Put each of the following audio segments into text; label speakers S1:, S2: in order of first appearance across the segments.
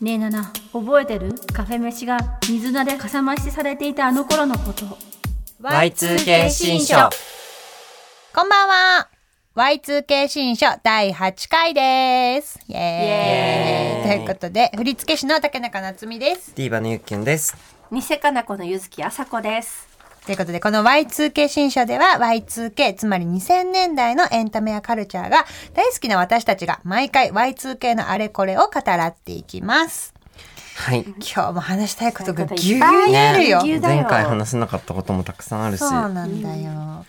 S1: ねえナナ覚えてるカフェ飯が水菜でかさ増しされていたあの頃のこと
S2: Y2K 新書
S3: こんばんは Y2K 新書第8回ですイエーイ
S2: イエーイ
S3: ということで振付師の竹中夏実です
S2: ディーバのゆっきゅんです。
S1: 偽かな子のゆずきあさこです
S3: ということでこの Y2K 新書では Y2K つまり2000年代のエンタメやカルチャーが大好きな私たちが毎回 Y2K のあれこれを語らっていきます
S2: はい。
S3: 今日も話したいことがぎゅうぎゅうにあるよ、
S1: ね急だよ
S2: 前回話せなかったこともたくさんあるし
S3: そ、うなんだよ、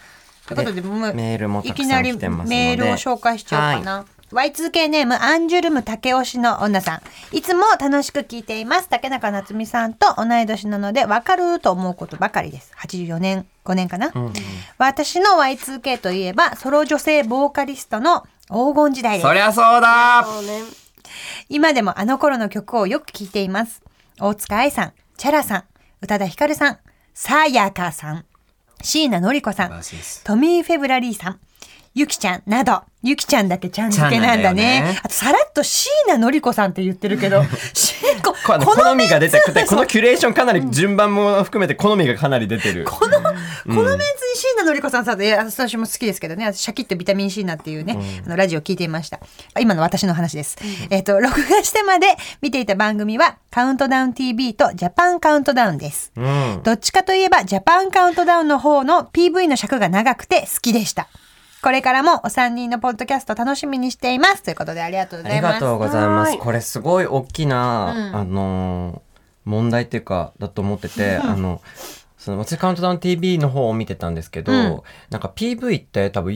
S3: ということでもう
S2: メールも
S3: い
S2: たく
S3: きな
S2: さん
S3: り
S2: 来てますので。
S3: メールを紹介しちゃおうかな。Y2K ネームアンジュルム竹雄氏の女さん。いつも楽しく聞いています。竹中夏実さんと同い年なのでわかると思うことばかりです。84年、5年かな。私の Y2K といえばソロ女性ボーカリストの黄金時代です
S2: そ。りゃそうだ
S1: そうね
S3: 今でもあの頃の曲をよく聴いています。大塚愛さん、チャラさん、宇多田ヒカルさん、さやかさん、椎名のり子さん
S2: らしいです、
S3: トミー・フェブラリーさん、ゆきちゃんなど、ゆきちゃんだけちゃん付けなんだ
S2: ちゃんなんだよ
S3: ね
S2: ね。
S3: あとさらっと椎名のり子さんって言ってる けど、椎名こ
S2: この好みが出てくて、この
S3: こ
S2: キュレーションかなり順番も含めて好みがかなり出てる。
S3: の、このメンツに椎名のり子さんさ、いや、私も好きですけどね、シャキッとビタミン C なっていうね、あの、ラジオ聞いていました。あ今の私の話です。えっ、と、録画してまで見ていた番組は、カウントダウン TV とジャパンカウントダウンです。
S2: うん。
S3: どっちかといえばジャパンカウントダウンの方の PV の尺が長くて好きでした。これからもお三人のポッドキャスト楽しみにしています。ということでありがとうご
S2: あ
S3: ざい
S2: り
S3: ます。
S2: がとうございま
S1: は
S2: す。
S1: い
S2: これすごい大きな、あのー問題っていうかだと思ってて、あのその私カウントダウン TV の方を見てたんですけど、
S3: うん
S2: なんか PV って多分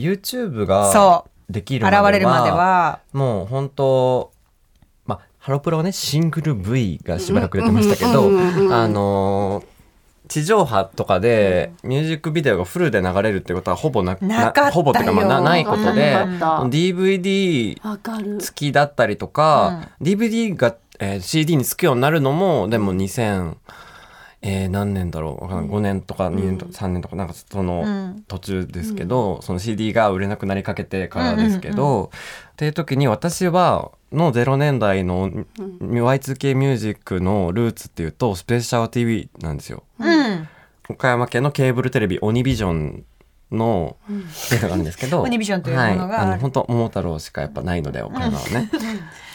S3: そ
S2: YouTube ができるまでは
S3: 現れるまでは。
S2: もう本当まあハロプロはねシングル V がしばらく出てましたけど、あのー地上波とかでミュージックビデオがフルで流れるってことはほぼな
S3: なかったよ
S2: ほぼっていうかまあなないことで
S1: なかった
S2: DVD
S1: わかる
S2: 付きだったりとか、DVD が、えー CD に付くようになるのもでも2000、えー何年だろうわかんない5年とか2年とか3年とかなんかその、
S3: うん
S2: 途中ですけど、その CD が売れなくなりかけてからですけど、っていう時に私はの0年代の Y2K ミュージックのルーツっていうとスペシャル TV なんですよ。
S3: うん。
S2: 岡山県のケーブルテレビ「オニビジョン」のっていうのがあるんですけど
S3: オニビジョンというものが
S2: はい、あの本当桃太郎しかやっぱないので岡山はね。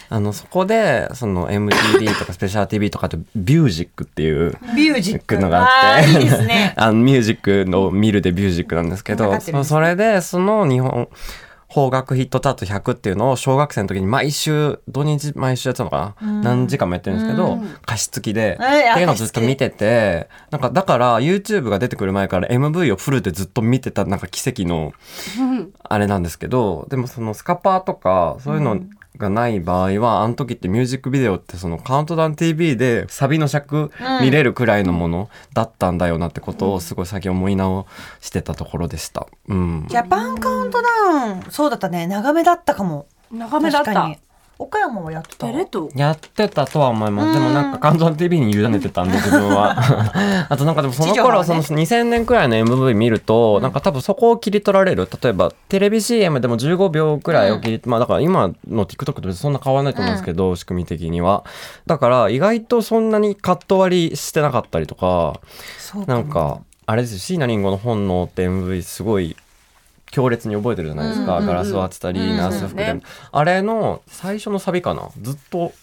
S2: あのそこでその MTV とかスペシャル TV とかってビュージックっていう
S3: ミュージック
S2: のがあって。
S3: ーいいですね
S2: あのミュージックの見るでミュージックなんですけ
S3: うんわ
S2: ど
S3: かってるんで
S2: そ
S3: す
S2: それでその日本邦楽ヒットチャート100っていうのを小学生の時に毎週土日毎週やってたのかな、何時間もやってるんですけど加湿器で、
S3: はいあ
S2: っていうのをずっと見ててなんかだから YouTube が出てくる前から MV をフルでずっと見てたなんか奇跡のあれなんですけどでもそのスカパーとかそういうのがない場合は、あの時ってミュージックビデオってそのカウントダウン TV でサビの尺見れるくらいのものだったんだよなってことをすごい最近思い直してたところでした。うん
S3: ジャパンカウントダウン、そうだったね。長めだったかも。
S1: 長めだっ
S3: 確か
S1: た
S3: に。岡山はやってた。
S1: ペレット
S2: やってたとは思います。でもなんか、カウントダウン TV に委ねてたんで、自分 は。あとなんかでもその
S3: 地上波
S2: 頃、
S3: は
S2: そ
S3: ね
S2: の2000年くらいの MV 見ると、なんか多分そこを切り取られる。例えば、テレビ CM でも15秒くらいを切り、まあだから今の TikTok と別にそんな変わらないと思うんですけど、仕組み的には。だから、意外とそんなにカット割りしてなかったりとか、
S3: そう
S2: なんか、あれですよ、椎名林檎の本能って MV すごい強烈に覚えてるじゃないですか。
S1: うんうんうん
S2: ガラス割ってたり、
S3: うん
S2: ナース服で
S1: そう
S2: も
S1: で。
S2: あれの最初のサビかな。ずっと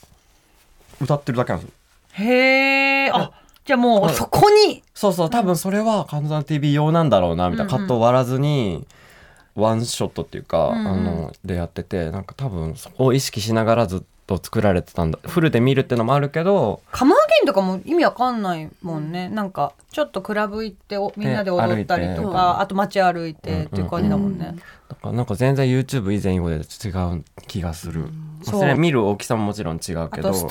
S2: 歌ってるだけなんですよ。
S3: へえ。あ、じゃあもう
S2: はい
S3: そこに。
S2: そうそう、多分それはカウントダウン TV 用なんだろうな、みたいな。
S3: うんう
S2: カ
S3: ん
S2: ット割らずに、ワンショットっていう
S3: んう
S2: か、
S3: ん
S2: あの、でやってて、なんか多分そこを意識しながらずっと作られてたんだ。フルで見るってのもあるけど、
S3: カマーゲンとかも意味わかんないもんね。なんか、ちょっとクラブ行っておみんなで踊ったり
S2: ね
S3: と
S2: 歩い
S1: て
S3: か、あと街歩いてっていう感じだもんね。
S2: だからなんか全然 YouTube 以前以後で違う気がする。まあ
S3: そう
S2: それ見る大きさももちろん違う
S3: あ
S2: け
S3: と
S2: ど。
S3: ストーリー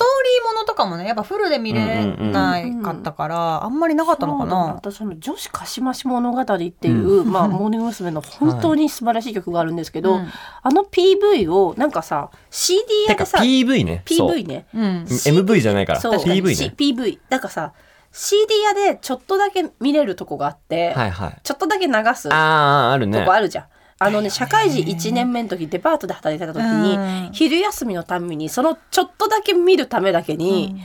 S3: ものとかもねやっぱフルで見れないかったから、あんまりなかったのかな。
S4: 私あの女子かしまし物語っていう、 まあモーニング娘。の本当に素晴らしい曲があるんですけど、
S3: うん
S4: あの PV をなんかさ CD
S2: て
S4: 屋
S2: か
S4: でさ
S2: PV ね。そう
S4: PV ね
S3: うん、
S2: MV じゃないから
S4: そう
S2: PV
S4: し
S2: ね
S4: PV なんかさ CD 屋でちょっとだけ見れるとこがあって、
S2: はいはい
S4: ちょっとだけ流す
S2: ああある
S4: と
S2: ね
S4: こあるじゃん、あのね社会人1年目の時デパートで働いてた時
S3: う
S4: に
S3: ん
S4: 昼休みのためにそのちょっとだけ見るためだけに、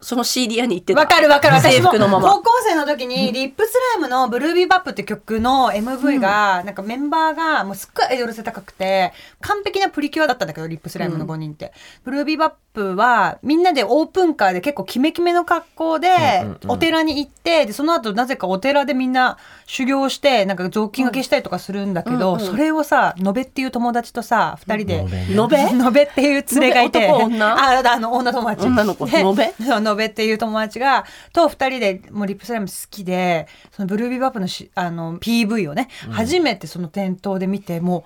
S4: その CD 屋に行ってた
S3: わかるわかる私
S4: 制
S3: も
S4: 服のまま
S3: 高校生の時にリップスライムの「ブルービーバップ」って曲の MV が、なんかメンバーがもうすっごいアイドル性高くて完璧なプリキュアだったんだけどリップスライムの5人って、ブルービーバップはみんなでオープンカーで結構キメキメの格好で
S2: うんうんうん
S3: お寺に行ってでその後なぜかお寺でみんな修行してなんか雑巾がけしたりとかするんだけど、
S4: うんうんうん
S3: それをさのべっていう友達とさ2人で。
S4: のべ
S3: のべっていう連れがいて
S4: のべ男女
S3: ああの女友達
S4: 女の子
S3: で
S4: のべ
S3: そうのべっていう友達がと二人でもうリップスライム好きでそのブルービーバップのしあの PV をね、初めてその店頭で見ても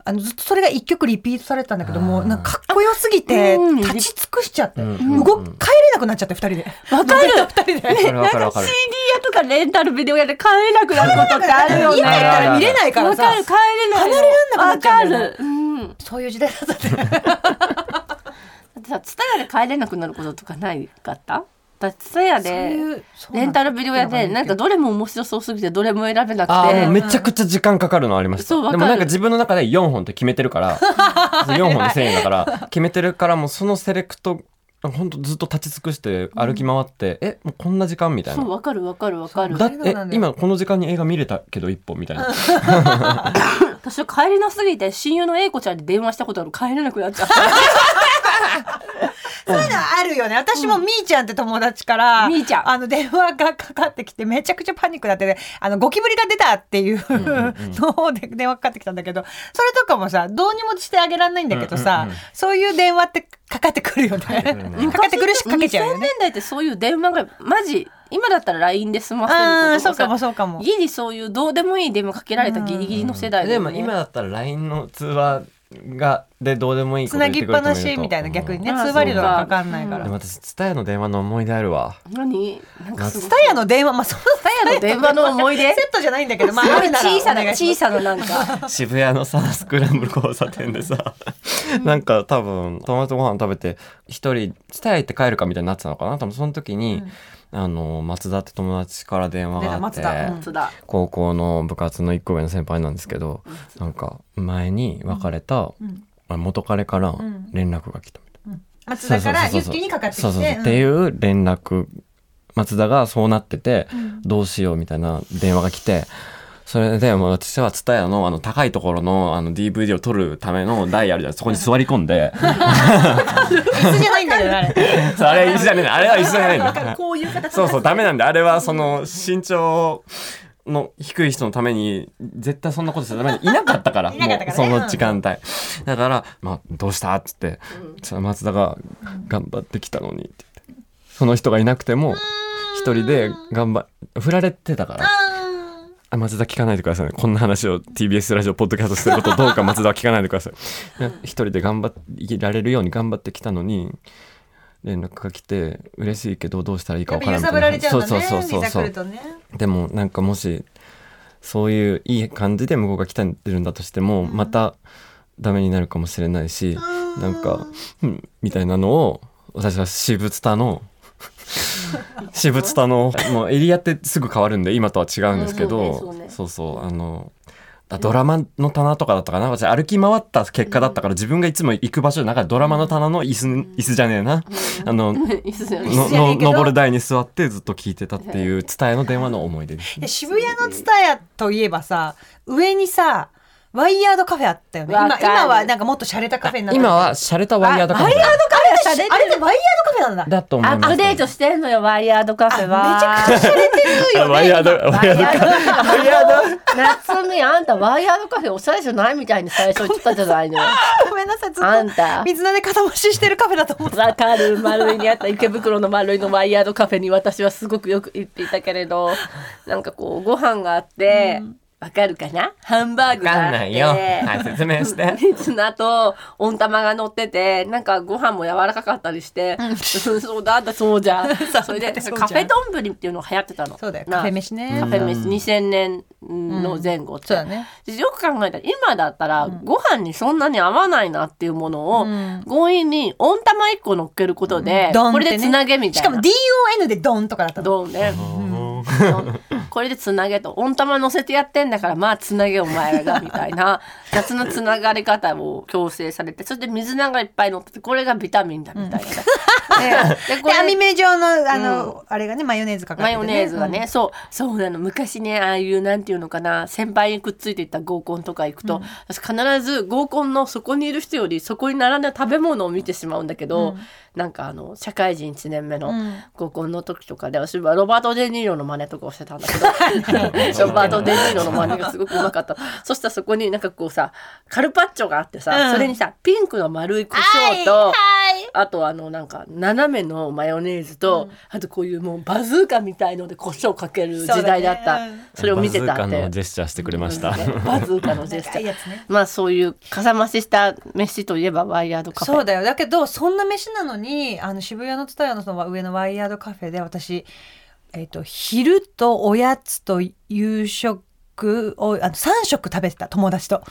S3: うあのずっとそれが一曲リピートされてたんだけど
S2: あー
S3: もうなんかかっこよすぎて
S4: うん
S3: 立ち尽くしちゃって、
S2: うん
S3: 動
S2: うん
S3: 帰れなくなっちゃって二人で
S4: わ かる
S3: のべと二人で。
S2: わかるわかる
S4: なん
S2: わ
S4: か
S2: か
S4: CD
S2: る。
S4: 屋とかレンタルビデオ屋で買えなくなることってあるよね。
S3: 今やったら見れないから
S4: わ
S3: さ
S4: かる、買えれないよ。
S3: 離れらんなくなっちゃうんだよね
S4: わかる。うん。だ
S3: そういう時代だったね
S4: ってさ、ツタヤで帰れなくなることとかないかっただってツタヤ
S3: そう
S4: で、
S3: いうそうな
S4: レ
S3: ん
S4: ン
S3: だ
S4: タルビデオ屋で、なんかどれも面白そうすぎて、どれも選べな
S2: ああ、もう
S4: くて。
S2: めちゃくちゃ時間かかるのありました。
S4: そうわ
S2: で
S4: かる
S2: もなんか自分の中で4本って決めてるから、4本で1000円だから、決めてるから、もうそのセレクト、ほんとずっと立ち尽くして歩き回って、え、もうこんな時間みたい
S4: そう、
S2: な。
S4: わかるわかるわかる。
S2: だっ
S3: そう
S2: て
S3: なん、だよ
S2: 今この時間に映画見れたけど1本みたいな。
S4: 私は帰れなすぎて、親友の A 子ちゃんに電話したことある、帰れなくなっ ちゃった。
S3: そういうのはあるよね。私もみーちゃんって友達から、
S4: みーちゃん
S3: あの、電話がかかってきて、めちゃくちゃパニックだって、ね、あの、ゴキブリが出たっていうので電話かかってきたんだけど、それとかもさ、どうにもしてあげられないんだけどさ、
S2: うんうんうん
S3: そういう電話ってかかってくるよね。
S2: てくる
S3: かかってくるし、かけちゃうよ
S4: 2000
S3: ね。
S4: 年代ってそういう電話がマジ今だったら LINE で済ませる
S3: ああ、
S4: こ
S3: そう
S4: とが
S3: か
S4: さ
S3: もそうかも。
S4: ギリそういうどうでもいい電話かけられたギリギリの世代だ
S2: で
S4: よ
S2: も
S4: ね
S2: 今だったら LINE の通話がでどうでもいい
S3: つ
S2: こと言
S3: な
S2: っ
S3: ぎ
S2: て
S3: っ
S2: くる
S3: ぱ
S2: 人も
S3: ない
S2: ると
S3: し、みたいな逆にね、
S4: あー
S3: 通話料がかかんないか
S2: で
S3: ら
S2: も。私蔦屋の電話の思い出あるわ
S4: 何なんかすごい
S3: タヤの電話、まあ、そのタ
S4: ヤの電話の思い出
S3: セットじゃないんだけど、まあ、あるなら
S4: 小さな
S3: お願いしま
S4: 小
S3: す
S4: さななんか
S2: 渋谷のさスクランブル交差点でさなんか多分友達とご飯食べて一人蔦屋行って帰るかみたいになってたのかな多分その時に、あの松田って友達から電話があって
S3: 出た松田うん
S4: 本当だ
S2: 高校の部活の一個上の先輩なんですけど、なんか前に別れた
S3: ん
S2: 元彼から
S3: ん
S2: 連絡が来たみたいな。
S3: 松田から
S2: そう
S3: ユ
S2: そ
S3: ッ
S2: うそうそう
S3: キーにかかってきて。
S2: そうそうそう
S3: うん
S2: っていう連絡松田がそうなってて、どうしようみたいな電話が来てそれでもう私は蔦屋のあの高いところのあの DVD を撮るための台あるじゃんそこに座り込 んで
S3: 椅子じゃないんだけど、あれ。
S2: そうあれは椅子じゃねえんだあれは椅子じゃないん
S4: わかる
S2: だ
S4: こういう形
S2: そうそうダメなんであれはその身長の低い人のために絶対そんなことしちゃダメいなかったから
S3: いなかったからね
S2: もうその時間帯だから「まあ、どうした?」っつって、その松田が「頑張ってきたのに」って言ってその人がいなくても一人で頑張振られてたからあ松田聞かないでくださいねこんな話を TBS ラジオポッドキャストすることどうか松田は聞かないでください一人で頑張っていけられるように頑張ってきたのに連絡が来て嬉しいけどどうしたらいいか
S3: やっ
S2: 分
S3: ぱ
S2: から
S3: 揺さぶられ
S2: ん
S3: ちゃうんだ
S2: そう
S3: ね
S2: そうそ
S3: ビ
S2: うそう
S3: ザ
S2: そ
S3: 来
S2: う
S3: るとね
S2: でもなんかもしそういういい感じで向こうが来たんでるんだとしても、またダメになるかもしれないし、なんか、うん、みたいなのを私は私物田 の私物田のもうエリアってすぐ変わるんで今とは違うんですけ
S4: うん
S2: ど、
S4: そうねそうね
S2: そうそうあのあドラマの棚とかだったかな私歩き回った結果だったから自分がいつも行く場所の中でドラマの棚の椅子,、椅子じゃねえな、あ の
S4: 椅子じゃない
S2: の
S3: じゃねえ
S2: の
S3: けど
S2: 登る台に座ってずっと聞いてたっていう伝えの電話の思い出です
S3: いや渋谷の蔦屋といえばさ上にさワイヤードカフェあったよね
S4: わ
S3: 今
S4: かる
S3: 今はなんかもっと洒落たカフェになってる
S2: 今は洒落たワイヤードカフェ
S3: あれってワイヤードカフェなんだ
S2: だと思い
S4: ア
S2: ま
S4: ッ
S2: す
S4: プデートしてんのよワイヤードカフェは
S3: めちゃくちゃ洒落てるよね
S2: ワイヤードワイヤードカフェ
S4: ワイヤード夏美あんたワイヤードカフェおしゃれじゃないみたいに最初言ってたじゃない のよ
S3: ごめんなさいずっ
S4: あん
S3: と
S4: た
S3: 水菜で肩押ししてるカフェだと思って
S4: わかる丸いにあった池袋の丸いのワイヤードカフェに私はすごくよく行っていたけれどなんかこうご飯があってわ、かるかなハンバーグ
S2: わ
S4: があ
S2: かん
S4: っ
S2: な
S4: て
S2: いよ。はい、説明 して。
S4: ツナと温玉が乗っててなんかご飯も柔らかかったりして、そうだあんたそうじゃんそれで
S3: そうじゃん
S4: カフェ丼っていうのが流行ってたの
S3: そうだよ
S4: な
S3: カフェ飯ね
S4: カフェ飯2000年の前後って、
S3: そうだね
S4: でよく考えたら今だったらご飯にそんなに合わないなっていうものを強引に温玉1個乗っけることで、
S3: ドンっ
S4: こ
S3: て
S4: れ
S3: ね
S4: でつなげみたいな
S3: しかも DON でドンとかだったの
S4: ドンね、
S2: うん
S4: ドンこれでつなげと温玉乗せてやってんだからまあつなげお前らがみたい な雑なつながれ方を強制されてそれで水菜がいっぱい乗っててこれがビタミンだみたいな。ねでこ
S3: で
S4: れ
S3: 網目状のあの、あれがねマヨネーズかかっ
S4: マ
S3: てて、ね、
S4: ヨネーズがね、そうそうなの昔ねああいうなんていうのかな先輩にくっついていった合コンとか行くと、私必ず合コンのそこにいる人よりそこに並んだ食べ物を見てしまうんだけど、なんかあの社会人1年目の
S3: ん
S4: 合コンの時とかで私はロバート・デ・ニーロの真似とかをしてたんだけ どロバート・デ・ニーロの真似がすごくうまかったそしたらそこになんかこうさカルパッチョがあってさ、
S3: うん
S4: それにさピンクの丸い胡椒と。あとあのなんか斜めのマヨネーズと、あとこういうもうバズーカみたいので胡椒かける時代だ
S3: そう
S4: ったそ
S3: だねうん
S4: れを見てた
S2: バ
S4: っ
S2: ズーカ
S4: て
S2: のジェスチャーしてくれました。
S4: バズーカのジェスチ
S3: 長い
S4: ャ
S3: や
S4: ー
S3: つね
S4: まあそういうかさ増しした飯といえばワイヤードカフェ
S3: そうだよだけどそんな飯なのにあの渋谷の蔦屋のその上のワイヤードカフェで私、えっと昼とおやつと夕食をあの3食食べてた友達と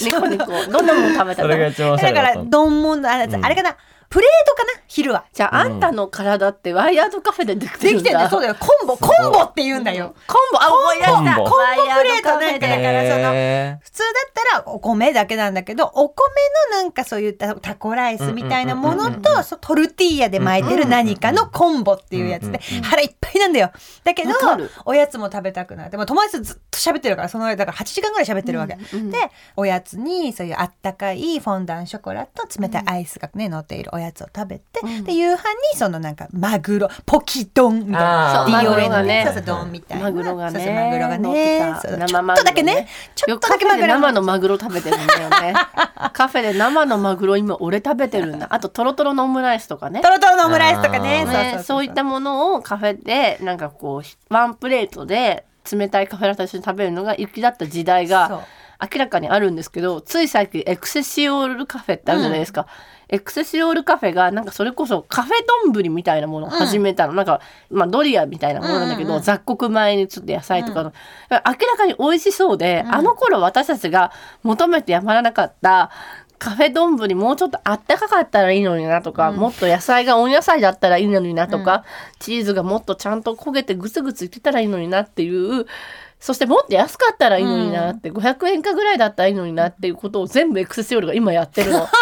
S4: ニコ ニコどんなもん食べた
S2: それが
S4: の
S2: 一番お
S3: だ
S2: しゃ
S3: か
S2: れだった
S3: ら
S2: の。
S3: 丼もあれ,、あれかなプレートかな昼は
S4: じゃああんたの体ってワイヤードカフェでできて
S3: で
S4: る
S3: き
S4: ん
S3: てるんだ
S4: だ
S3: よそうだよコンボコンボって言うんだよ、
S4: コンボあ思い出した
S2: コンボ
S4: ワイ
S3: コンボプレ
S4: ヤ
S3: ートなん
S4: ドカフェで
S3: てだからその
S2: へ
S3: 普通だったらお米だけなんだけどお米のなんかそういったタコライスみたいなものとそうトルティーヤで巻いてる何かのコンボっていうやつで腹いっぱいなんだよだけど
S4: わかる
S3: おやつも食べたくなってもう友達とずっと喋ってるからその間だから8時間ぐらい喋ってるわけ、でおやつにそういうあったかいフォンダンショコラと冷たいアイスがね乗っているおやつを食べて、で夕飯にそのなんかマグロポキ丼みたいな
S2: あー
S4: そう
S3: DON
S4: マグロがね
S3: そうそう丼みたいな
S4: マグロが
S3: そ
S4: ね
S3: うそうマグロがね
S4: 乗って
S3: そ
S4: た
S3: う
S4: 生
S3: ちょ
S4: マ
S3: っと
S4: グロ
S3: だけねちょっとだけマグロ
S4: よくカフェで生のマグロ食べてるんだよ ねカフェで生のマグロ今俺食べてるんだあとトロトロのオムライスとかね
S3: トロトロのオムライスとかね
S2: あー
S3: そうそう
S4: ね、そういったものをカフェでなんかこうワンプレートで冷たいカフェラテと一緒に食べるのが粋だった時代
S3: そう
S4: が明らかにあるんですけどつい最近エクセシオールカフェってあるじゃないですか、エクセシオールカフェがなんかそれこそカフェ丼みたいなものを始めたの、なんか、まあ、ドリアみたいなものなんだけど、雑穀米にちょっと野菜とかの、明らかに美味しそうで、あの頃私たちが求めてやまらなかったカフェ丼もうちょっとあったかかったらいいのになとか、もっと野菜が温野菜だったらいいのになとか、チーズがもっとちゃんと焦げてグツグツいってたらいいのになっていうそしてもっと安かったらいいのになって、500円かぐらいだったらいいのになっていうことを全部エクセスオールが今やってる のだか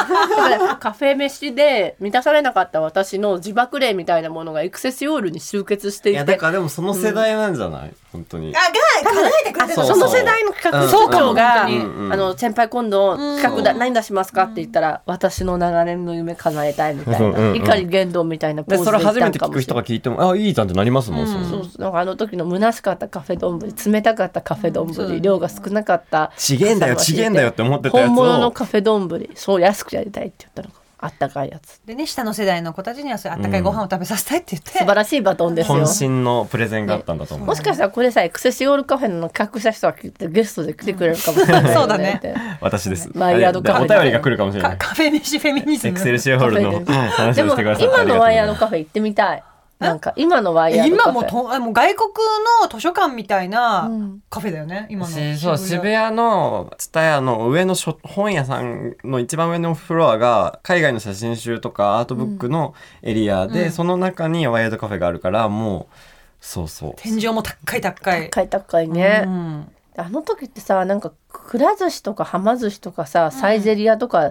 S4: らカフェ飯で満たされなかった私の自爆霊みたいなものがエクセスオールに集結して
S2: ーい
S4: い
S2: や
S4: て
S2: だからでもその世代なんじゃない本当に。
S3: あが叶えてくれて
S2: そう
S4: その世代の企画
S2: そ
S4: 総
S2: うかも
S4: 長が、
S2: うんうん
S4: あの先輩今度企画だ、何出しますかって言ったら、私の長年の夢叶えたいみたいな、
S2: うんうんうん
S4: 怒り言動みたいなポー
S2: で
S4: ズ
S2: それ初めて聞く
S4: れ
S2: 人が聞いてもあいいじゃんってなりますもん。その
S4: そうそうなんかあの時の虚しかったカフェ丼冷たかったカフェ丼、量が少なかった
S2: ちげえんだよちげえんだよって思ってたやつを
S4: 本物のカフェ丼そう安くやりたいって言ったのがあったかいやつ
S3: でね下の世代の子たちにはそういうあったかいご飯を食べさせたいって言って、
S4: 素晴らしいバトンですよ
S2: 渾身のプレゼンがあったんだと思う。
S4: もしかしたらこれさエクセシオールカフェの企画した人が聞いてゲストで来てくれるかもしれないよ
S3: そうだね
S4: って
S2: 私です。
S4: ワイヤードカフェ
S2: お便りが来るかもしれな
S3: か
S2: い。
S3: カフェ飯フェミニズ
S2: エ
S3: ム
S2: クセルシオールの話
S4: で
S2: をし
S4: も
S2: てくださって
S4: 今のワイヤーの
S2: カ
S4: カフェ行ってみたいなんか今のワイヤーのカフェ
S3: 今もうとあもう外国の図書館みたいなカフェだよね、今の
S2: そう渋谷の蔦屋の上の書本屋さんの一番上のフロアが海外の写真集とかアートブックのエリアで、その中にワイヤードカフェがあるからもうそうそう
S3: 天井も高い高い、
S4: 買いたくかいね、
S3: うん、
S4: あの時ってさなんかくら寿司とかはま寿司とかさサイゼリアとか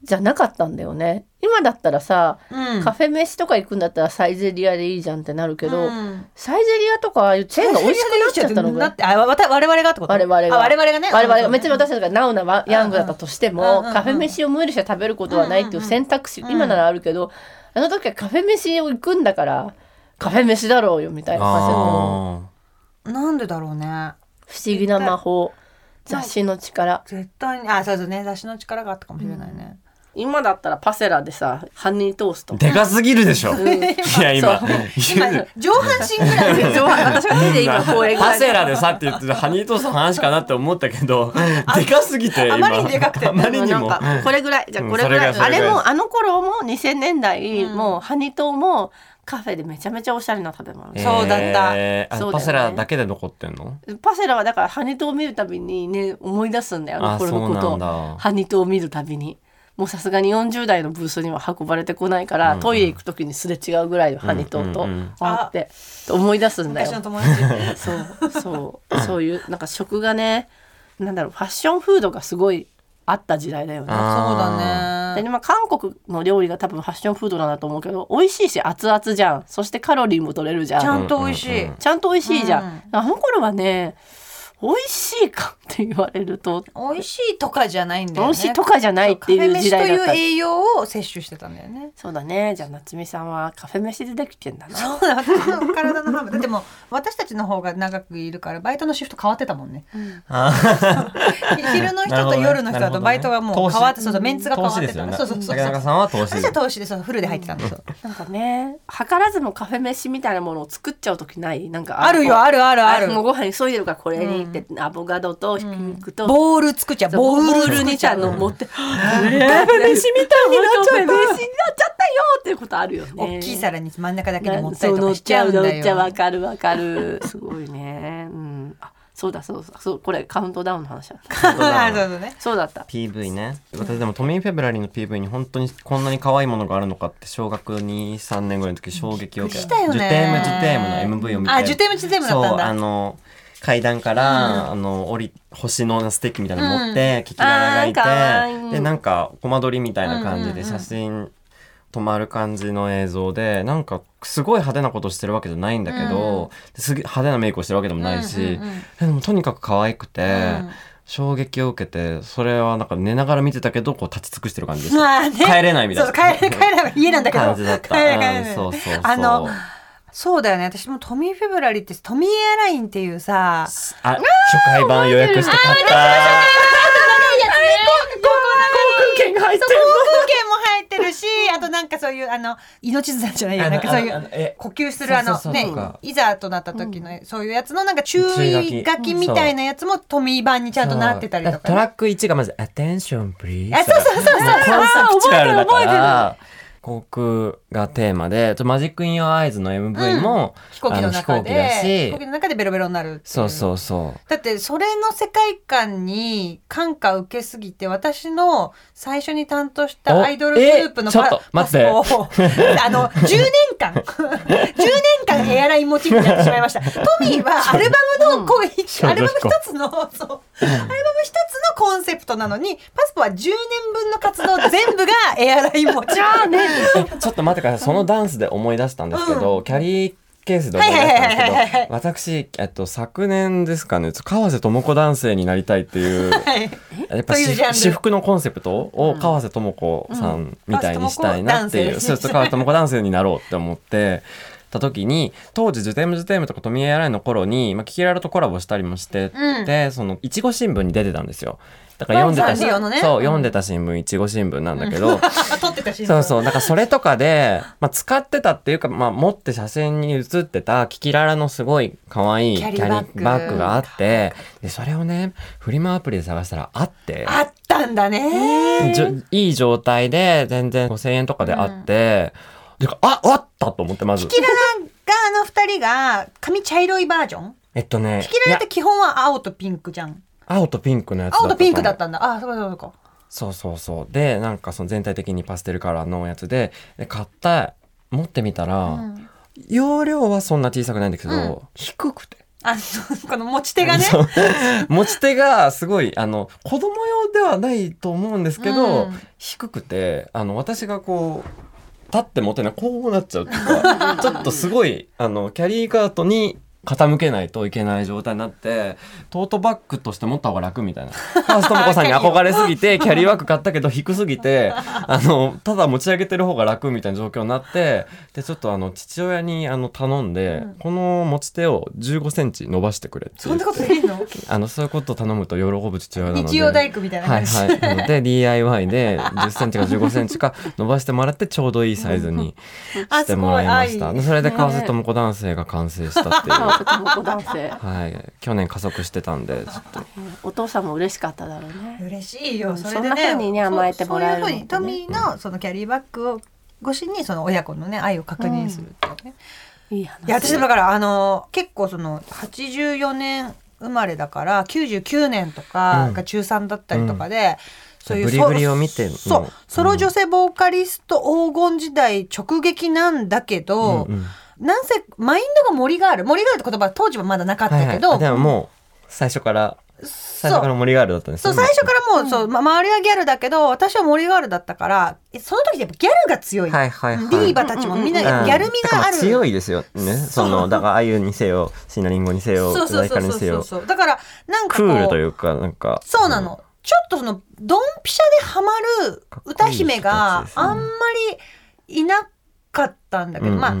S4: じゃなかったんだよね、今だったらさ、
S3: うん
S4: カフェ飯とか行くんだったらサイゼリアでいいじゃんってなるけ
S3: う
S4: ど、
S3: ん
S4: サイゼリアとかああいうチェーンが美味しくなっちゃったの
S3: な
S4: が
S3: ってあわた我々がってこと
S4: 我々
S3: あ
S4: が
S3: 我々がね
S4: 我々が
S3: うん
S4: 別に私たちがナウなわヤングだったとしても、
S3: うんうん
S4: カフェ飯を無理して食べることはないっていう選択肢、今ならあるけどあの時はカフェ飯を行くんだからカフェ飯だろうよみたいな感じでも
S2: あ
S3: なんでだろうね
S4: 不思議な魔法雑誌の力
S3: 絶対にあそうそうね雑誌の力があったかもしれないね、
S4: 今だったらパセラでさハニートースト
S2: ー でかすぎるでしょ、いや 今
S4: そう
S2: ゆ
S3: 今
S2: ず
S3: 上半身ぐらい
S4: そう私は手で今こう描いて
S2: パセラでさって言ってたハニートーストの話かなって思ったけどでかすぎて今
S3: あまりにでかくて
S2: あまりに
S4: なん
S2: も
S4: かこれぐらいじゃあ
S2: うん
S4: これぐらい,、
S2: それぐら
S4: あ
S2: いそれぐらい
S4: れもあの頃も2000年代、もうハニートーもカフェでめちゃめちゃおしゃれな食べ物、
S3: そうだった
S2: えーあ
S4: そうだよね
S2: パセラだけで残ってんの
S4: パセラはだからハニトを見るたびにね思い出すんだよあの
S2: あ
S4: 頃のこ
S2: そ
S4: と
S2: うなんだ
S4: ハニトを見るたびにもうさすがに40代のブースには運ばれてこないから、
S2: うん
S4: トイレ行く時にすれ違うぐらいのハニトーと、
S2: うんうんうん
S4: あーって思い出すんだよ
S3: 昔の友達。
S4: そうそうそういうなんか食がねなんだろうファッションフードがすごいあった時代だよね。
S3: そう
S2: あ
S3: だ
S4: で
S3: ね。
S4: まあ、韓国の料理が多分ファッションフードなんだと思うけど美味しいし熱々じゃんそしてカロリーも取れるじゃん
S3: ちゃんと美味しい。
S2: うんうんうん
S4: ちゃんと美味しいじゃん、
S3: うん
S4: あの頃はね美味しいかって言われると、
S3: 美味しいとかじゃないんだ
S4: 美
S3: よね。
S4: 味しいとかじゃないっていう時代だっ
S3: カフェ飯と
S4: た
S3: いう栄養を摂取してたんだよね。
S4: そうだねじゃあ夏美さんはカフェ飯でできてんだな
S3: そうだ私の体の半 分でも私たちの方が長くいるからバイトのシフト変わってたもんね 昼の人と夜の人だとバイトがもう変わって、そうそうメンツが変わ
S2: 投
S3: っ
S2: 資
S3: て
S2: です
S3: た
S2: よね
S3: そうそうそう
S2: 竹中さんは投資
S3: 私は投資で そうフルで入ってたんですよ
S4: なんかね 図らずもカフェ飯みたいなものを作っちゃう時ないなんか
S3: あるよあるあるあ
S4: あ
S3: る
S4: るもうご飯急いでるからこれにって、アボカドとひき肉と、
S3: ボール作っちゃう
S4: そう
S3: ボー
S4: ボ
S3: ル
S4: ール
S3: 作っ
S4: に
S3: ち
S4: ちゃ
S3: ゃ
S4: ん
S3: う
S4: の持
S3: の
S4: って、カフェ飯みたいになっちゃった。カフェ飯になっちゃったよっていうことあるよね。
S3: 大きい皿に真ん中だけに
S4: な
S3: 持った
S4: そ
S3: り
S4: う
S3: と
S4: 乗
S3: か
S4: っ
S3: し
S4: ち
S3: ちゃ
S4: ゃ
S3: う
S4: うん
S3: だ
S4: 乗っちゃう
S3: よ
S4: わかるわかる。すごいね。うん。あそうだそうだそうこれカウントダウンの話だった。
S3: あそうそうね
S4: そうだった。
S2: PV ね私でもトミー・フェブラリーの PV に本当にこんなに可愛いものがあるのかって小学23年ぐらいの時衝撃を
S3: びっ
S2: 受け
S3: くりしたよね
S2: ジュテームジュテームの MV を見て
S3: あジュテームジュテームだったん
S2: そうあ
S3: だ
S2: の階段から、あの降り星のステッキみたいなの持って、キキララ
S4: あー可
S2: がいて
S4: 愛い
S2: でなんかコマ撮りみたいな感じで
S3: うんうんうん
S2: 写真止まる感じの映像でなんかすごい派手なことしてるわけじゃないんだけど、すげえ派手なメイクをしてるわけでもないし、
S3: うんうんうん
S2: でもとにかく可愛くて、
S3: うん
S2: 衝撃を受けてそれはなんか寝ながら見てたけどこう立ち尽くしてる感じでした
S3: まあね
S2: 帰れないみたい
S3: そう
S2: な
S3: 帰れ帰れない家なんだけど
S2: 感じだった
S3: 帰れない帰れない
S2: うんそうそうそう
S3: あのそうだよね私もトミー・フェブラリーってトミー・エアラインっていうさ
S2: あ初回版予約して買った
S4: 券が入って
S3: 航空券も入ってるし、あとなんかそういう、あの、命綱じゃないよ。
S2: あの
S3: なんかそうい
S2: あのあの
S3: う
S2: え、
S3: 呼吸するあの
S2: そう、そうそう
S3: ね
S2: そうか、
S3: いざとなった時の、そういうやつのなんか注
S2: 注
S3: 意
S2: 意
S3: 書
S2: 書
S3: き
S2: き
S3: みたいなやつもトミー版にちゃんとなってたりと
S2: ト
S3: か
S2: ラ
S3: ね。
S2: ック1がまず「Attention please」
S3: あそうそうそうそう
S2: もコンセプチュアルだか
S4: 覚えてる覚
S2: ら航空がテーマで「マジック・イン・ヨア・アイズ」の MV も、
S3: 飛行機の
S2: あ
S3: 中
S2: 飛行機だ
S3: で、飛
S2: し
S3: 行機の中でベロベロになるってい
S2: そうそうそう
S3: だってそれの世界観に感化受けすぎて私の最初に担当した
S2: お
S3: アイドルグループの
S2: えちょっと待って
S3: パスポを あの10年間 10年間エアラインモチーフになってしまいましたトミーはアルバムのこう、一アルバム一つのそうアルバム一つのコンセプトなのにパスポは10年分の活動全部がエアラインモチーフじゃあね
S2: えちょっと待ってくださいそのダンスで思い出したんですけど、キャリーケースで思い出したんです
S3: はいはいはいはい
S2: け
S3: はい
S2: ど私、えっと、昨年ですかね川瀬智子男性になりたいっ ていう
S3: はい
S2: やっぱ
S3: というジャンル
S2: 私私服のコンセプトを川瀬智子さんみたいにしたいなっていう、
S3: うんうん
S2: そうそう川瀬智子男性になろうって思ってた時に当時「ジュテームジュテーム」とか「トミエアライン」の頃に、まあ、キキララとコラボしたりもして
S3: うん
S2: て、そのいちご新聞に出てたんですよ。だから読んで
S3: まあ
S2: た
S3: サンリオのね
S2: そう読んでた新聞いちご新聞なんだけど、
S3: あ撮ってたし
S2: そうそう。なんかそれとかで、 まあ、使ってたっていうか、まあ、持って写真に写ってた、キキララのすごい可愛い
S3: キ
S2: キ
S3: ャ
S2: ャ
S3: リ
S2: リ
S3: ーバッグ
S2: ーバッグがあって、で、それをね、フリマアプリで探したらあって、
S3: あったんだね
S2: じょいい状態で、全然5000円とかであって、であ、あったと思って、まず
S3: キ。キララがあの二人が髪茶色いバージョン
S2: えっとね、
S3: キキララって
S2: いや
S3: 基本は青とピンクじゃん
S2: 青とピンクのやつだった
S3: 青とピンクだっ
S2: と思う。
S3: たんだあそうかそうか
S2: そうそうそう。で、なんかその全体的にパステルカラーのやつで、で買った、持ってみたら、
S3: ん
S2: 容量はそんな小さくないんだけど、
S3: うん
S2: 低くて。
S3: あそうこの持ち手 がね
S2: そう 持ち手がすごいあの子供用ではないと思うんですけど、
S3: うん
S2: 低くてあの私がこう立って持てないこうなっちゃうっていうか ちょっとすごいあのキャリーカートに傾けないといけない状態になってトートバッグとして持った方が楽みたいな。川瀬智子さんに憧れす ぎてキャリーバッグ買ったけど低すぎてあのただ持ち上げてる方が楽みたいな状況になってでちょっとあの父親にあの頼んで、この持ち手を1 5センチ伸ばしてくれって
S3: そんなことでき るの
S2: あのそういうことを頼むと喜ぶ父親なので
S3: 日曜大工みたいな
S2: はい
S3: 感じ、
S2: はいな ので DIY で1 0ンチか1 5ンチか伸ばしてもらってちょうどいいサイズに
S3: あ
S2: し
S3: す
S2: ても
S3: ご
S2: ら
S3: い
S2: いま
S3: 愛
S2: したでそれで川瀬智子男性が完成したっていう、
S4: あ男の子男性。
S2: はい、去年加速してたんでちょっと
S4: お父さんも嬉しかっただろうね。
S3: 嬉しいよ
S4: うん
S3: それでね
S4: そんな風にね
S3: そう
S4: 甘えてもらえる
S3: そ
S4: の
S3: う
S4: ね
S3: いうふうにトミーのそのキャリーバッグを越しにその親子のね愛を確認するっていうね、
S4: いい話。
S3: いや私だからあの結構その84年生まれだから99年とかが中3だったりとかで、そういう
S2: ブリブリを見ての
S3: そううんソロ女性ボーカリスト黄金時代直撃なんだけど、
S2: うんうん
S3: なんせマインドが森がある森があるって言葉は当時はまだなかっ
S2: はい
S3: た
S2: は
S3: け
S2: い
S3: ど、
S2: あでももう最初から最初から森ガールだったんです
S3: そう
S2: ね
S3: 最初からもう,、そうま、周りはギャルだけど私は森ガールだったからえその時やっぱギャルが強い、
S2: はいはいはい
S3: ディーバたちもみんなギ
S2: うん
S3: ャル味があ
S2: だから
S3: る、
S2: 強いですよねそのだからあゆにせよ椎名林檎にせよ
S3: そう
S2: 宇
S3: そうそう
S2: 多田ヒカルに
S3: そう
S2: せ
S3: そう
S2: よ
S3: そうだからなんかこ
S2: ク
S3: う
S2: ールというかなんか
S3: そうなの。ちょっとその、ドンピシャでハマる歌姫
S2: か
S3: が
S2: っこいい人たちですね
S3: あんまりいなかったんだけ
S2: うん
S3: ど、
S2: うん
S3: まあ、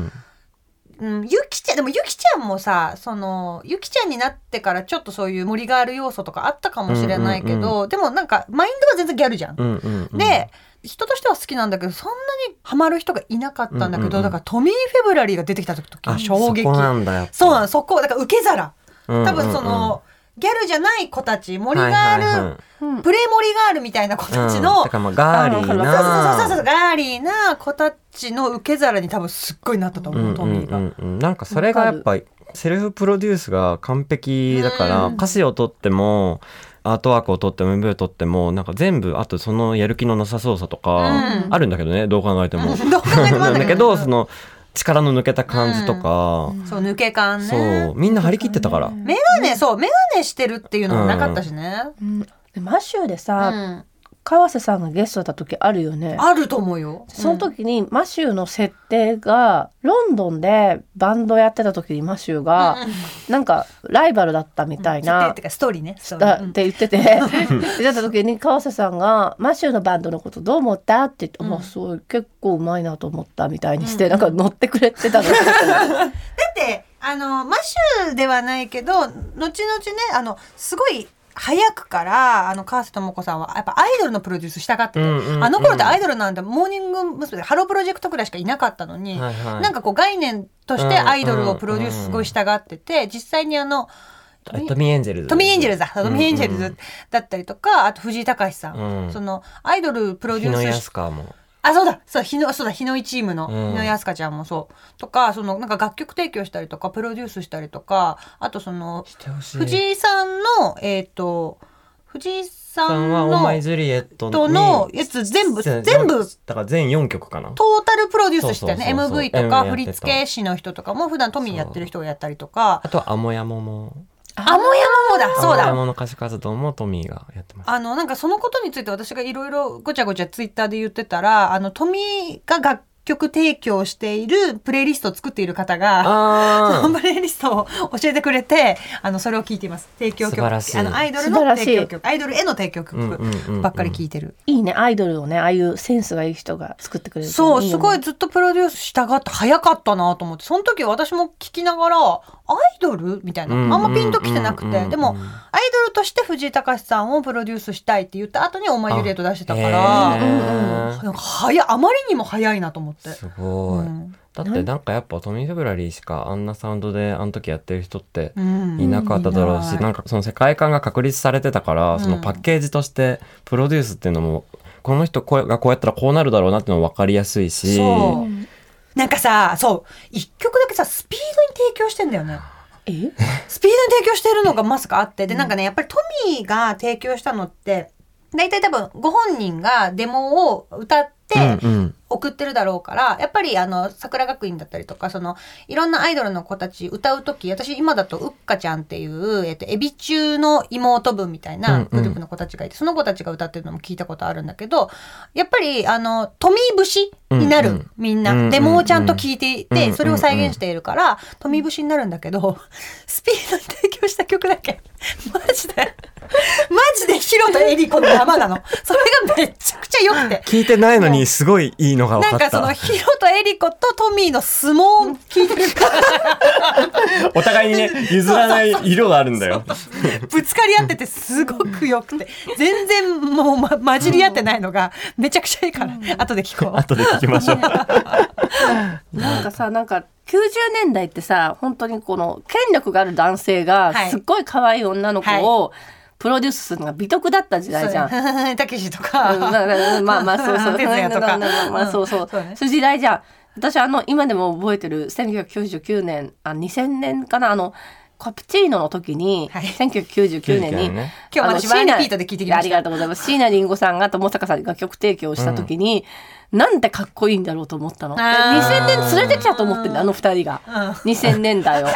S3: うん、ゆきちゃん、でもゆきちゃんもさ、その、ゆきちゃんになってからちょっとそういう森がある要素とかあったかもしれないけど、
S2: うんう
S3: でもなんか、マインドは全然ギャルじゃん。
S2: うんうんうん
S3: で、人としては好きなんだけど、そんなにハマる人がいなかったんだけど、
S2: うんうんうん
S3: だからトミー・フェブラリーが出てきた時
S2: あ
S3: 衝撃。
S2: そこなんだやっぱ
S3: そうなの、そこ、だから受け皿。
S2: うんうんうん
S3: 多分その、ギャルじゃない子たち、森
S2: はい
S3: があ
S2: はい
S3: る、
S2: はい
S4: うん
S3: プレモリガールみたいな子たち
S2: う
S3: の、
S2: んだからまあガーリー
S3: そうそうそうそう
S2: な
S3: そうガーリーな子たちの受け皿に多分すっごいなったと
S2: うん
S3: 思う、ト
S2: う
S3: ミ
S2: ん
S3: ーが。
S2: うんうんなんかそれがやっぱりセルフプロデュースが完璧だから、
S3: うん
S2: 歌詞を取ってもアートワークを取っても MV を取ってもなんか全部あとそのやる気のなさそうさとか、
S3: うん
S2: あるんだけどねどう考えて
S3: う
S2: も。
S3: んどう考えてもあ
S2: な
S3: る
S2: んだけどその力の抜けた感じとか、
S3: そう、抜け感
S2: そ
S3: ね
S2: う。みんな張り切ってたから。
S3: メガネ、そう、メガネしてるっていうのもなかったしね。
S4: うんでマッシューで
S3: う
S4: さ、
S3: ん
S4: 川瀬さんがゲストだった時あるよね
S3: あると思うよ。
S4: その時にマシューの設定がロンドンでバンドやってた時にマシュー
S3: うん、
S4: が
S3: うん
S4: なんかライバルだったみたい
S3: 設定っ
S4: な
S3: ていうかストーリーね。ストーリ
S4: だ
S3: ーう
S4: っ
S3: ん
S4: て言ってて で出た時に川瀬さんが「マシューのバンドのことどう思った?」って言って「
S3: うん
S4: まあそう結構うまいなと思った」みたいにして、
S3: うん
S4: なんか乗ってくれてたの
S3: だってあのマシューではないけど後々ねあのすごい早くからあの川瀬智子さんはやっぱアイドルのプロデュースしたがってて、
S2: うんうんうん
S3: あの頃ってアイドルなんてモーニング娘。でハロープロジェクトくらいしかいなかったのに、
S2: はいはい
S3: なんかこう概念としてアイドルをプロデュースすごいしたがってて、実際にあの
S2: あトミーエンジェルズ。
S3: トミーエンジェルズだ、トミーエンジェル
S2: うんうん
S3: ズだったりとかあと藤井隆さん、
S2: うん
S3: そのアイドルプロデ
S2: 日
S3: ュ
S2: 野
S3: ースし
S2: 安川も。
S3: あ、そうだ、そう、日の、そうだ、日の井チームの、
S2: うん
S3: 日の安香ちゃんもそう。とか、その、なんか楽曲提供したりとか、プロデュースしたりとか、あとその、
S2: してほしい。
S3: 藤井さんの、えっ、と、藤井さ
S2: さ
S3: ん
S2: んはオーマイ
S3: の、
S2: ジュリエット
S3: とのやつ全部、全部、
S2: だから全4曲かな。
S3: トータルプロデュースしてね、
S2: そうそうそうそう
S3: MV とか、
S2: MV やってた
S3: 振り付け師の人とかも、普段トミーやってる人をやったりとか、
S2: あとはアモヤモも。
S3: あもやももだ、そう
S2: アモヤ
S3: だ。
S2: モの歌手活動もトミーがやってます。
S3: あの、なんかそのことについて私がいろいろごちゃごちゃツイッターで言ってたら、あの、トミーが楽曲提供しているプレイリストを作っている方が、
S2: あ
S3: そのプレイリストを教えてくれてあのそれを聞いています提供
S2: 素
S3: 曲
S2: 晴らしい
S3: あのアイドル
S4: 素晴
S3: の
S4: らしい
S3: 提供曲アイドルへの提供曲
S2: ー
S3: ばっかり聞
S2: い
S3: いてる、
S4: いいねアイドルをねああいうセンスがいい人が作ってくれる
S3: そうすご
S4: い
S3: いずっとプロデュースしたがって早かったなと思ってその時私も聞きながらアイドルみたいなあんまピンときてなくてでもアイドルとして藤井隆さんをプロデュースしたいって言った後に「オーマイ・ユリエット」出してたから、
S2: へー
S3: うんうんなんか早いあまりにも早いなと思って。
S2: すごい。
S3: うん
S2: だってなんかやっぱトミー・フェブラリーしかあんなサウンドであの時やってる人って
S3: うん
S2: いなかっただろうし、
S3: い
S2: なんかその世界観が確立されてたから、
S3: ん
S2: そのパッケージとしてプロデュースっていうのもこの人こうがこうやったらこうなるだろうなっていうのも分かりやすいし
S3: そうなんかさ、そう、一曲だけさ、スピードに提供してんだよね。
S4: え
S3: スピードに提供してるのがまさかあって、で、なんかね、やっぱりトミーが提供したのって、大体多分ご本人がデモを歌って
S2: うんうん
S3: 送ってるだろうから、やっぱりあの、桜学院だったりとか、その、いろんなアイドルの子たち歌うとき、私今だとうっかちゃんっていう、えっと、エビ中の妹分みたいなグループの子たちがいて、その子たちが歌ってるのも聞いたことあるんだけど、やっぱりあの、トミー節になる、
S2: うんうん
S3: みん
S2: うんうんう
S3: な。
S2: ん
S3: デモをちゃんと聞いてい
S2: うんうんう
S3: て、
S2: ん
S3: それを再現しているから、富節になるんだけど、 スピードに提供した曲だけ、 マジで、マジでヒロとエリコの山なの。それがめちゃくちゃ良くて。
S2: 聞いてないのにすごいいいのが分
S3: な
S2: か
S3: ん
S2: っ
S3: か
S2: た
S3: そのヒロとエリコとトミーの相撲を聞いてるから
S2: お互いに ね譲らない色があるんだよ
S3: ぶつかり合っててすごく良くて全然もう、ま、混じり合ってないのがめちゃくちゃいいから、後で聞こう。
S2: 後で聞きましょ う
S4: なんかさなんか90年代ってさ本当にこの権力がある男性が
S3: はい
S4: すっごい可愛い女の子をプロデュースするのが美徳だった時代じゃん。
S3: ん。たけしと
S4: う
S3: か。
S4: んまあまあまあまあ そ うそう。
S3: 哲也とか
S4: まあまあそうそう。そう
S3: ね
S4: いう時代じゃん。私あの今でも覚えてる1999年あ2000年かなあのカプチーノの時に、
S3: はい
S4: 1999年に、
S2: ね。
S3: 今日
S4: あの
S3: 私ワ
S4: 椎
S3: ンリ
S4: 名
S3: ピートで聞いてきま
S4: あ
S3: し
S4: り
S3: た
S4: がとうございます。椎名林檎さんが友坂さんが曲提供した時に、なんてかっこいいんだろうと思ったの。で
S3: あ
S2: ー
S4: 2000年連れてきたと思ってんだあの二人が。
S3: うん
S4: 2000年代を。
S3: あ、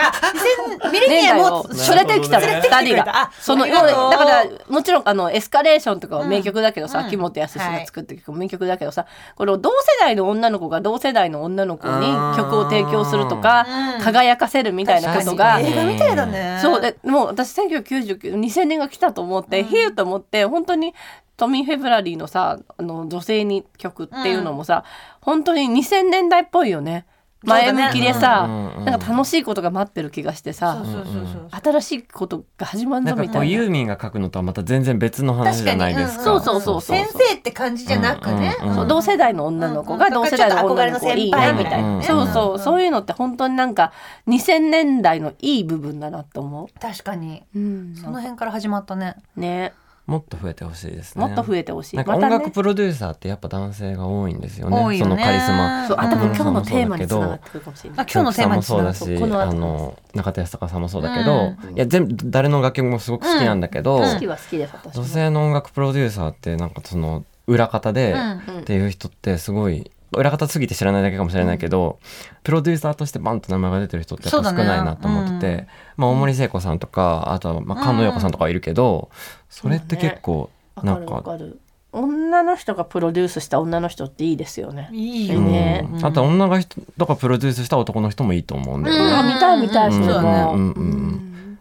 S3: ミレニ
S4: 年代
S3: ア
S4: を
S3: も
S4: 連れてきた
S3: ほどね連
S2: なる
S4: の二人
S3: れてきてくれた
S4: が
S3: あ。
S4: その
S3: あり
S4: だ
S3: が
S4: か
S3: とう
S4: らもちろんあのエスカレーションとかは名曲だけどさ、
S3: うん
S4: 木本康
S3: は
S4: が
S3: い
S4: 作ってる曲名曲だけどさ、この同世代の女の子が同世代の女の子に曲を提供するとか
S3: うん
S4: 輝かせるみたいなことが
S3: 確かに映画みたいだね。
S4: そうでもう私1999 2000年が来たと思って、ひうと思って本当にトミー・フェブラリーのさあの女性に曲っていうのもさ、本当に2000年代っぽいよね
S3: そうだね
S4: 前向きでさ、
S2: うんうん
S4: なんか楽しいことが待ってる気がしてさ、
S3: そうそうそうそう。
S4: 新しいことが始まる
S2: な
S4: ぞ
S2: んか
S4: み
S2: こ
S4: た
S2: う
S4: いな。
S2: ユーミンが書くのとはまた全然別の話じゃないですか。
S4: うんうんそうそうそう
S3: 先生って感じじゃなくね。
S2: うんうん
S4: そう同世代の女の子
S3: う
S4: が
S3: んうん
S4: 同世代の女の子いいなみたい
S2: うんうん
S4: な、
S2: うん
S4: そうそう、
S3: うん
S4: そういうのって本当になんか2000年代のいい部分だなと思
S3: 確かに。
S4: う、うん、
S3: その辺から始まったね。
S4: ね
S2: もっと増えてほしいですね。
S4: もっと増えてほしい、
S2: なんか
S4: ま
S2: 音
S4: たね
S2: 楽プロデューサーってやっぱ男性が多いんですよね。
S3: 多いよ
S2: そ
S3: ね
S2: のカリスマ。
S4: そうあ
S2: で
S4: 多
S2: も
S4: 分
S2: うん
S4: 今日のテーマにつながってくるかもしれ
S3: あ
S4: ない。
S3: 今日のテーマに
S2: そうだ
S3: つ
S2: し、
S4: そうこの後
S2: あの中田康隆さんもそうだけど、いや全部誰の楽曲もすごく好きなんだけ
S3: う
S2: ど、
S3: ん
S4: 好きは好きです私も
S2: 女性の音楽プロデューサーってなんかその裏方で
S3: うん
S2: っていう人ってすごい裏方すぎて知らないだけかもしれないけど、プロデューサーとしてバンと名前が出てる人ってやっ
S3: そ
S2: ぱ
S3: う
S2: 少
S3: だね
S2: ないなと思ってて、
S3: うん
S2: まあ、大森聖子さんとかあとはまあ菅野陽子さんとかいるけど、それって結構
S4: わ
S2: な
S4: か
S2: ん
S4: る
S2: か
S4: わかる。女の人がプロデュースした女の人っていいですよね。
S3: いい
S4: る
S3: よ
S2: う
S3: ね。
S4: ね
S2: んあと女が人とかプロデュースした男の人もいいと思うんだよね。
S4: あ見たい見たい
S2: うん
S4: それも。
S2: うんうんうん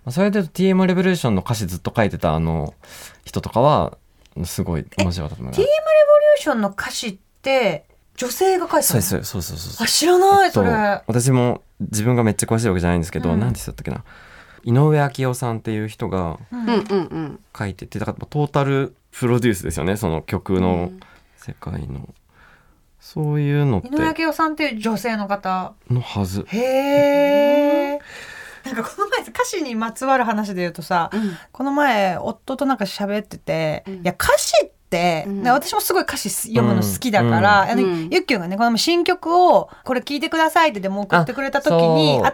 S2: まあそれで TM レボリューションの歌詞ずっと書いてたあの人とかはすごい面白かったと思います。
S3: TM レボリューションの歌詞って女性が書いてた
S2: そ
S3: の
S2: うですそうそうそうそう
S3: あ、。知らない、それ。
S2: えっと私も自分がめっちゃ詳しいわけじゃないんですけど、
S3: うん
S2: 何でしたっけな井上昭夫さんっていう人が
S3: うん
S4: うんうんうん。
S2: 書いててだからトータルプロデュースですよねその曲の世界の、そういうのっ
S3: 井上
S2: て
S3: 明夫さんっていう女性の方。
S2: のはず
S3: へえ。なんかこの前歌詞にまつわる話で言うとさ、この前夫となんか喋ってて、
S4: うん
S3: いや歌詞って、
S4: う
S3: な
S4: ん
S3: んか私もすごい歌詞読むの好きだから、あの
S4: うん
S3: ゆっきゅんがねこの前新曲をこれ聴いてくださいってでも送ってくれた時
S2: あ
S3: に
S2: そ
S3: 当
S2: う
S3: たり前に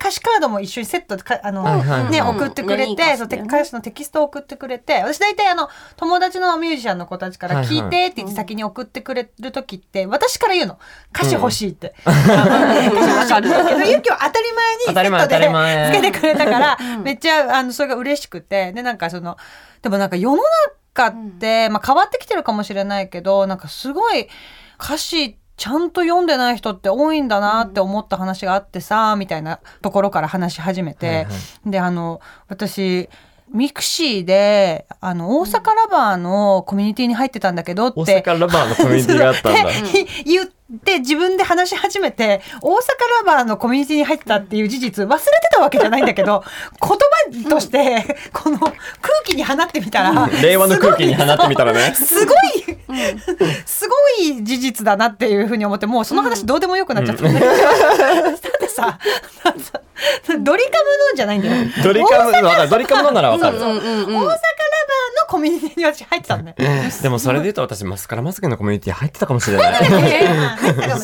S3: 歌詞カードも一緒にセットでかあの、
S2: はいはいはい
S3: ね、
S2: うん
S3: 送ってくれて、
S4: ね
S3: そう
S4: いい歌詞だよね
S3: 歌詞のテキストを送ってくれて私大体あの友達のミュージシャンの子たちから「聞いて」って言って先に送ってくれる時って私から言うの 歌詞欲しいって。
S4: わかる。
S3: けどゆきは当たり
S2: 当た
S3: 前にセッ
S2: り前
S3: ト
S2: 当たり前
S3: でつけてくれたから、めっちゃあのそれが嬉しくてでなんかそのでもなんか世の中って、まあ、変わってきてるかもしれないけどなんかすごい歌詞ちゃんと読んでない人って多いんだなって思った話があってさ、みたいなところから話し始めて、
S2: はいは
S3: であの私ミクシーであの大阪ラバーのコミュニティに入ってたんだけどって、
S2: 大阪ラバーのコミュニティがあった んだ
S3: で言って自分で話し始めて大阪ラバーのコミュニティに入ってたっていう事実忘れてたわけじゃないんだけど言葉としてこの空気に放ってみたら
S2: 令和の空気に放ってみたらね
S3: すごい、すごい事実だなっていうふうに思ってもうその話どうでもよくなっちゃった、だってさなんかドリカムのじゃないんだよ
S2: ドリカムわかるドリカムのならわかる、
S4: うんうんうん
S3: 大阪ラバーのコミュニティに私入ってたのね。
S2: でもそれで言うと私マスカラマスクのコミュニティ入ってたかもしれない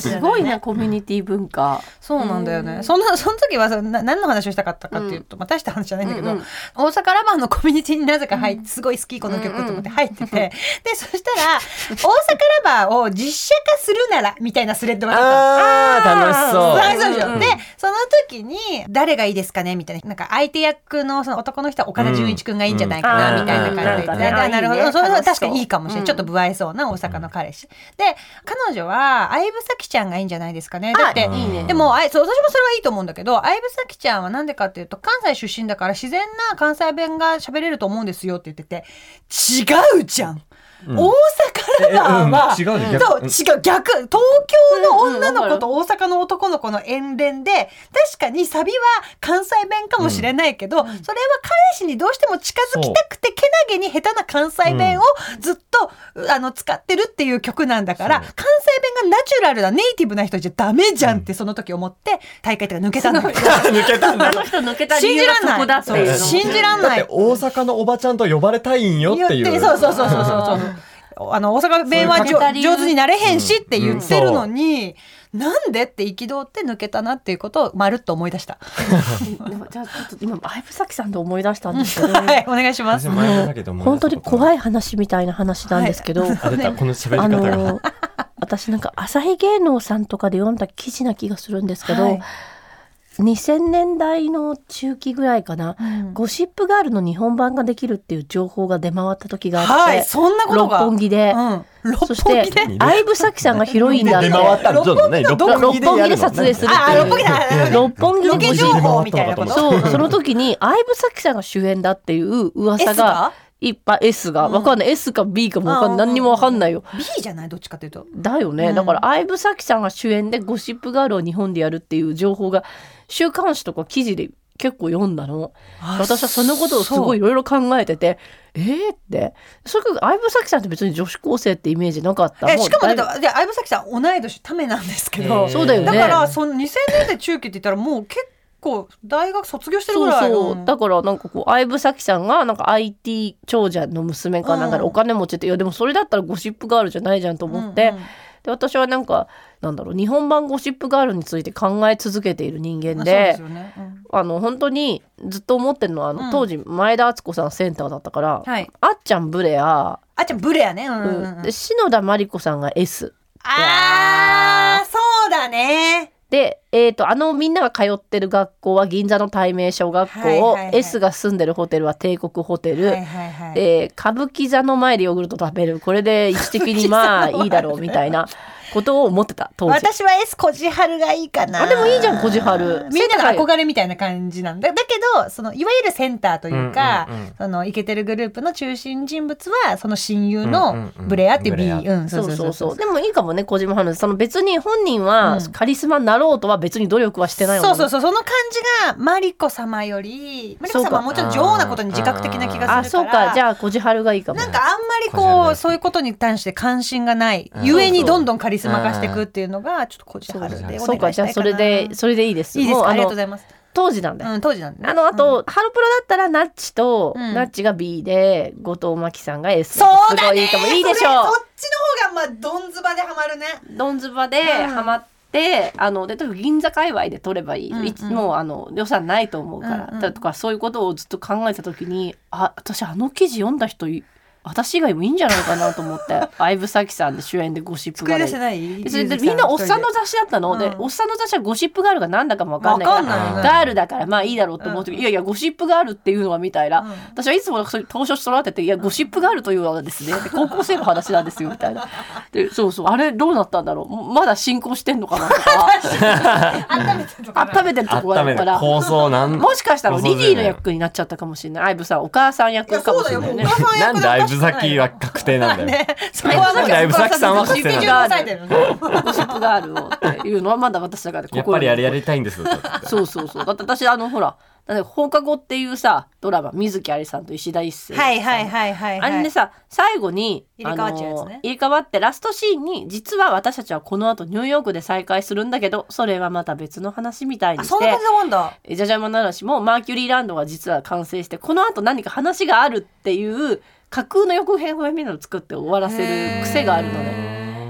S4: すごいなコミュニティ文化。
S3: そうなんだよね。そんな、 その時はさ、な何の話をしたかったかっていうと、まあ大した話じゃないんだけど、
S4: うんうん
S3: 大阪ラバーのコミュニティになぜか入って、すごい好きこの曲と思って入ってて、で、そしたら、大阪ラバーを実写化するなら、みたいなスレッドがあったの。
S2: あ
S3: そう
S2: ー楽し
S3: そうでしょ
S4: うんうん
S3: でその時に誰がいいですかねみたいななんか相手役のその男の人は岡田准一君がいいんじゃないか
S4: う
S3: なんみたいな感じで、
S4: うん
S3: な
S4: うん
S3: なるほ
S4: いい
S3: ど
S4: ね
S3: それは
S4: 楽し
S3: 確
S4: そ
S3: か
S4: う
S3: にいいかもしれない、
S4: うん
S3: ちょっと不愛想な大阪の彼氏で彼女は相武咲ちゃんがいいんじゃないですかねだって
S2: あいいね
S3: でもあいそう私もそれはいいと思うんだけど相武咲ちゃんはなんでかっていうと関西出身だから自然な関西弁が喋れると思うんですよって言ってて違うじゃん、大阪ラバーは、
S2: ええうん違うよ
S3: そう
S2: 逆
S3: 違う逆東京の女の子と大阪の男の子の縁連で確かにサビは関西弁かもしれないけど、それは彼氏にどうしても近づきたくてけなげに下手な関西弁をずっと、あの使ってるっていう曲なんだから関西弁がナチュラルなネイティブな人じゃダメじゃんってその時思って大会とか抜けたんだよ
S2: そう抜けたんだ
S4: あの人抜けた理
S3: 信
S4: 由
S3: じらん
S4: がそこだ
S3: な
S4: っていうの
S3: い
S4: も。
S3: 信じらんない
S2: 大阪のおばちゃんと呼ばれたいんよっていう
S3: 言そうそうそうそうそうそうあの大阪弁は
S4: そういう
S3: 上
S4: 語り
S3: 上手になれへんしって言ってるのに、なんでって憤って抜けたなっていうことをまるっと思い出した。
S4: でもじゃあちょっと今相武咲さんと思い出したんですけど、
S3: はい、お願いします。
S2: 私も前だけど思い出
S4: 本
S2: した
S4: 当
S2: こと
S4: に怖
S2: い。
S4: い話みたいな話なんですけど、
S2: あ出たこの喋り
S4: あ
S2: 方が。
S4: の私なんか朝日芸能さんとかで読んだ記事な気がするんですけど、
S3: はい
S4: 2000年代の中期ぐらいかな、
S3: うん
S4: ゴシップガールの日本版ができるっていう情報が出回った時があって、
S3: はい、そんなこと
S4: 六
S3: が。
S4: 本木で、
S3: うん、六
S4: そし
S3: 本
S4: て
S3: 木で。
S4: 相武咲さんがヒロインだって
S2: 出回ったのちょっとね六
S4: 六本木で撮影するっていう
S3: あ六本木だ
S2: ええ
S4: 六本木で
S3: ロ
S4: ゴシ
S3: ケ
S4: ップ
S3: 情報みたいなこと。
S4: そう、その時に相武咲さんが主演だっていう噂
S3: S
S4: が
S3: が
S4: いっぱい S がわかんない、S か B かもわかんない何にもわかんないよ
S3: B じゃないどっちかというと。
S4: だよね、
S3: うん
S4: だから相武咲さんが主演でゴシップガールを日本でやるっていう情報が週刊誌とか記事で結構読んだの私はそのことをすごい
S3: い。
S4: いろいろ考えててえー、ってそれから相武咲さんって別に女子高生ってイメージなかった
S3: えしかもだ
S4: う
S3: ってで相武咲さん同い年ためなんですけ
S2: へ
S3: ど
S2: え。
S4: そうだよね
S3: だからその2000年代中期って言ったらもう結構大学卒業してるぐらいの。
S4: そうそうだからなんかこう相武咲さんがなんか IT 長者の娘かなんかで
S3: うん
S4: お金持ちって、いやでもそれだったらゴシップガールじゃないじゃんと思って、
S3: うんうん
S4: で私はなんかなんだろう日本版ゴシップガールについて考え続けている人間
S3: まあ
S4: で。
S3: そうですよねうん
S4: あの本当にずっと思ってるのはあの、
S3: うん
S4: 当時前田敦子さんセンターだったから、
S3: はい。
S4: あっちゃんブレア、
S3: あっちゃんブレやね。うん
S4: う
S3: うん
S4: ん
S3: うん
S4: で篠田真理子さんが S
S3: ああそうだね。
S4: で、えー、とあのみんなが通ってる学校は銀座の対名小学校、
S3: はいはいはい
S4: S が住んでるホテルは帝国ホテル、
S3: はいはいはい。
S4: で歌舞伎座の前でヨーグルト食べるこれで一時的に まあいいだろうみたいなことを思ってた当時。
S3: 私は S こじはるがいいかな。
S4: あでもいいじゃんこじはる
S3: みんなの憧れみたいな感じなんだ。だけど、その、いわゆるセンターというか、
S2: うんうんうん
S3: その、イケてるグループの中心人物は、その親友
S2: うんうん
S3: の
S2: うん
S3: ブレアっていう B。
S2: ブレア
S3: うん、
S4: そうそうそう。でもいいかもね小島春菜その別に本人
S3: う
S4: は
S3: ん
S4: カリスマになろうとは別に努力はしてないもんね
S3: そうそうそう、その感じが、マリコ様より、マリコ
S4: そう
S3: 様
S4: か
S3: はもうちょっと女王なことに自覚的な気が
S4: あ
S3: する
S4: そう
S3: から。
S4: かじゃあ小島春がいいかも
S3: なんかあんまり
S2: こじはる
S3: こ
S2: が
S3: う、
S2: いい
S3: そういうことに対して関心がない。
S2: うん
S3: ゆえにどんどんカリスマ化していくっていうのが、ちょっとこじはるでお願いしたいかな。
S4: そうかじゃあそれでそれでいいです
S3: いいです
S4: もう
S3: かあ
S4: あ
S3: りがとうご
S4: の
S3: ざいます。
S4: 当時なんだよ、
S3: うん、当時なんでね
S4: あのあと、ハロプロだったらナッチと、
S3: うん
S4: ナッチが B で後藤真希さんが S
S3: そうだね
S4: すごいいいかもいいでし
S3: それ
S4: ょう
S3: そっちの方がまあどんずばでハマるね
S4: ドンズバでハマって、あので多分銀座界隈で撮ればいい、
S3: うんうん
S4: いつもうあの予算ないと思うから、
S3: うんうん
S4: だとかそういうことをずっと考えた時にあ私あの記事読んだ人い私以外もいいんじゃないかなと思って相武咲さんで主演でゴシップ
S3: 作
S4: ガ
S3: り
S4: ー
S3: 出せ
S4: ル
S3: ない
S4: でそれでみんなおっさんの雑誌だったの、
S3: う
S4: で
S3: ん
S4: おっさんの雑誌はゴシップガールが何だかも分かん
S3: わ
S4: ないか
S3: からんないよね
S4: ガールだからまあいいだろうと思う時、いやいやゴシップガールっていうのはみたいな、
S3: うん
S4: 私はいつもそういう投書しとらってて「いやゴシップガールというのはです ねで高校生の話なんですよ」みたいなでそうそうあれどうなったんだろうもうまだ進行してんのかなと か
S3: 温めてとか
S4: 温めてるとこ
S2: 温
S4: ろだ
S2: め
S4: か
S2: る
S4: ら
S2: 構想なん。
S4: もしかしたらリリーの役になっちゃったかもしれない相武さんお母さん役かもしれない
S3: い
S4: ね
S3: やそうだよもう。
S2: なんで相武咲は確定な んだよ。
S3: そこは
S2: なんで相武咲さんは確定なんだ
S3: 抑
S2: よ。
S3: えてるの
S4: ゴシップガールをっていうのはまだ私だから
S2: やっぱりあれや
S4: り
S2: りたいんです。
S4: そうそうそうだって私あのほらなんか放課後っていうさドラマ水木有りさんと石田一生
S3: はいはいはいはいはい
S4: あれでさ最後に
S3: 入れ替わっちゃうやつね
S4: あの入れ替わってラストシーンに実は私たちはこの後ニューヨークで再会するんだけどそれはまた別の話みたいに
S3: あ
S4: し
S3: そんな
S4: て
S3: 感じのもんだ
S4: えじゃじゃ馬の嵐もマーキュリーランドが実は完成してこの後何か話があるっていう架空の横編を読みのを作って終わらせる癖があるので。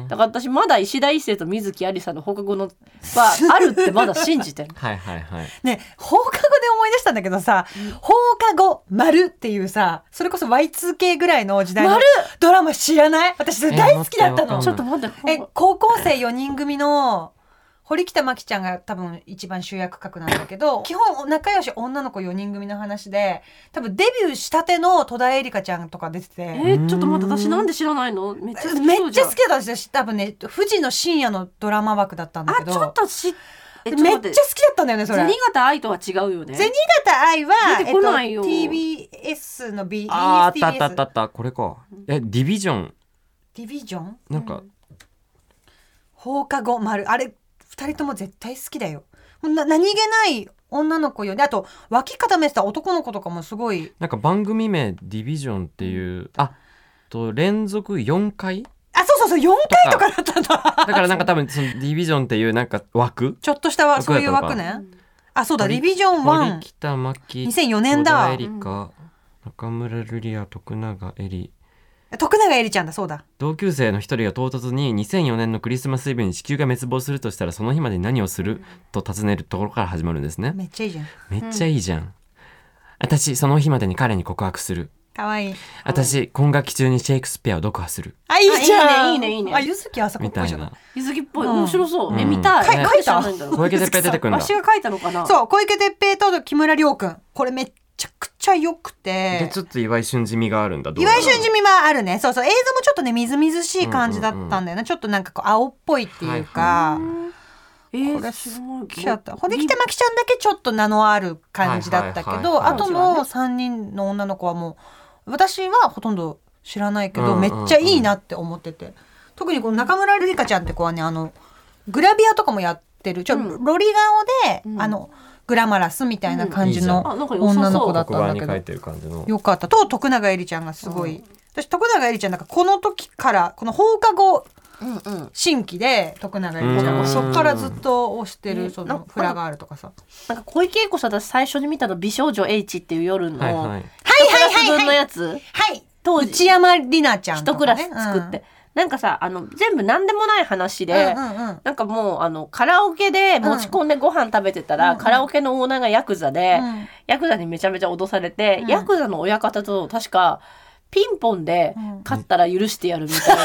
S4: だから私まだ石田一生と水木有りさんの放課後のはあるってまだ信じて る
S2: はいはいはい。
S3: ね放課後で思い出したんだけどさ放課後丸っていうさそれこそ Y2K ぐらいの時代の
S4: 丸
S3: ドラマ知らない私それ大好きだった
S2: え待ってわかん
S3: の
S2: ない
S4: ちょっと待って
S3: え高校生4人組の堀北真希ちゃんが多分一番主役格なんだけど基本仲良し女の子4人組の話で多分デビューしたての戸田恵梨香ちゃんとか出てて
S4: え。ーちょっと待って私なんで知らないのめっちゃ好き
S3: め
S4: そう
S3: っ
S4: じ
S3: ちゃ
S4: ゃん
S3: 好きだったんですよ多分ね富士の深夜のドラマ枠だったんだけ
S4: あ
S3: ど
S4: ちょっとしえ
S3: めっ
S4: ち
S3: ち
S4: ょ
S3: ゃ
S4: っ
S3: 好
S4: と待って
S3: きだったんだよねそれ
S4: 銭形愛とは違うよね。
S3: 銭形愛は
S4: 出てこないよ
S3: えっと、TBS の B
S2: あああったあったあった
S3: BSTBS
S2: あったこれか。えディビジョン
S3: ディビジョン
S2: なんか
S3: 放課後丸あれ二人とも絶対好きだよな何気ない女の子よであと脇固めてた男の子とかもすごい
S2: なんか番組名ディビジョンっていうあと連続四回
S3: あそうそうそう4回とかだったんだ
S2: だからなんか多分そのディビジョンっていうなんか枠。
S3: ちょっとしたわ
S2: 枠
S3: そ
S2: だ
S3: う
S2: った
S3: いう
S2: のか
S3: 枠ねあそうだ
S2: 堀
S3: リビジョン
S2: 堀
S3: 1
S2: 北真希
S3: 2004年だ
S2: 戸田恵梨香中村瑠璃也徳永絵里
S3: 徳永えりちゃんだそうだ
S2: 同級生の一人が唐突に2004年のクリスマスイブに地球が滅亡するとしたらその日までに何をすると尋ねるところから始まるんですね
S3: めっちゃいいじゃん
S2: めっちゃいいじゃん、私その日までに彼に告白する
S3: かわいい
S2: 私今学期中にシェイクスピアを読破する
S3: あいいじゃん
S4: あいいねいいねいいね
S3: あゆずきあさこ
S2: み
S3: っぽ
S2: た
S3: いじ
S2: い
S3: ゃない
S2: な
S4: 日付っぽい
S3: うん
S4: 面白そう、え
S2: うん
S4: 見たい、
S3: か書いた
S4: 知らないんだろう
S2: 小池絶平出てくるんだ
S4: 私が書いたのかな
S3: そう小池徹平と木村亮君これめっちゃくちゃよく
S2: で
S3: て
S2: ちょっと岩井俊二味があるんだどう
S3: 岩
S2: だろ
S3: 井
S2: う
S3: 俊二味はあるねそうそう映像もちょっとねみずみずしい感じだったんだよな、ちょっとなんかこう青っぽいっていうか、
S4: えー、
S3: これ
S4: すごい
S3: きやったほんで北巻ちゃんだけちょっと名のある感じだったけど、
S2: はいはいはいはい
S3: あとの3人の女の子はもう私はほとんど知らないけど、
S2: うんうんうん
S3: めっちゃいいなって思ってて特にこの中村瑠璃香ちゃんって子はねあのグラビアとかもやってるちょ、
S4: うん
S3: ロリ顔で、
S4: うん
S3: あのグラマラスみたいな感じ
S2: うんいい
S3: の
S4: じゃんあなんか良さそう
S3: 女の子だった
S2: 黒
S3: ん
S2: 板
S3: だけ
S2: に書い
S3: ど。
S2: てる感じの
S3: よかったと徳永えりちゃんがすごい、私徳永えりちゃんなんかこの時からこの放課後
S4: うんうん
S3: 新規で徳永えりちゃん
S2: う
S3: が
S2: ん
S3: そっからずっと推して
S4: う
S3: る
S4: ん
S3: そ
S4: なん
S3: の
S4: か
S3: フラガールとかさ
S4: なんか小池栄子さん私最初に見たの美少女 H っていう夜の
S2: はいはい
S3: はい
S4: クラス分のやつ、
S3: はい
S4: 当時
S3: 内山里奈ちゃんと
S4: 一ク
S3: か
S4: ラ
S3: ね、
S4: ス作って、なんかさあの全部何でもない話
S3: うん、
S4: で、
S3: うんうんうん
S4: なんかもうあのカラオケで持ち込んでご飯食べてたら、
S3: うん
S4: カラオケのオーナーがヤクザで、
S3: うん
S4: ヤクザにめちゃめちゃ脅されて、
S3: うん
S4: ヤクザの親方と確かピンポンで
S3: うん
S4: 勝ったら許してやるみたい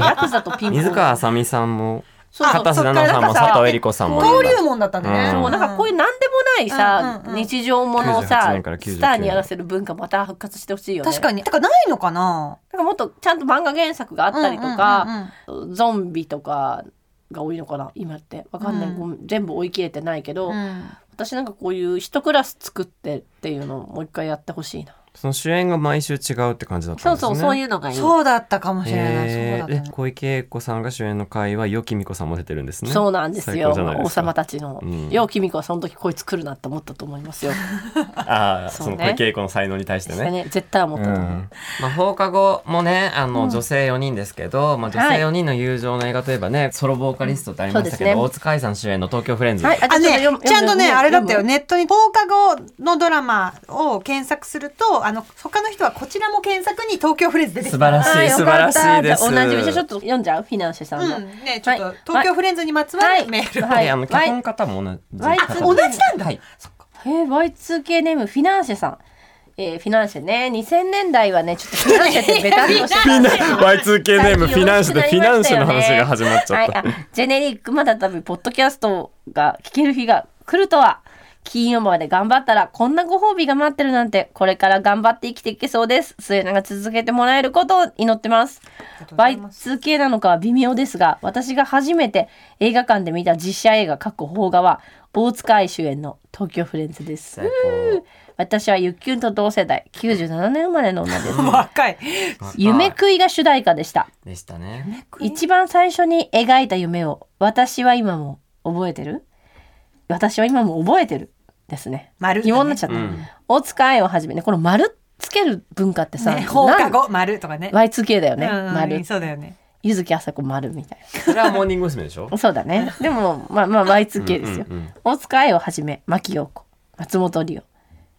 S4: な、 ヤクザとピンポン
S2: 水川あさみさんも
S4: そうそう
S2: 片瀬菜奈さんも
S4: そっから
S2: 佐藤恵理子さんも
S3: 登竜門だったんだね、
S2: うん
S4: そうなんかこういう何でもないさ、
S3: うんうんうん
S4: 日常ものを
S2: 98
S4: さ
S2: 年から99
S4: スターにやらせる文化また復活してほしいよね
S3: 確かにだからないのかな
S4: なんかもっとちゃんと漫画原作があったりと
S3: うん
S4: か、
S3: うんうんうん
S4: ゾンビとかが多いのかな今ってわかんない、
S3: うん
S4: ごめん全部追い切れてないけど、
S3: うん
S4: 私なんかこういう一クラス作ってっていうのをもう一回やってほしいな、
S2: その主演が毎週違うって感じだった
S4: そ
S2: ん
S4: う
S2: ですね
S4: そうそう
S2: う
S4: いうのがいい
S3: そうだったかもしれない、
S2: え
S3: そうだったね
S2: 小池栄子さんが主演の回はよきみこさんも出てるんですね
S4: そうなんです
S2: 最
S4: よ
S2: 高じゃないですか
S4: 王様たちの、
S2: うん
S4: よう君子はその時こいつ来るなって思ったと思いますよ、
S2: ああ、
S4: そ
S2: そうの
S4: ね
S2: 小池栄子の才能に対して
S4: そし
S2: ね。
S4: てね絶対思
S2: う
S4: っ
S2: ん
S4: たと思う、
S2: まあ、放課後もねあの女性4人ですけど、まあ、女
S4: は
S2: 性
S4: い
S2: 4人の友情の映画といえばね、ソロボーカリストってありましたけど、
S4: うんそうです
S2: 大
S4: ね
S2: 塚愛さん主演の「東京フレンズ」
S4: はいあ
S3: あ
S4: じゃあ
S3: ね
S4: ちょっと読む、
S3: ちゃんとね、
S4: 読む
S3: あれだったよ。
S4: 読む
S3: ネットに放課後のドラマを検索すると、あの、他の人はこちらも検索に東京フレーズ出てき
S2: 素
S3: た。
S2: 晴らし
S4: あー
S2: い
S4: よ
S2: 素
S4: か
S2: 晴
S4: っ
S2: ら
S4: た
S2: しいです。
S4: じゃあ同じじゃあちょっと読んじゃうフィナンシェさんの、
S3: うん。ね、ちょっ
S4: は
S3: と
S4: い、
S3: 東京フレンズにまつわ
S4: は
S3: る
S4: い
S3: メール。
S2: はい、あの脚
S4: はい
S2: 本方も同じ
S4: はい
S2: 方
S4: あ同じ
S3: なんだ
S2: はい、
S4: えー、Y2K ネームフィナンシェさん。えー、フィナンシェね2000年代はねちょっとフィナンシェってベタっとして
S2: Y2K
S4: ネームフィナンシェでフィナンシェの話が
S2: 始まっ
S4: はい、あジェネリックまだ旅ポッドキャストが聞ける日が来るとは金曜まで頑張ったらこんなご褒美が待ってるなんてこれから頑張って生きていけそうです末永く続けてもらえることを祈ってます
S3: とうございま
S4: Y2K なのかは微妙ですが私が初めて映画館で見た実写映画過去邦画は大塚愛主演の「東京フレンズ」です私はゆっきゅんと同世代97年生まれの女 です
S3: 若い。
S4: 夢食いが主題歌でした
S2: でしたね
S4: 一番最初に描いた夢を私は今も覚えてる私は今も覚えてるですね
S3: 丸だね
S4: 疑問になっちゃった、
S2: うん
S4: 大塚愛をはじめねこの丸つける文化ってさ、
S3: ね、放課
S4: なん
S3: 後、丸とかね。
S4: Y2K だよね、
S3: うん
S4: 丸
S3: そうだよね。
S4: 柚木あさこ丸みたい
S2: それはモーニング娘。でしょ
S4: なそうだねでもまあまあ Y2K ですよ、
S2: うんうんうん
S4: 大塚愛をはじめ牧陽子松本梨央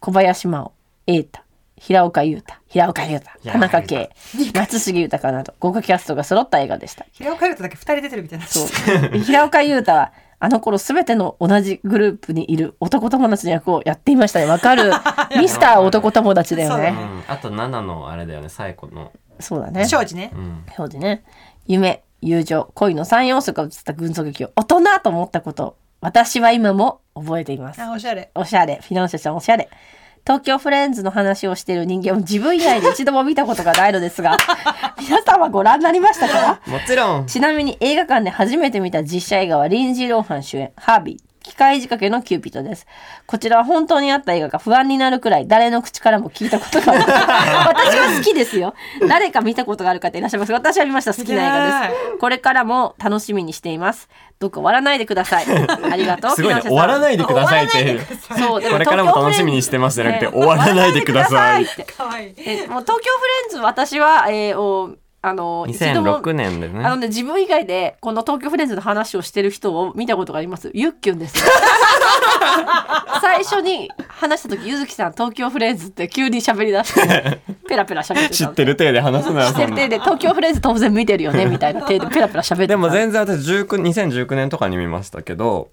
S4: 小林真央瑛太平岡裕太平岡裕太田中圭松重豊など豪華キャストが揃った映画でした
S3: 平岡優斗だけ二人出てるみたいな。
S4: そう平岡優太はあの頃すべての同じグループにいる男友達の役をやっていましたねわかるミスター男友達だよ
S3: そうだ
S2: う
S4: ね
S2: んあと7のあれだよね最後の、
S4: そうだね
S3: 庄司ね
S2: う。ん、
S4: そうでね夢友情恋の3要素が映った群像劇を大人と思ったこと私は今も覚えています
S3: あ、おしゃれ。
S4: おしゃれフィナンシェちゃんおしゃれ東京フレンズの話をしている人間を自分以外で一度も見たことがないのですが皆さんはご覧になりましたか
S2: もちろん
S4: ちなみに映画館で初めて見た実写映画はリンジー・ローハン主演、ハービー、機械仕掛けのキューピッドです。こちらは本当にあった映画が不安になるくらい誰の口からも聞いたこ とがない。私は好きですよ。誰か見たことがある方いらっしゃいますか私は見ました。好きな映画
S3: い
S4: です。これからも楽しみにしています。どうか終わらないでくだ さい。ありがとう。
S2: すごいね
S4: フィナンシェさん
S2: 終わらないでくださいって
S3: 終わらないで
S4: そう、で
S2: これからも楽しみに
S4: し
S2: してますじゃなくて、
S4: ね
S2: 終わらないでください。
S4: って。
S3: かわいい。
S4: えもう東京フレンズ私は、えーおあの一度も
S2: 2006年で
S4: あの
S2: ね。
S4: ね、自分以外で、この東京フレンズの話をしてる人を見たことがあります。ゆっきゅんです。最初に話した時ゆずきさん東京フレーズって急に喋りだして ペラペラ喋ってた
S2: 知ってる体で話すなよ
S4: 知ってる
S2: そんな
S4: 体で東京フレーズ当然見てるよねみたいな体でペラペラ喋ってた
S2: でも全然私19 2019年とかに見ましたけど、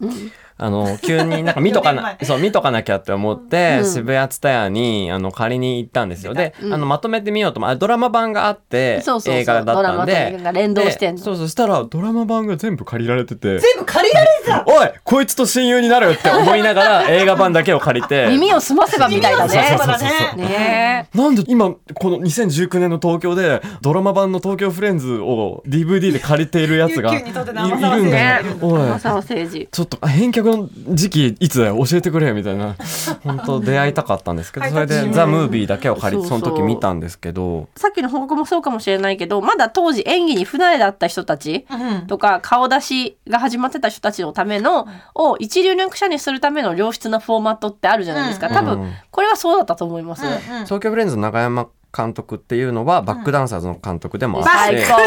S2: あの急になんか見とか
S3: 四 年
S2: なそう見とかなきゃって思って、
S4: うん
S2: 渋谷ツタヤにあの借りに行ったんですよで、
S4: ん
S2: あのまとめてみようと思あドラマ版があって
S4: そうそうそう
S2: 映画だったん
S4: ドラマと映
S2: で
S4: 画が連動してんの
S2: でそうそうしたらドラマ版が全部借りられてて
S3: 全部借りられてた
S2: おいこいつと親友になるって思いなが ら映画版だけを借りて
S4: 耳を澄ませばみたいだ
S2: 耳を
S4: ね
S2: 澄ませばだ
S3: ね
S4: ねえ
S2: なんで今この2019年の東京でドラマ版の「東京フレンズ」を DVD で借りているや つが
S3: 琉
S2: いい
S3: 球に
S2: るん
S3: とって
S2: だ
S3: の天沢
S2: よ
S3: 聖
S2: おい
S4: 天沢誠治
S2: ちょっとあ返却の時期いつだよ教えてくれよみたい な本当出会いたかったんですけどそれ
S3: 会いた
S2: で
S3: く
S2: 「
S3: て
S2: ザ・ムービーだけを借りて
S4: そ
S2: そうの
S4: そう
S2: 時見たんですけど
S4: さっきの報告もそうかもしれないけどまだ当時演技に不慣れだった人たち
S3: うん
S4: とか顔出しが始まってた人たちのためのを一流の役者にするための良質なフォーマットってあるじゃないですか
S2: うん
S4: 多分これはそうだったと思います
S3: うんうん
S2: 東京フレンズの中山監督っていうのはバックダンサーズの監督でもあっ
S4: 最
S2: て
S4: 高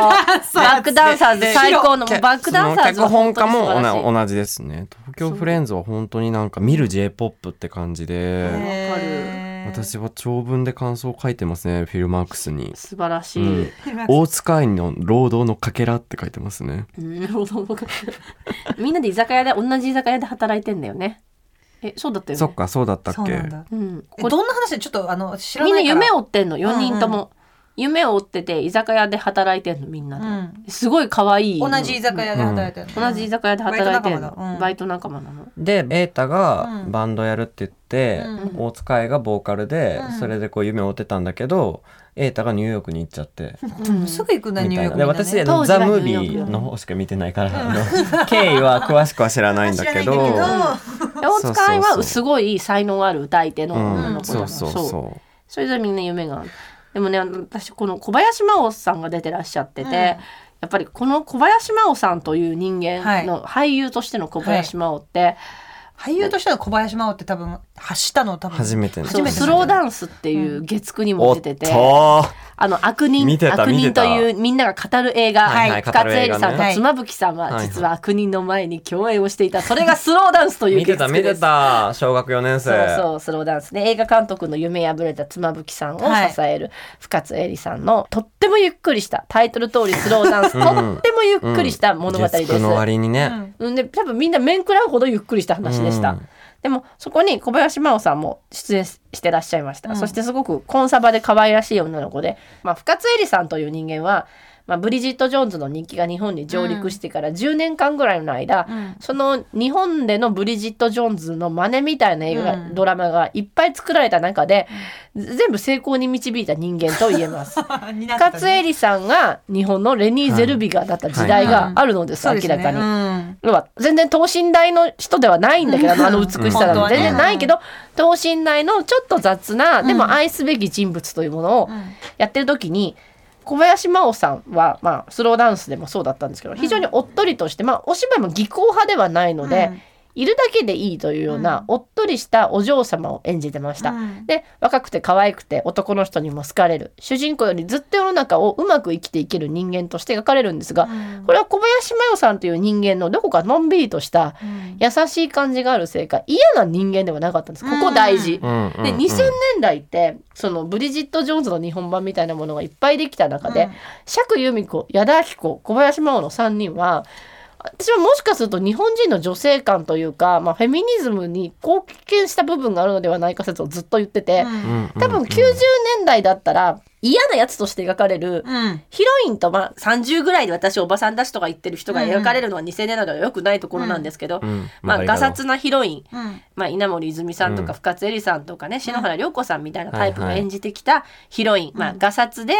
S4: バックダンサーズ最高の
S2: け
S4: バックダンサーズ
S2: その脚本家もおな
S4: わ
S2: 同じですね東京フレンズは本当になんか見る J−POP って感じで
S4: かる
S3: へー
S2: 私は長文で感想を書いてますねフィルマークスに。
S4: 素晴らし
S2: う
S4: い
S2: ん大塚愛の労働のかけらって書いてますね。
S4: うんみんなで居酒屋で同じ居酒屋で働いてんだよねえそうだったよね
S2: そっか、そうだったっ
S3: そう
S2: け。
S3: なんだ
S4: うん、
S3: えどんな話ちょっとあの知らな
S4: み
S3: い
S4: ん
S3: か
S4: な
S3: ら
S4: 夢追ってんの4人とも、夢を追ってて居酒屋で働いてんのみんなで、すごい可愛い
S3: うん、同じ居酒屋で働いてるの、
S4: 同じ居酒屋で働いてるの
S3: バイト仲間だうん
S4: バイト仲間なの
S2: で、瑛太が
S3: うん
S2: バンドやるって言って、
S3: う
S2: 大塚愛がボーカルで、
S3: うん
S2: それでこう夢を追ってたんだけど、瑛太がニューヨークに行っちゃって。
S3: うんすぐ行くな
S2: み
S3: ニュ
S2: た
S3: ー
S2: い
S3: ヨ
S2: な
S3: ーク
S2: で
S3: みんな
S2: 私
S3: ね
S4: 当時
S2: ザ・
S4: は
S2: ム
S4: ニ
S2: ー
S4: ューヨ
S2: ビ
S4: ーク
S2: ーの方しか見てないから、あの経緯は詳しくは知らないんだけど
S3: 知らないんだ
S4: 大塚
S2: そうそ
S4: 愛
S2: うそ
S4: は
S2: う
S4: すごい才能ある歌い手の女
S2: う
S4: の
S2: ん、
S4: 子だ
S2: そ
S4: から
S2: うそう
S4: そう
S2: そ
S4: それぞれみんな夢があるでもねあの私この小林真央さんが出てらっしゃってて、
S3: うん
S4: やっぱりこの小林真央さんという人間の俳優としての小林真央って、
S3: 俳優としての小林真央って多分発したの多分
S2: う初めて
S4: そう
S3: 初めて
S4: スローダンスっていう月9に
S2: お
S4: も
S2: っ
S4: 出
S2: と
S4: てて、
S2: ー
S4: あの悪人
S2: 見てた
S4: 悪
S2: 見て
S4: 人と
S2: た
S4: いうみんなが語る映画、
S2: はいはい
S4: 深津絵里
S2: 語る映画
S4: さん
S2: ね
S4: と
S3: はい
S4: 妻夫木さん
S2: はい
S4: は
S2: はい
S4: 実は悪人の前に共演をしていたそれがスローダンスという
S2: 見て
S4: 月
S2: た
S4: 9
S2: 見
S4: で
S2: て
S4: す。
S2: た小学4年生
S4: そうそうスローダンスね映画監督の夢破れた妻夫木さんを支える深津絵里さんのとってもゆっくりしたタイトル通りスローダンス、とってもゆっ
S2: うん
S4: くりした物語です。
S2: 月九の終わりにね、
S4: うん、で多分みんな面食らうほどゆっくりした話でした、
S2: うん
S4: でもそこに小林真央さんも出演ししてらっしゃいました、そしてすごくコンサバで可愛らしい女の子で、まあ、深津絵里さんという人間は、まあ、ブリジット・ジョーンズの人気が日本に上陸してから10年間ぐらいの間、その日本でのブリジット・ジョーンズの真似みたいな映画、
S3: うん
S4: ドラマがいっぱい作られた中で全部成功に導いた人間と言え ま す。
S3: になってたね
S4: 深津絵里さんが日本のレニー・ゼルビガーだった時代があるのです、
S3: そうです
S4: 明
S3: ね
S4: らかに。
S3: うん
S4: 要は全然等身大の人ではないんだけどあのあの美しさ
S3: うん本当
S4: が
S3: はね
S4: 全然ないけど等身大のちょっと雑なでも愛すべき人物というものをやってる時に小林真央さんは、まあ、スローダンスでもそうだったんですけど非常におっとりとして、まあ、お芝居も技巧派ではないので、いるだけでいいというようなおっとりしたお嬢様を演じてました。
S3: うん
S4: で若くて可愛くて男の人にも好かれる主人公よりずっと世の中をうまく生きていける人間として描かれるんですが、これは小林真代さんという人間のどこかのんびりとした優しい感じがあるせいか嫌な人間ではなかったんですここ大事。
S2: うんうん
S4: で2000年代ってそのブリジット・ジョーンズの日本版みたいなものがいっぱいできた中で、釈由美子矢田亜希子小林真央の3人は私はもしかすると日本人の女性感というか、まあ、フェミニズムに貢献した部分があるのではないか説をずっと言ってて、
S2: うんうん
S4: 多分90年代だったら嫌なやつとして描かれる
S3: うん
S4: ヒロインと、まあ、30ぐらいで私おばさんだしとか言ってる人が描かれるのは2000年代ではよくないところなんですけど、
S2: うん
S4: ま
S2: わ
S4: あ、
S2: かる
S4: ガ
S2: わ
S4: サツなヒロイン、
S3: うん
S4: まあ、稲森泉さんと
S2: うん
S4: か深津絵里さんとかね、篠原涼子さんみたいなタイプ
S2: は
S4: が
S2: いはい
S4: 演じてきたヒロイン、まあ、ガサツで、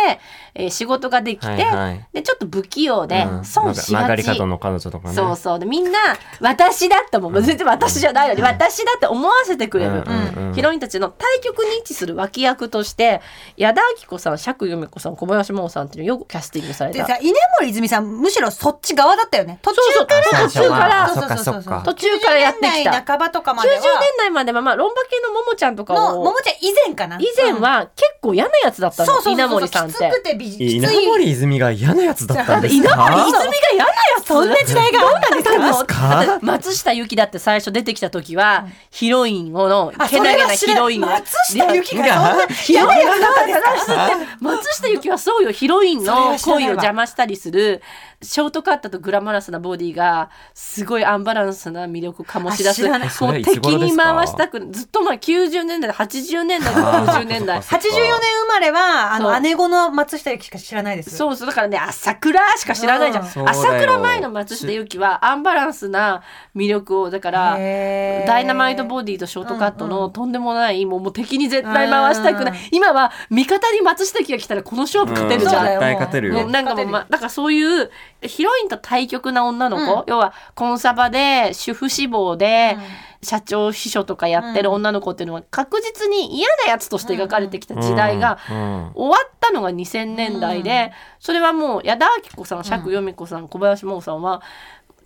S4: えー仕事ができて、
S2: はいはい
S4: でちょっと不器用で、
S2: うん
S4: 損し
S2: 曲が
S4: が
S2: り
S4: ち。
S2: 角の彼女とかね
S4: そうそうでみんな私だって思う全然私じゃないのに私だって思わせてくれる、
S2: うんうん
S4: ヒロインたちの対極に位置する脇役として矢田亜希子さん釈由美子さん小林真央さんっていうのをよくキャスティングされ
S3: で
S4: た
S3: さ稲森泉さんむしろそっち側だったよね途中
S4: そうそう
S2: あ
S4: 途
S2: 最
S4: 中
S2: 初
S4: か
S2: は
S4: ら
S2: あそっかそっか
S4: 途中からやってき
S3: 90年
S4: た90
S3: 代半ばとかまでは
S4: 年代まではまあ論破系のももちゃんとか
S3: のも
S4: を
S3: もちゃん以前かな
S4: 以前は結構嫌なやつだっ
S3: う
S4: た
S3: んそうそう
S4: の
S3: そう
S4: 稲
S3: そう
S4: 森さんっ
S3: きつ
S4: て
S3: くて美きつい
S2: 稲森泉が嫌なやつだったんです
S4: 稲森
S2: か
S4: 泉が嫌なやつ
S3: そんな時代があったんですか
S4: もうだって松下由紀だって最初出てきた時は、ヒロインをの
S3: あ
S4: け
S3: そ
S4: な
S3: れ
S4: げ
S3: は
S4: な
S3: 知
S4: ヒ
S3: ら
S4: ロインを
S3: 松下由紀がそんなひ
S4: ヒロ
S3: どい
S4: イン
S3: やつだったんですか
S4: 松下由紀はそうよヒロインの
S3: それは知らない
S4: 恋を
S3: わ
S4: 邪魔したりするショートカットとグラマラスなボディがすごいアンバランスな魅力を醸し出す
S3: あ知らない
S4: も
S2: それ
S4: う
S2: い
S4: 敵
S2: つ頃で
S4: に
S2: すか
S4: 回したくずっとまあ90年代80年代
S2: あー
S4: 90年代
S2: そっか
S3: 84年生まれはあ
S4: そ
S3: の
S4: う
S3: 姉子の松下由紀しか知らないです
S4: そうそうだからね朝倉しか知らないじゃん、
S3: うん
S2: そうだよ
S4: 朝倉前の松下由紀はアンバランスな魅力をだから
S3: へー
S4: ダイナマイトボディとショートカット
S3: うん
S4: の
S3: うん
S4: とんでもない、もうもう敵に絶対回したくな
S3: う
S4: い、
S3: ん
S4: 今は味方に松下由紀が来たらこの勝負勝てるじ
S3: そう
S4: ゃん
S3: だよ
S2: 絶対勝てる
S4: ね、
S2: よ。
S4: なんかもう、ま
S3: 勝
S4: だからそういうヒロインと対極な女の子、要はコンサバで主婦志望で、社長秘書とかやってる女の子っていうのは確実に嫌なやつとして描かれてきた時代が
S2: うん
S4: 終わったのが2000年代で、それはもう矢田亜希子さん釈由美子さん小林桃さんは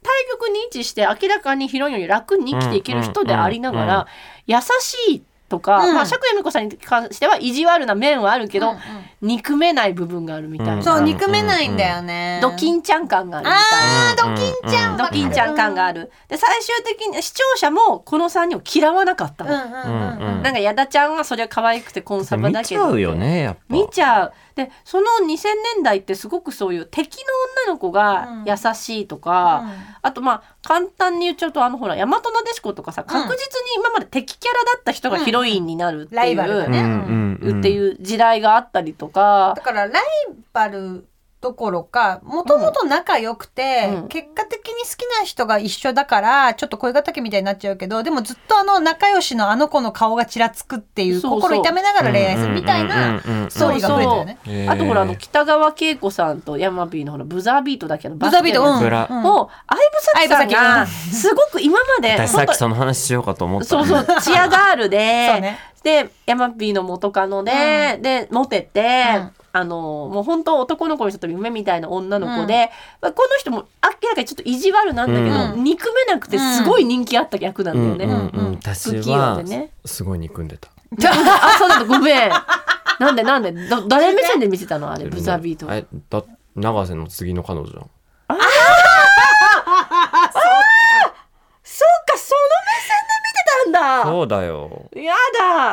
S4: 対極に位置して明らかにヒロインより楽に生きていける人でありなが
S2: うんうん
S4: ら優しいとか、
S3: うん
S4: まあ、釈由美子さんに関しては意地悪な面はあるけど、憎めない部分があるみたいな。
S2: うん
S3: そう憎めないんだよね
S4: ドキンちゃん感があるみ
S3: あードキンちゃん
S4: たいな。ドキンちゃん感がある。で最終的に視聴者もこの3人を嫌わなかった
S3: うんう
S4: の。
S3: んうんうん
S2: うん
S4: なんか矢田ちゃんはそれは可愛くてコンサバ
S2: 見
S4: だ
S2: ち
S4: け
S2: ゃ
S4: ど。
S2: うよねやっぱ。
S4: 見ちゃう。でその2000年代ってすごくそういう敵の女の子が優しいとか。あとまあ簡単に言っちゃうとあのほら大和なでしことかさ確実に今まで敵キャラだった人がヒロインになるっていう、
S3: ライバルだね
S2: うんうんん
S4: っていう時代があったりとか
S3: だからライバルどころかもともと仲良くて、
S4: うん
S3: 結果的に好きな人が一緒だからちょっと恋敵みたいになっちゃうけどでもずっとあの仲良しのあの子の顔がちらつくっていう
S4: そうそう
S3: 心痛めながら恋愛するみたいなストーリーが増えたよね。
S2: へー
S4: あとほらあの北川景子さんとヤマピーのほらブザービートだけど
S3: ブザビート、うん、
S2: ブラ
S3: うん
S4: もう相武咲さん
S3: 相
S4: が
S3: 武
S4: すごく今まで
S2: 私さっ
S4: 本
S2: きその話しようかと思っ
S4: 当
S2: た
S4: そ
S2: の
S4: う
S2: に。
S4: そうチアガール
S3: そう
S4: で
S3: ね。
S4: でヤマピーの元カノで、でモテて、
S3: うん
S4: あのもう本当男の子にとって夢みたいな女の子で、まあ、この人も明らかにちょっと意地悪なんだけど、
S3: うん
S4: 憎めなくてすごい人気あった役なんだよね。
S2: うんうん
S3: うん
S2: うん、私
S4: 不器用
S2: は
S4: でね
S2: すごい憎んでた。
S4: あそうなんだごめん。なんでなんでど誰目線で見てたのあれブザービート。
S2: えだ永瀬の次の彼女じゃん。
S4: そうかその目線で見てたんだ
S2: そうだよ。
S4: や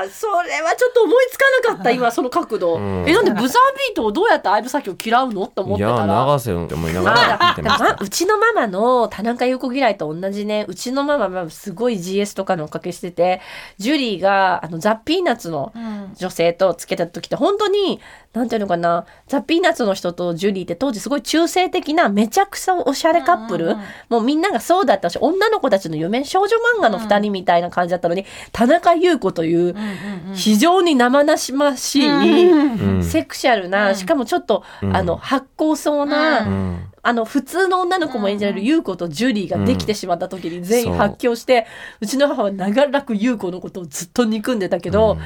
S4: だそれはちょっと思いつかなかった今その角度、
S2: うん
S4: えなんでブザービートをどうやって相武咲を嫌うのって思っ
S2: い
S4: てたら
S2: や永瀬のって思いなが
S4: ま
S2: ら
S4: あ
S2: 見てまし
S4: だ
S2: た
S4: ま。うちのママの田中優子嫌いと同じねうちのママはすごい GS とかのおかけしててジュリーがあのザ・ピーナッツの
S3: うん
S4: 女性とつけた時って本当になんていうのかなザ・ピーナッツの人とジュリーって当時すごい中性的なめちゃくちゃおしゃれカップル、
S3: うんうんうん
S4: もうみんながそうだったし女の子たちの夢少女漫画の2人みたいな感じだったのに、田中優子という非常に生々しい、
S2: うん
S4: セクシャルな、
S3: うん
S4: しかもちょっと、
S2: うん
S4: あの発酵そうな、
S3: うん
S2: うん
S4: あの普通の女の子も演じられる優子とジュリーができてしまった時に全員発狂して、うちの母は長らく優子のことをずっと憎んでたけど。
S2: うん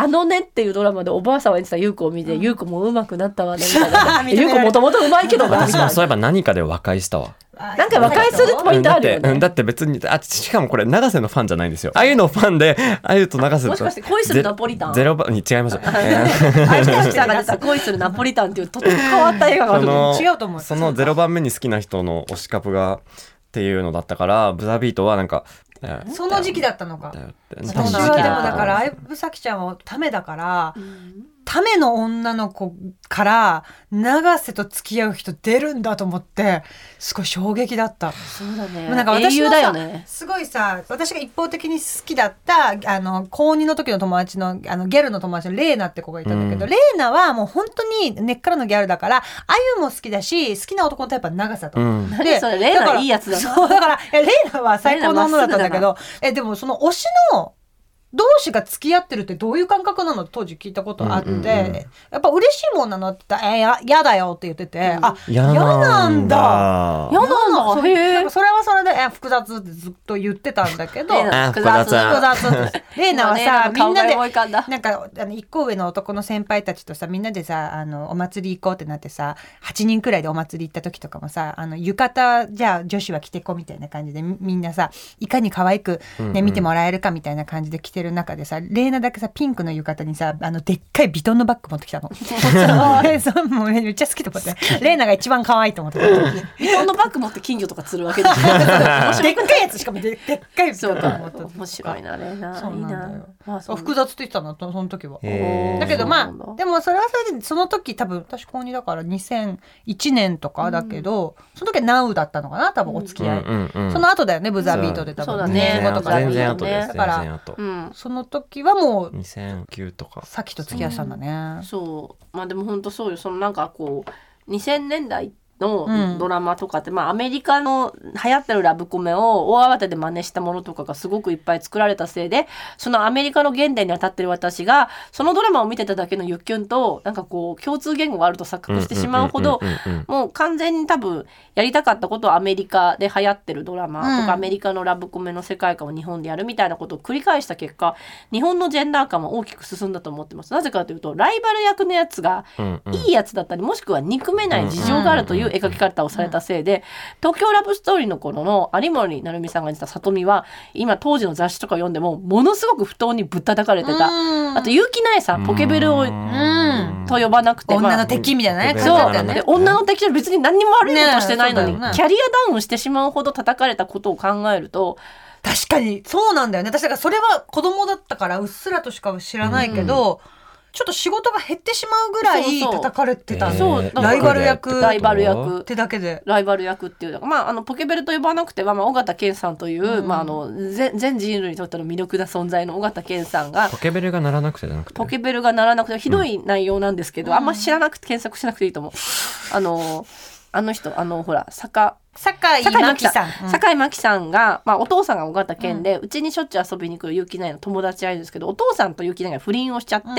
S4: あのねっていうドラマでおばあさんを演じた優子を見て、優子も上手くなったわねみたいな。
S3: 認められた
S4: 優子もともと上手いけどなみ
S2: 私
S4: たい
S2: も
S4: な
S2: そういえば何かで和解したわ。
S4: なんか和解するポイントあるよ
S2: うんだってうん
S4: ね。
S2: だって別にあしかもこれ永瀬のファンじゃないんですよあゆのファンであゆと永瀬と
S4: もしかして恋するナポリタン
S2: ゼゼロ番に違います
S4: 愛してる人が出た恋するナポリタンっていうとっても変わった映画 があ
S2: そ
S4: るの。
S2: の
S3: 違うと思う
S2: そのゼロ番目に好きな人の推しカプがっていうのだったからブザービートはなんか
S3: その時期だったのか
S2: だ。よって
S3: 私
S2: 多分
S4: その
S3: は
S4: 時期
S3: で
S4: だ
S3: も
S4: った
S3: だから相武咲ちゃんはためだから、ための女の子から永瀬と付き合う人出るんだと思ってすごい衝撃だった。
S4: そうだね。
S3: もうなんか
S4: 英
S3: 私
S4: 雄
S3: の
S4: だ
S3: さ、
S4: よね。
S3: すごいさ私が一方的に好きだったあの高2の時の友達のあのギャルの友達のレーナって子がいたんだけど、
S2: うん
S3: レーナはもう本当に根っからのギャルだからあゆも好きだし好きな男のタイプは長さと。
S2: うん
S4: 何それレーナ
S3: だから
S4: いいやつだな
S3: そうだからえレーナは最高の女だったんだけどえでもその推しの同士が付き合ってるってどういう感覚なの当時聞いたことあって、
S2: うんうんうん
S3: やっぱ嬉しいもんなのって言ったら「えややだよ」って言ってて「
S4: うん
S3: あ
S2: 嫌
S3: 嫌
S2: な
S3: なんんだ」
S2: だ
S4: 嫌なんだ
S3: そう
S4: へえ
S3: なんかそれはそれでえいや複雑ってずっと言ってたんだけど
S4: レイナ
S5: あ深田さん
S3: 複雑レイナはさみんなで
S4: 思い浮かんだ
S3: なんかあの一個上の男の先輩たちとさみんなでさあのお祭り行こうってなってさ8人くらいでお祭り行った時とかもさあの浴衣じゃあ女子は着てこみたいな感じでみみんなさいかに可愛く、ね見てもらえるかみたいな感じで着てる中でさレイナだけさピンクの浴衣にさあのでっかいビトンのバッグ持ってき たの。そうそうもうめっちゃ好きと思ってレイナが一番可愛いと思ってた。
S4: 日本のバッグ持って金魚とか釣るわけ ですよ
S3: でっかいやつしかもででっかい
S4: そうか
S3: と思った
S4: 面白いなレイナ
S3: そう
S4: いい
S3: なんだよ
S4: なまあそ
S3: あ
S4: う
S3: 複雑って言ってたのその時は。
S2: へー
S3: だけどま
S4: そうなん
S3: あ
S4: だ
S3: でもそれはそれでその時多分私高2だから2001年とかだけど、その時は NOW だったのかな多分お付き合い、
S2: うんうんうん
S3: その後だよねブザービートで多分
S4: そうだ
S2: 全
S4: ね
S2: 然
S3: 15
S2: 後
S3: とか
S2: 全然後で
S3: だ
S2: す全
S3: から
S2: 然後
S4: うん
S3: その時はもう
S2: 2009とか
S3: さっきと付き合ってたんだね、
S4: そうまあでも本当そうよそのなんかこう2000年代
S3: う
S4: の
S3: ん
S4: ドラマとかって、まあアメリカの流行ってるラブコメを大慌てで真似したものとかがすごくいっぱい作られたせいでそのアメリカの現代に当たってる私がそのドラマを見てただけのゆっきゅんとなんかこう共通言語があると錯覚してしまうほど
S2: んんんうんうん
S4: もう完全に多分やりたかったことはアメリカで流行ってるドラマとか、
S3: うん
S4: アメリカのラブコメの世界観を日本でやるみたいなことを繰り返した結果日本のジェンダー感は大きく進んだと思ってますなぜかというとライバル役のやつが
S2: うんうん
S4: いいやつだったりもしくは憎めない事情があるという描き方をされたせいで「東京ラブストーリー」の頃の有森成美さんが演じた里美は今当時の雑誌とか読んでもものすごく不当にぶったたかれてた。あと結城苗さんポケベルを
S2: うん
S4: と呼ばなくて、まあ
S3: 女の敵みたいなね
S2: うん
S3: 感じだ
S4: そ
S3: っ
S4: う
S3: たよね
S4: で女の敵と別に何にも悪いことしてないのに、
S3: ねえそうだよね
S4: キャリアダウンしてしまうほど叩かれたことを考えると
S3: 確かにそうなんだよね私だからそれは子供だったからうっすらとしか知らないけど、ちょっと仕事が減ってしまうぐらい
S4: そうそう
S3: 叩かれてたんだ
S4: そうだからライバル
S3: 役
S4: ライバル
S3: っ
S4: 役
S3: てだけで。
S4: ライバル役っていうのが、まあ、あのポケベルと呼ばなくては、まあ、尾形健さんという、まあ、あの全全人類にとっての魅力な存在の尾形健さんが
S2: ポケベルが鳴らなくてじゃなくて
S4: ポケベルが鳴らなくてひどい内容なんですけど、あんま知らなくて検索しなくていいと思う。あのあの人あのほら坂
S3: 酒井
S4: 坂
S3: 真
S4: 井真紀
S3: 紀
S4: さ
S3: さ
S4: ん、
S3: ん。
S4: 坂井真紀さんが、まあ、お父さんが尾形健でうち、にしょっちゅう遊びに来る結城内の友達あるんですけどお父さんと結城内が不倫をしちゃって、
S3: うん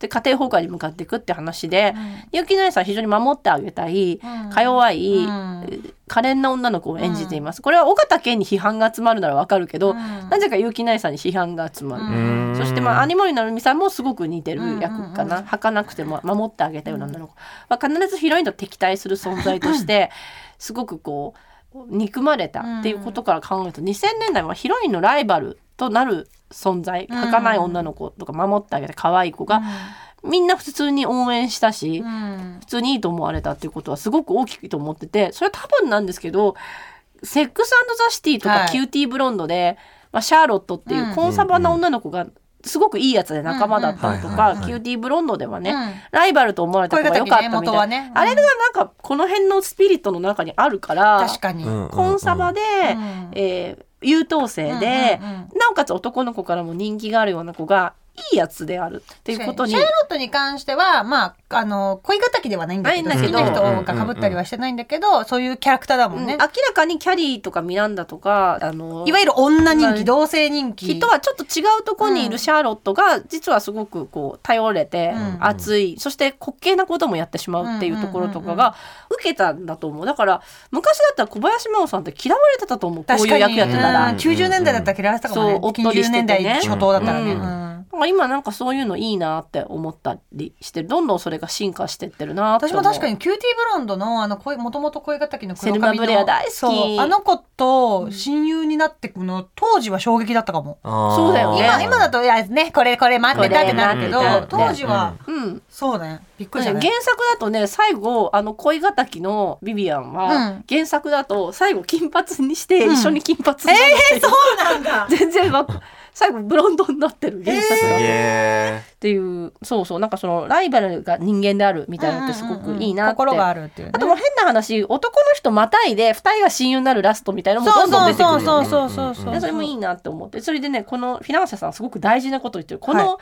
S4: で家庭崩壊に向かっていくって話で、結城内さんは非常に守ってあげたい、か弱い、
S3: うん
S4: 可憐な女の子を演じています、これは尾形健に批判が集まるならわかるけど、なぜか結城内さんに批判が集まる。
S2: うん
S4: そしてまあ有森成美さんもすごく似てる役かな儚くても守ってあげたような女の子、まあ、必ずヒロインと敵対する存在として すごくこう憎まれたっていうことから考えると2000年代はヒロインのライバルとなる存在儚い女の子とか守ってあげた可愛い子がみんな普通に応援したし
S3: うん
S4: 普通にいいと思われたっていうことはすごく大きいと思っててそれは多分なんですけど「セックスザ・シティ」と
S3: は
S4: か
S3: い
S4: 「キューティー・ブロンドで」まあ、シャーロットっていうコンサバな女の子がすごくいいやつで仲間だったりと
S2: うんうんはいはい
S4: か「
S2: はい
S4: キューティー・ブロンド」ではね、
S3: うん
S4: ライバルと思われた子が良かった
S3: こういう形
S4: み
S3: ね元
S4: た
S3: はい
S4: な、
S3: ね
S4: あれがなんかこの辺のスピリットの中にあるから
S3: 確かに。
S2: うんうんうん
S4: コンサバで、
S3: うん
S4: えー優等
S3: うんう
S4: 生で、
S3: んうん
S4: なおかつ男の子からも人気があるような子がいいやつであるっていうことに
S3: シャーロットに関しては、まあ、あの、恋敵ではないんだけど、
S4: な
S3: 好
S4: いんだ
S3: き
S4: けど
S3: な人が被ったりはしてないんだけど、そういうキャラクターだもん
S4: う
S3: ね
S4: ん明。らかにキャリーとかミランダとかあの
S3: いわゆる女人
S4: う
S3: 気、
S4: ん
S3: 同性人気。
S4: 人はちょっと違うとこにい
S3: うん
S4: るシャーロットが実はすごくこう頼れて
S3: うん
S4: 熱い、そして滑稽なこともやってしまうっていうところとかが受けたんだと思うだから昔だったら小林真央さんって嫌われてたと思うこう
S3: 確
S4: い
S3: か
S4: う
S3: に
S4: 役やってた
S3: うん
S4: ら。
S3: 90年代だったら嫌われてたかもね
S4: そう。おっとりして
S3: 90
S4: て
S3: 年
S4: ね
S3: 代初頭だったらね。
S4: うん
S3: うん
S4: なんか今なんかそういうのいいなって思ったりしてどんどんそれが進化してってるなって
S3: 私
S4: 思う
S3: も確かにキューティーブロンドのあの恋もともと恋敵の黒
S4: セルマ
S3: 髪の
S4: ブレア大好き
S3: そうあの子と親友になってくの当時は衝撃だったかも、
S2: あー
S4: そうだよね
S3: 今今だといやねこれこれ待ってたってなるけど
S4: これ待ってた
S3: 当時は、
S4: うん
S3: そうねびっくりした
S4: 原
S3: ね
S4: 作だとね最後あの恋敵のビビアンは、
S3: うん
S4: 原作だと最後金髪にして一緒に金髪にな
S3: えー、
S4: って
S3: そうなんだ
S4: 全然わか最後ブロンドになってる原作
S2: す
S4: が
S2: げえ
S4: っていうそうそうなんかそのライバルが人間であるみたいなのってすごくいいなって、
S3: 心があるっていうね
S4: あともう変な話男の人またいで二人が親友になるラストみたいなのもどんどん出てくる
S3: そう
S4: よね
S3: そうそうそうそう
S2: うんうん
S3: う
S4: でそれもいいなって思ってそれでねこのフィナンシェさんすごく大事なことを言ってるこの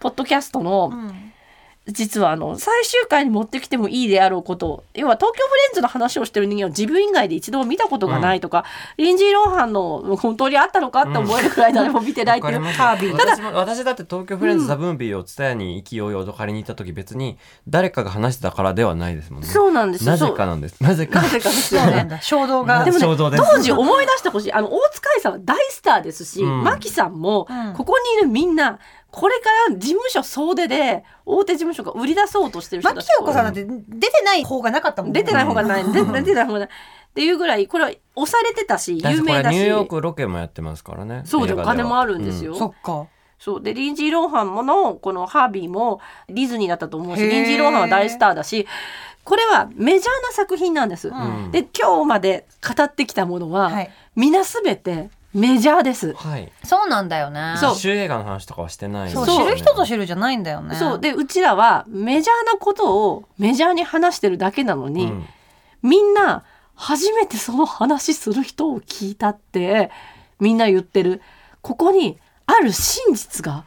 S4: ポッドキャストの
S3: うん
S4: 実はあの最終回に持ってきてもいいであろうことを要は東京フレンズの話をしてる人間を自分以外で一度も見たことがないとか、リンジー・ローハンの本当にあったのかって思えるくらい誰も見てないっていう、
S2: カービィ私も私だって東京フレンズザ・ブーンビーを伝えに勢いを借りに行った時別に誰かが話してたからではないですもんね
S4: そうなんですよ
S2: なぜかなんですなぜか
S4: なぜかです
S3: そう
S4: よ
S3: な
S4: ね
S3: んだ衝動
S2: な
S3: が
S2: ん
S4: でもね
S2: 衝動です
S4: 当時思い出してほしいあの大塚愛さんは大スターですし、
S2: うん
S4: マキさんも、
S3: うん
S4: ここにいるみんなこれから事務所総出で大手事務所が売り出そうとしてる人
S3: 牧
S4: たち
S3: 陽子さんなんて出てない方がなかったもんね
S4: 出てない方がない、で出てない方がないっていうぐらいこれは押されてたし
S2: だって
S4: 有
S2: これ
S4: 名だし
S2: ニューヨークロケもやってますからね
S4: そう
S2: 映
S4: でお
S2: 画は
S4: 金もあるんです
S2: う
S4: よ、
S3: そっか
S4: そうでリンジー・ローハンものこのハービーもディズニーだったと思うし
S3: へー
S4: リンジー・ローハンは大スターだしこれはメジャーな作品なんです、
S2: ん
S4: で今日まで語ってきたものは、
S3: はい
S4: 皆すべてメジャーです、
S2: はい
S3: そうなんだよね
S4: そう
S2: 主映画の話とかはしてない
S3: そう
S4: そう
S3: 知る人ぞ知るじゃないんだよね
S4: そうでうちらはメジャーなことをメジャーに話してるだけなのに、
S2: うん
S4: みんな初めてその話する人を聞いたってみんな言ってるここにある真実が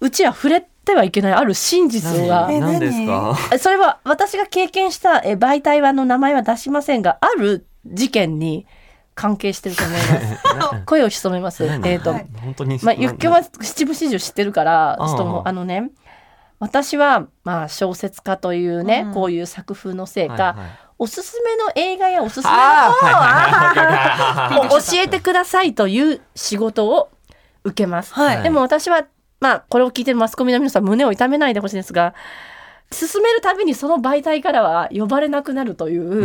S4: うちは触れてはいけないある真実が
S2: 何
S3: え
S2: 何ですか
S4: それは私が経験したえ媒体はあの名前は出しませんがある事件に関係してると思い ます声を潜めますえっ、
S2: 何
S4: と、
S3: はい
S2: 本当に
S4: まあ、ゆっきょは七部始終知ってるからち
S2: ああ
S4: ょっともうあのね私はまあ小説家というね、
S3: うん
S4: こういう作風のせいか、
S2: はいはい
S4: おすすめの映画やおすすめの
S2: あー
S4: 本をあ
S2: はいはいはいはいはいはい
S4: ーを教えてくださいという仕事を受けます。
S3: はい
S4: でも私は、まあ、これを聞いてるマスコミの皆さん胸を痛めないでほしいんですが進めるたびにその媒体からは呼ばれなくなるという。
S2: うんうんう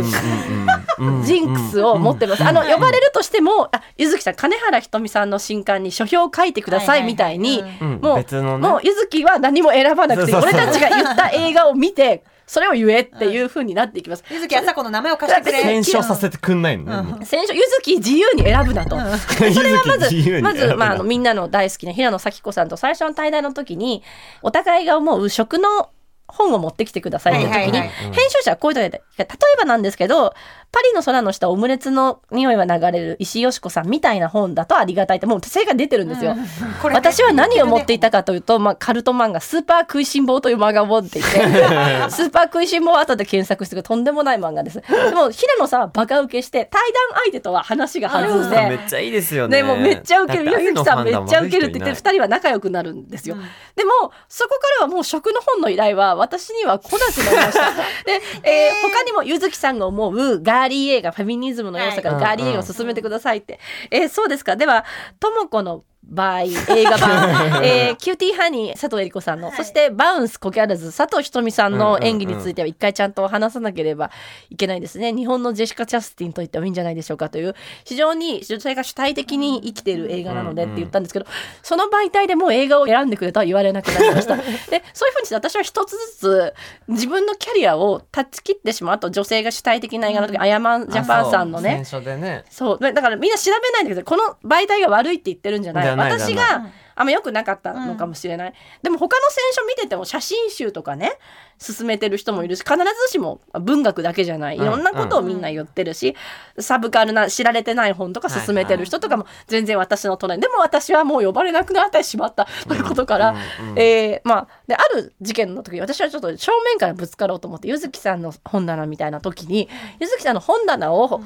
S2: ん
S4: ジンクスを持ってます。あの、呼ばれるとしても、あ、ゆずきさん、金原ひとみさんの新刊に書評を書いてくださいみたいに、
S3: は
S2: うん
S4: もう
S2: 別のね
S4: もうゆずきは何も選ばなくていい、
S2: そうそう
S4: 俺
S2: そう
S4: たちが言った映画を見て、それを言えっていう風になっていきます。
S3: 柚木朝子の名前を貸してくれ
S2: 検証させてくんないのねもう
S4: 先週ゆずき自由に選ぶなと。
S2: それは
S4: まず、まず、まあ、あの、みんなの大好きな平野咲子さんと最初の対談の時に、お互いが思う食の本を持ってきてくださいって時に、
S3: はいはいはい
S4: 編集者はこういう時例えばなんですけど、パリの空の下オムレツの匂いは流れる石井よしこさんみたいな本だとありがたいって、もう手が出てるんですよ。
S3: これね
S4: 私は何を持っていたかというと、まあ、カルト漫画、スーパー食いしん坊という漫画を持っていて、スーパー食いしん坊は後で検索してくるとんでもない漫画です。でも、平野さんはバカ受けして、対談相手とは話が
S2: あ
S4: 弾ん
S2: め
S4: で、
S2: っちゃいいですよね。
S4: ね、もうめっちゃウケる。
S2: だって
S4: ゆずきさんめっちゃウケるって言って、
S2: 愛
S4: 二人は仲良くなるんですよ。
S3: うん
S4: でも、そこからはもう食の本の依頼は私には来なくなり ました。で、えー他にもゆずきさんが思うガーリー映画、フェミニズムの要素から
S2: はい
S4: ガーリー映画を進めてくださいって。えーそうですか。では、ともこの場合、映画 版、えーキューティーハニー、佐藤恵理子さんの、
S3: はい
S4: そしてバウンスコギャルズ、佐藤ひとみさんの演技については一回ちゃんと話さなければいけないですね。日本のジェシカ・チャスティンと言ってもいいんじゃないでしょうかという、非常に女性が主体的に生きている映画なのでって言ったんですけど、その媒体でもう映画を選んでくれとは言われなくなりま した。で、そういうふうにして私は一つずつ自分のキャリアを断ち切ってしまうあと、女性が主体的な映画の時、アヤマンジャパンさんのね、
S2: 戦争でね。
S4: そうだだからみんな調べないんだけどこの媒体が悪いって言ってるんじゃない
S2: じゃない
S4: 私
S2: じゃ
S4: があんま良くなかったのかもしれない、でも他の選書見てても写真集とかね進めてる人もいるし必ずしも文学だけじゃないい
S2: うん
S4: ろんなことをみんな言ってるし、サブカルな知られてない本とか進めてる人とかも全然私の隣、でも私はもう呼ばれなくなってしまったということから、
S2: うんうん
S4: えーまあ、である事件の時に私はちょっと正面からぶつかろうと思って柚木さんの本棚みたいな時に柚木さんの本棚を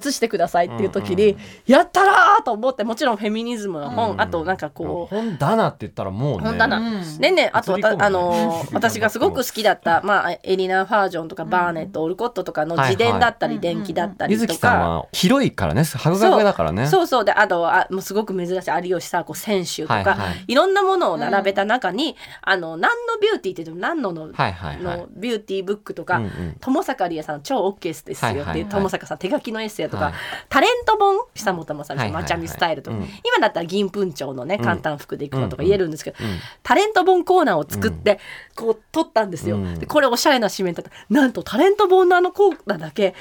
S4: 写してくださいっていう時に、
S2: うん
S4: やったらーと思ってもちろんフェミニズムの本、
S2: うん
S4: あとなんかこう。
S2: 本棚って言ったらもうね。
S4: 本棚
S3: うん
S4: ねえねえあとわた
S2: 映り込むね
S4: あのー私がすごく好きだった、まあ、エリナ・ファージョンとかバーネット、オルコットとかの自伝だったり、
S3: はいはい
S4: 伝記だったり
S2: ゆ
S4: とか、
S2: ずきさんは広いからね、博学だからね。
S4: そうそうであとはあもうすごく珍しい有吉佐和子選手とか、
S2: はいいはい
S4: ろんなものを並べた中に、あの何のビューティーって言っても何のの,、
S2: はいはいはい
S4: のビューティーブックとか、
S2: うんうん
S4: 友坂理恵さんの超 OK ですよってい
S2: はい
S4: う、
S2: はいはい
S4: 友坂さん手書きのエッセイとか、
S2: はい
S4: タレント本久本雅美さ
S2: は
S4: ん
S2: いはいはい
S4: まちゃみスタイルとか、
S2: うん
S4: 今だったら銀粉帳のね簡単服でいくのとか言えるんですけど、
S2: うんうん
S4: タレント本コーナーを作って、こう撮ったんですよ。
S2: うん
S4: でこれおしゃれな紙面だったなんとタレント本のあのコーナーだけ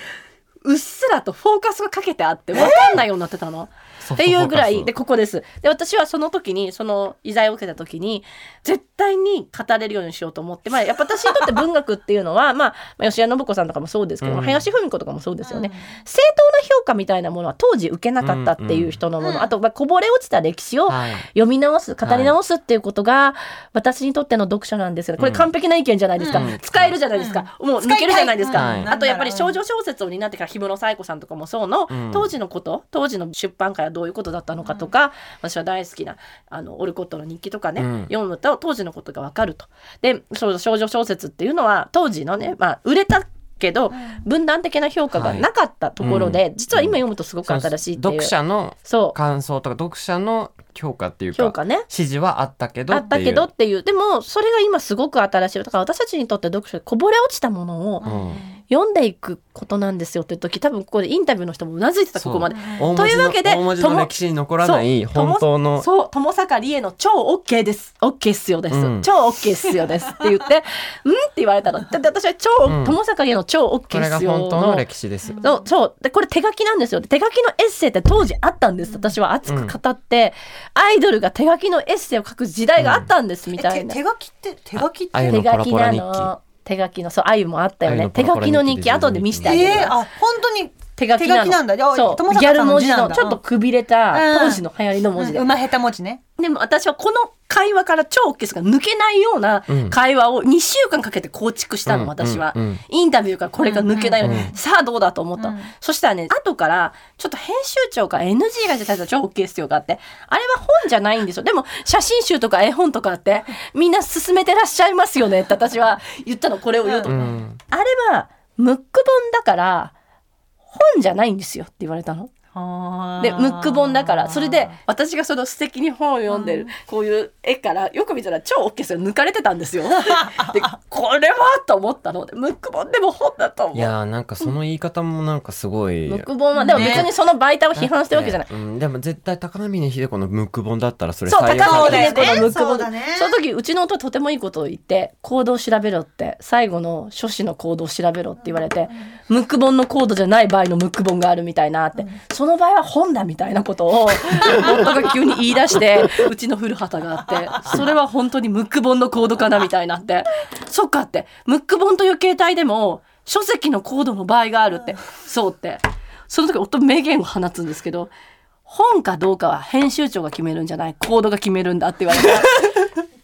S4: うっすらとフォーカスがかけてあって分かんないようになってたの。っていうぐらいでここです で私はその時にその依頼を受けた時に絶対に語れるようにしようと思って、まあ、やっぱ私にとって文学っていうのは、 まあ、まあ吉田信子さんとかもそうですけど、
S2: うん
S4: 林芙美子とかもそうですよ
S3: う
S4: ね、
S3: ん
S4: 正当な評価みたいなものは当時受けなかったっていう人のもの、
S3: うんうん
S4: あと、まあ、こぼれ落ちた歴史を
S2: はい
S4: 読み直す語り直すっていうことが私にとっての読者なんですよねこれ
S2: うん
S4: 完璧な意見じゃないですか、
S2: うん
S4: 使えるじゃないですか、もう抜けるじゃないですか、
S2: はい
S4: あとやっぱり少女小説を担ってから氷室冴子さんとかもそうの、
S2: うん
S4: 当時のこと当時の出版界はどういうことだったのかとか、私は大好きなあのオルコットの日記とかね、
S2: うん
S4: 読むと当時のことがわかると。でそう少女小説っていうのは当時のね、まあ、売れたけど分断的な評価がなかったところで、
S2: はいうん
S4: 実は今読むとすごく新しいっていう、
S2: 読者の
S4: そう
S2: 感想とか読者の評価っていうか
S4: 評価ね
S2: 指示はあったけど
S4: あ
S2: ってい
S4: っ
S2: う
S4: たけどっていうでもそれが今すごく新しいだから私たちにとって読書こぼれ落ちたものを
S2: うん
S4: 読んでいくことなんですよっていう時多分ここでインタビューの人もうなずいてた
S2: そ
S4: こ
S2: う
S4: こまで
S2: 大文字の
S4: というわけで
S2: 大文字の歴史に残らない
S4: そう
S2: 本当の
S4: そう友坂理恵の超 OK ですオッケーっすよです、
S2: うん
S4: 超 OK っすよですって言って うんって言われた のだって私は超、
S2: うん
S4: 友坂理恵の超 OK
S2: これ
S4: っ
S2: が
S4: すよ
S2: 本当の歴史です。
S4: そうそうでこれ手書きなんですよ手書きのエッセイって当時あったんです私は熱く語って、アイドルが手書きのエッセイを書く時代があったんです、みたい
S3: え
S4: な
S3: 手手書きって手書きって
S2: あゆの
S4: 手
S2: ポ
S4: 書
S2: ラ
S4: き
S2: ポ
S4: な
S2: ラ日記。
S4: の手書きのそうあゆもあったよ
S2: あゆ
S4: ね
S2: のポ
S4: 手
S2: ラポ
S4: 書
S2: ラ
S4: きの日記
S2: 日記
S4: 後で見せてあげ
S3: え
S4: る、
S3: ー、あ本当に
S4: 手書きな
S3: 手書
S4: の
S3: きなんだあ
S4: そ
S3: 友
S4: う
S3: 坂
S4: ギャ
S3: さ
S4: ル
S3: んの
S4: 文
S3: 字
S4: 字
S3: な
S4: の
S3: んだ
S4: ちょっとくびれた
S3: うん
S4: 当時の流行りの文字で、
S3: うん、馬下手文字ね
S4: でも私はこの会話から超 OK ですが抜けないような
S2: うん
S4: 会話を2週間かけて構築したの、
S2: うん
S4: 私は、
S2: うんうん
S4: インタビューからこれが抜けないように、
S2: うんうん
S4: さあどうだと思った、
S3: うん
S4: そしたらね後からちょっと編集長から NG が出たら超 OK 必要があってあれは本じゃないんですよでも写真集とか絵本とかあってみんな進めてらっしゃいますよねって私は言ったのこれを言おうと、
S2: うん
S4: あれはムック本だから本じゃないんですよって言われたの。でムック本だからそれで私がその素敵に本を読んでるこういう絵からよく見たら超大きいですよ抜かれてた んですよ。でこれはと思ったのでムック本でも本だと
S2: い
S4: 思う。
S2: やーなんかその言い方もなんかすごい。
S4: ムック本はでも別にその媒体を批判してるわけじゃない。
S2: うんでも絶対高峰秀子のムック本だったらそれ
S4: そう
S2: 採用さ
S4: 高
S2: れる
S4: 峰秀子のムック
S3: そう
S4: 本
S3: だね
S4: その時うちの夫はとてもいいことを言って行動を調べろって最後の書士の行動を調べろって言われてムック本のコードじゃない場合のムック本があるみたいなって、その場合は本だみたいなことを夫が急に言い出してうちの古畑があってそれは本当にムック本のコードかなみたいなってそっかってムック本という形態でも書籍のコードの場合があるってそうってその時夫名言を放つんですけど本かどうかは編集長が決めるんじゃないコードが決めるんだって言われて。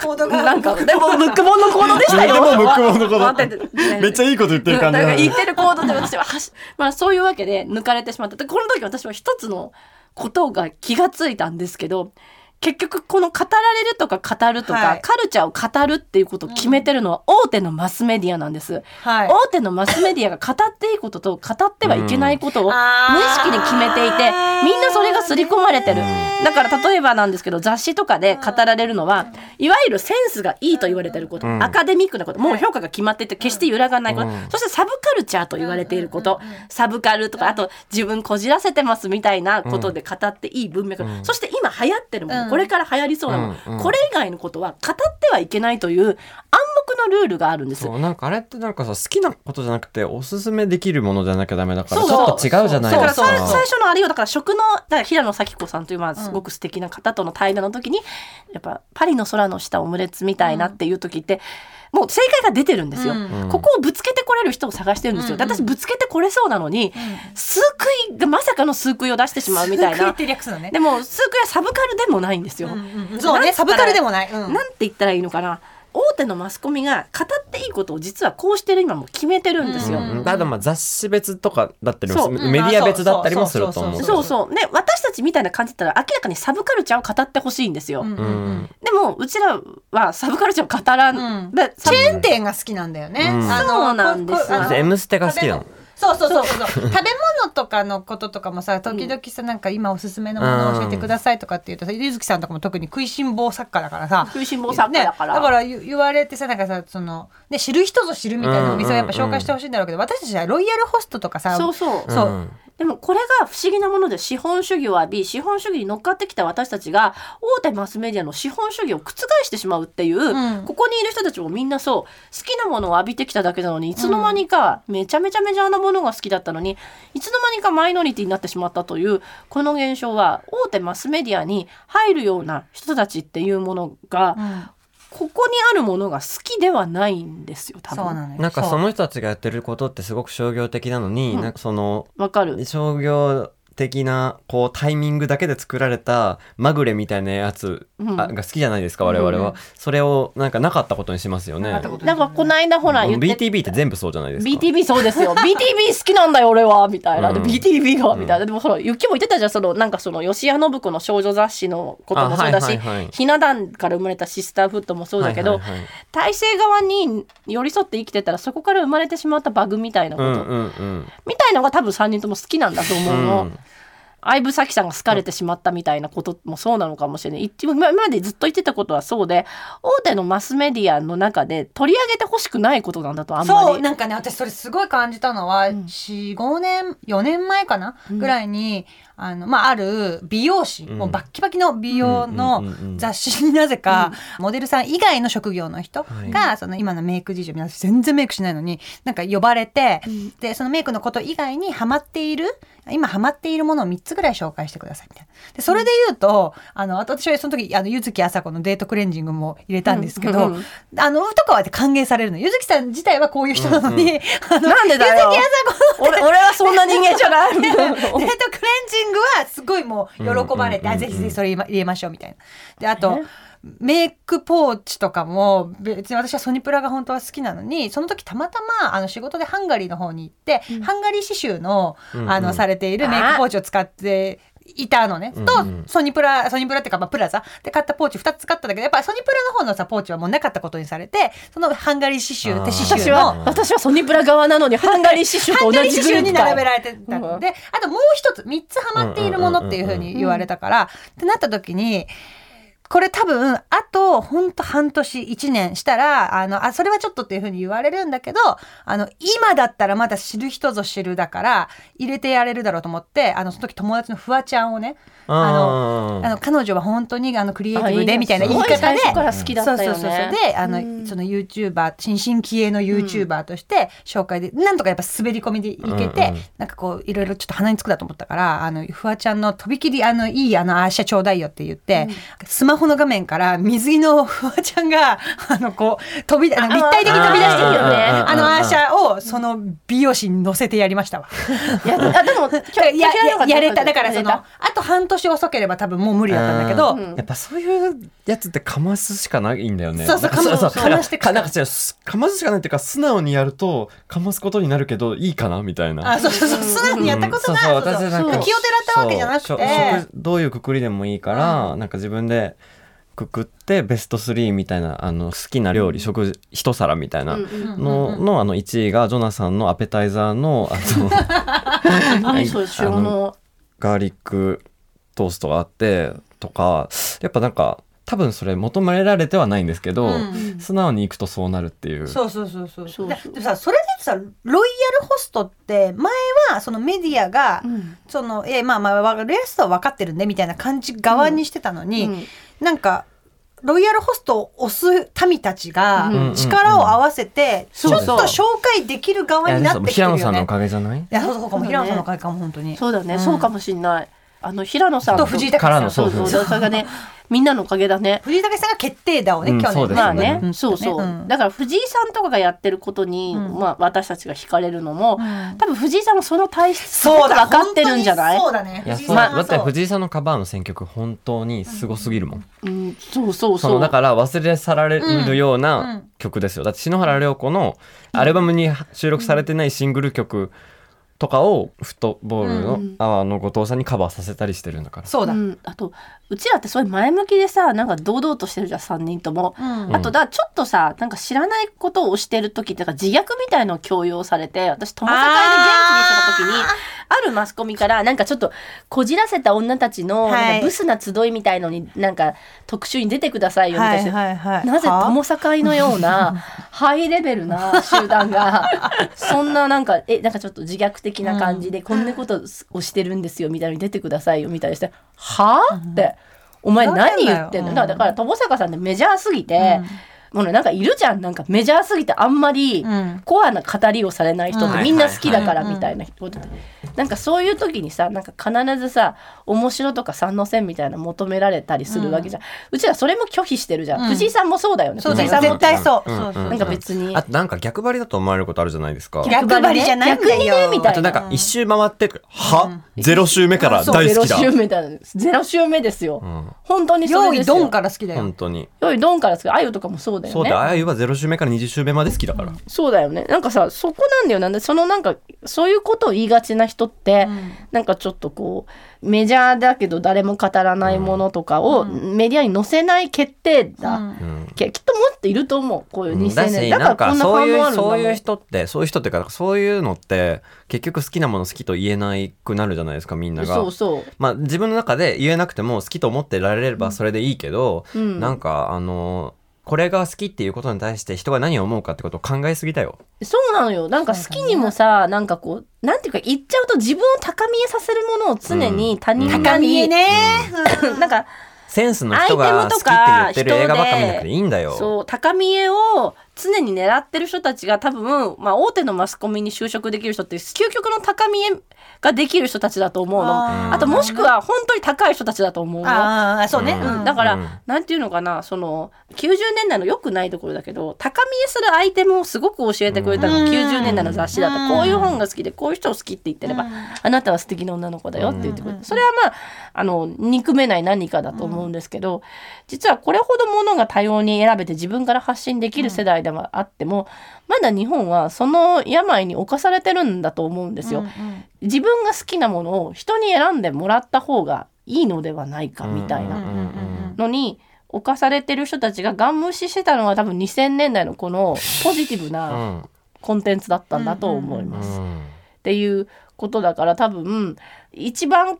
S3: コードが
S4: なんか、でも、ムックボンの行動でしたよ。
S2: でもムックボンの行動
S4: 待っててね
S2: めっちゃいいこと言ってる
S4: なん
S2: 感じ
S4: か
S2: だ
S4: 言
S2: ね
S4: ってる行動で私ははし、まあそういうわけで抜かれてしまった。で、この時私は一つのことが気がついたんですけど、結局この語られるとか語るとか、
S3: はい
S4: カルチャーを語るっていうことを決めてるのは大手のマスメディアなんです。
S3: はい
S4: 大手のマスメディアが語っていいことと語ってはいけないことを無意識に決めていて
S3: あー
S4: みんなそれが刷り込まれてるだから例えばなんですけど雑誌とかで語られるのはいわゆるセンスがいいと言われてること、
S2: うん
S4: アカデミックなこともう評価が決まってて決して揺らがないこと、
S2: うん
S4: そしてサブカルチャーと言われていること、サブカルとかあと自分こじらせてますみたいなことで語っていい文脈、
S2: うん
S4: そして今流行ってるもの、
S3: うん
S4: これから流行りそうなもの、
S2: うんうん
S4: これ以外のことは語ってはいけないという暗黙のルールがあるんです。
S2: そうなんかあれってなんかさ好きなことじゃなくておすすめできるものじゃなきゃダメだから
S4: そう
S2: ち
S4: そう
S2: ょっと違うじゃない
S4: だか
S2: で
S4: ら
S2: す
S4: さ
S2: か
S4: 最初のあれよだから食のだから平野咲子さんというまあすごく素敵な方との対談の時に、やっぱパリの空の下オムレツみたいなっていう時って、もう正解が出てるんですよ、
S3: うん
S2: うん
S4: ここをぶつけてこれる人を探してるんですよ、
S3: うんうん
S4: で私ぶつけてこれそうなのに、数食いがまさかの数食いを出してしまうみたい
S3: すっご
S4: な
S3: って略すのね
S4: でも数食いはサブカルでもないんですよ、
S3: うんうんそうねサブカルでもない、うん
S4: なんて言ったらいいのかな大手のマスコミが語っていいことを実はこうしてる今も決めてるんですよ、
S2: うんただまあ雑誌別とかだったりも
S4: そう
S2: メディア別だったりもすると思
S3: うん
S2: う
S4: そうそう。ね、私たちみたいな感じだったら明らかにサブカルチャーを語ってほしいんですよ。
S3: うんう
S2: うん
S3: うん
S2: ん
S4: でも、うちらはサブカルチャーを語らん。
S3: うん
S4: で
S3: チ
S4: サブ
S3: ェーン店が好きなんだよね。
S2: うん
S3: あの
S4: そうなんですよ
S3: ここあの
S2: で M ステが好きなの
S3: そうそうそう そう。食べ物とかのこととかもさ、時々さ、なんか今おすすめのものを教えてくださいとかって言うとさ、ゆずきさんとかも特に食いしん坊作家だからさ。
S4: 食いしん坊作家だから。
S3: ね、だから言言われてさなんかさその、ね、知る人ぞ知るみたいなお店をやっぱ紹介してほしいんだろうけど、私たちはロイヤルホストとかさ
S4: そうそう。
S2: うん
S3: そう
S4: でもこれが不思議なもので資本主義を浴び資本主義に乗っかってきた私たちが大手マスメディアの資本主義を覆してしまうっていう、
S3: うん
S4: ここにいる人たちもみんなそう好きなものを浴びてきただけなのにいつの間にかめちゃめちゃメジャーなものが好きだったのにいつの間にかマイノリティになってしまったというこの現象は大手マスメディアに入るような人たちっていうものが、
S3: うん
S4: ここにあるものが好きではないんですよ多
S3: そう
S4: 分。
S3: なのよ
S2: なんか
S3: そう
S2: その人たちがやってることってすごく商業的なのに、
S4: うん
S2: なんかその
S4: わかる
S2: 商業的なこうタイミングだけで作られたまぐれみたいなやつ、
S4: うん
S2: あが好きじゃないですか我々は、
S3: うん
S2: それをなんかなかったことにしますよね。
S3: なかったこと
S4: なんかこの間ほら
S2: うん
S4: 言って
S2: BTB って全部そうじゃないですか。
S4: BTB そうですよ BTB 好きなんだよ俺はみたいな、で
S2: うん
S4: BTB が
S2: うん
S4: みたいなでもほらゆきも言ってたじゃんそのなんかその吉谷信子の少女雑誌のこともそうだし、
S2: あはいはいはい
S4: ひな壇から生まれたシスターフットもそうだけど、
S2: はいはいはい
S4: 体制側に寄り添って生きてたらそこから生まれてしまったバグみたいなこ
S2: うん
S4: と、
S2: うんうん
S4: みたいのが多分3人とも好きなんだと思うの。
S2: うん
S4: 相武咲さんが好かれてしまったみたいなこともそうなのかもしれない一応今今までずっと言ってたことはそうで大手のマスメディアの中で取り上げてほしくないことなんだとあんまり
S3: そうなんかね私それすごい感じたのは、
S4: ん
S3: 45年4年前かな、
S4: うん
S3: ぐらいにあの、まあ、ある美容師、
S2: うん
S3: もうバッキバキの美容
S2: う
S3: の
S2: んうんうんうん
S3: 雑誌になぜか、モデルさん以外の職業の人が、その今のメイク事情皆さん全然メイクしないのになんか呼ばれて、
S4: ん
S3: でそのメイクのこと以外にハマっている今ハマっているものを3つぐらい紹介してくださいみたいな。でそれで言うと、あの私はその時あの柚木あさこのデートクレンジングも入れたんですけど、
S4: うんうん
S3: あのとかは歓迎されるの。柚木さん自体はこういう人なのに、あの
S4: なんでだよ
S3: 柚木あさこ
S4: 俺俺はそんな人間じ ゃないみたいな
S3: デートクレンジングはすごいもう喜ばれて、
S2: うんうんうんうん
S3: あぜひぜひそれ入れましょうみたいな。であとメイクポーチとかも別に私はソニプラが本当は好きなのにその時たまたまあの仕事でハンガリーの方に行って、ハンガリー刺繍の
S2: うん
S3: あのされているメイクポーチを使って。いたのね、
S2: うん
S3: と
S2: うん
S3: ソニプラソニプラっていうか、まあ、プラザで買ったポーチ2つ買ったんだけどやっぱソニプラの方のさポーチはもうなかったことにされてそのハンガリー刺繍って刺
S4: 私
S3: 繍の
S4: は私はソニプラ側なのにハンガリー刺繍
S3: ハ
S4: と
S3: ンガ
S4: 同
S3: リー
S4: じ
S3: 刺
S4: グル
S3: 繍
S4: ー
S3: に
S4: プか
S3: 並べ
S4: よ
S3: られてたので、あともう一つ、三つハマっているものっていうふうに言われたから、ってなった時に、これ多分、あと、ほんと半年、一年したら、あの、あ、それはちょっとっていうふうに言われるんだけど、あの、今だったらまだ知る人ぞ知るだから、入れてやれるだろうと思って、あの、その時友達のフワちゃんをね、あ
S2: あ
S3: あの、彼女は本当にあの、クリエイティブで、みたいな言い
S4: すごい
S3: 方
S4: 最
S3: で、
S4: 初から好きだったよね
S3: そうそうそうそうであの、
S4: うん
S3: その YouTuber 新進気鋭の YouTuber として紹介で、なんとかやっぱ滑り込みでいけて、
S2: うんうん
S3: なんかこういろいろちょっと鼻につくだと思ったからあのフワちゃんのとびきりあのいいあのあーしゃちょうだいよって言って、スマホの画面から水着のフワちゃんが あのこう飛びあの立体的に飛び出してるよね
S2: あー
S3: あのアーシャをその美容師に乗せてやりましたわ。
S4: いやあでも
S3: だからやややれただからその
S4: や
S3: あと半年遅ければ多分もう無理だったんだけど、
S4: れたうん
S2: やっぱそういうやつってかますしかないんだよね。
S3: そうそう
S2: な
S3: か
S2: んか
S3: ます
S2: そう
S3: かましてく
S2: かなんか違うかますしかないっていうか素直にやるとかますことになるけどいいかなみたいな。
S3: あそうそうそう素直にやったことない、
S2: うんそうそう私なんか
S3: そう気をてらったわけじゃなく
S2: そう
S3: て
S2: 食どういうくくりでもいいから、なんか自分でくくってベスト3みたいなあの好きな料理食事一皿みたいな
S4: うんうん
S2: の,、のあの1位がジョナサンのアペタイザーのあの
S4: 何それ知ら
S2: あ
S4: な
S2: のガーリックトーストがあってとかやっぱなんか多分それ求められてはないんですけど、
S3: うん
S2: 素直にいくとそうなるっていう。
S3: そうそうそうそう
S4: そうそう
S3: だでもさそれで言うとさロイヤルホストって前はそのメディアが、
S4: いうん
S3: そのえまあまあわレースは分かってるねみたいな感じ側にしてたのに、
S4: うん
S3: なんかロイヤルホストを推す民たち
S4: う
S3: が
S2: ん
S3: 力を合わせて、
S4: そう
S3: ちょ
S4: そう
S3: っと紹介できる側になってきてる
S2: 平
S3: よ
S2: 野
S3: ね。
S2: さんのお
S3: い
S2: かげじゃない
S3: やそうそうかも
S4: そうだね
S3: 平野さんのおかげかも本当に。
S4: そうだね、
S3: ん
S4: そうかもしんないあの平野さん
S3: と藤井隆
S2: から
S3: さん
S2: の
S4: そうそうそうそれがねみんなのおかげだね
S3: 藤井隆さんが決定打をね、
S2: うん
S3: 去年
S2: そうですよね
S4: まあね、
S3: うん
S4: そうそう、
S3: ん
S4: だから藤井さんとかがやってることに、
S3: ん
S4: まあ私たちが惹かれるのも、
S3: ん
S4: 多分藤井さんもその体質す
S3: そ
S4: ご
S3: う
S4: く
S3: だ
S4: 分かってるんじゃない
S3: 本当にそうだね
S2: いやそう
S3: さん
S2: だ
S3: は
S2: って
S3: そう
S2: 藤井さんのカバーの選曲本当にすごすぎるもん、
S4: うん、そうそう
S2: そ
S4: そ
S2: の
S4: う
S2: だから忘れ去られるよう
S3: うんう
S2: なん曲ですよだって篠原涼子のアルバムに収録されてないシングル曲とかをフットボールの,、
S4: うん
S2: あの後藤さんにカバーさせたりしてるんだから
S3: そうだ、
S4: うん、あとうちらってそういう前向きでさなんか堂々としてるじゃん3人とも、
S3: うん
S4: あとだちょっとさなんか知らないことをしてる時ってなんか自虐みたいのを強要されて私友達会で元気にしてた時にあるマスコミからなんかちょっとこじらせた女たちの
S3: はい
S4: なんかブスな集いみたいのになんか特集に出てくださいよみたいな、
S3: いは
S4: なぜ友境 のようなハイレベルな集団がそんななんかえなんかちょっと自虐的的な感じで、こんなことをしてるんですよみたいに出てくださいよみたいにして「はあ?」って「お前何言ってんの?」
S3: ふざけんなよ
S4: だからだから友坂さんってメジャーすぎて、もうねなんかいるじゃんなんかメジャーすぎてあんまり
S3: うん
S4: コアな語りをされない人っ
S2: う
S4: て
S2: ん
S4: みんな好きだか
S3: は
S4: ら
S3: いはいはい
S4: みたいなことでなんかそういう時にさなんか必ずさ面白とか三の線みたいなの求められたりするわけじゃん、うちらそれも拒否してるじゃん、
S3: うん
S4: 藤井さんもそうだよね
S3: そうだ
S4: 藤
S3: よ
S4: 井さんも
S3: 絶対そう
S2: うん
S3: そうそう
S2: う
S4: なんか別に
S2: あとなんか逆張りだと思われることあるじゃないですか。
S3: 逆張りじゃないんだよ
S4: 逆にねみた
S2: あ
S4: い
S2: となんか一周回って、は
S4: うん
S2: ゼロ周目から
S4: そう
S2: 大好きだ。
S4: ゼロ周目だゼロ周目ですよ、
S2: うん
S4: 本当にそ
S3: 用
S4: れ
S3: 意
S4: ですよ
S3: ドンから好きだよ
S2: 本当に。
S4: 用意ドンからですけどあゆとかもそうだよね
S2: そうだ、あゆはゼロ周目から二十周目まで好きだから。
S4: そうだよねなんかさそこなんだよなんでそのなんかそういうことを言いがちな人って、なんかちょっとこうメジャーだけど誰も語らないものとかをメディアに載せない決定だ、
S2: うん
S4: けきっともっといると思うこういう2000
S2: だ
S4: 年、
S2: し
S4: だ
S2: なん
S4: か
S2: から
S4: こんな
S2: そう
S4: 反応あ
S2: い
S4: る
S2: うん
S4: だも
S2: そ
S4: ん
S2: ういう人ってそういう人っていうかそういうのって結局好きなもの好きと言えなくなるじゃないですかみんなが。
S4: そうそう
S2: まあ、自分の中で言えなくても好きと思ってられればそれでいいけど、
S4: うん
S2: なんかあのこれが好きっていうことに対して人が何を思うかってことを考えすぎだよ。
S4: そうなのよなんか好きにもさ、なんかこうなんていうか言っちゃうと自分を高見えさせるものを常に他人
S2: うん
S4: 高
S3: 高見えね
S4: なんか
S2: センスの人が好きって言ってる映画ばっか見なくていいんだよ。
S4: そう高見えを常に狙ってる人たちが多分、まあ、大手のマスコミに就職できる人って究極の高見えができる人たちだと思うのあ
S3: あー
S4: ともしくは本当に高い人たちだと思うの
S3: あーそうね、
S2: うん
S3: うん
S4: だから、
S2: うん
S4: なんていうのかなその90年代の良くないところだけど高見えするアイテムをすごく教えてくれたの、
S3: うん
S4: 90年代の雑誌だった、
S3: うん
S4: こういう本が好きでこういう人を好きって言ってれば、
S3: うん
S4: あなたは素敵な女の子だよって言ってくれ
S3: うん
S4: たそれはまああの憎めない何かだと思うんですけど、実はこれほどものが多様に選べて自分から発信できる世代ではあっても、まだ日本はその病に侵されてるんだと思うんですよ。
S3: うん
S4: 自分が好きなものを人に選んでもらった方がいいのではないかみたいな。
S3: うんうんうん
S4: のに侵されてる人たちがガン無視してたのは多分2000年代のこのポジティブ
S2: う
S4: なんコンテンツだったんだと思います。
S2: うん
S4: っていうことだから多分一番語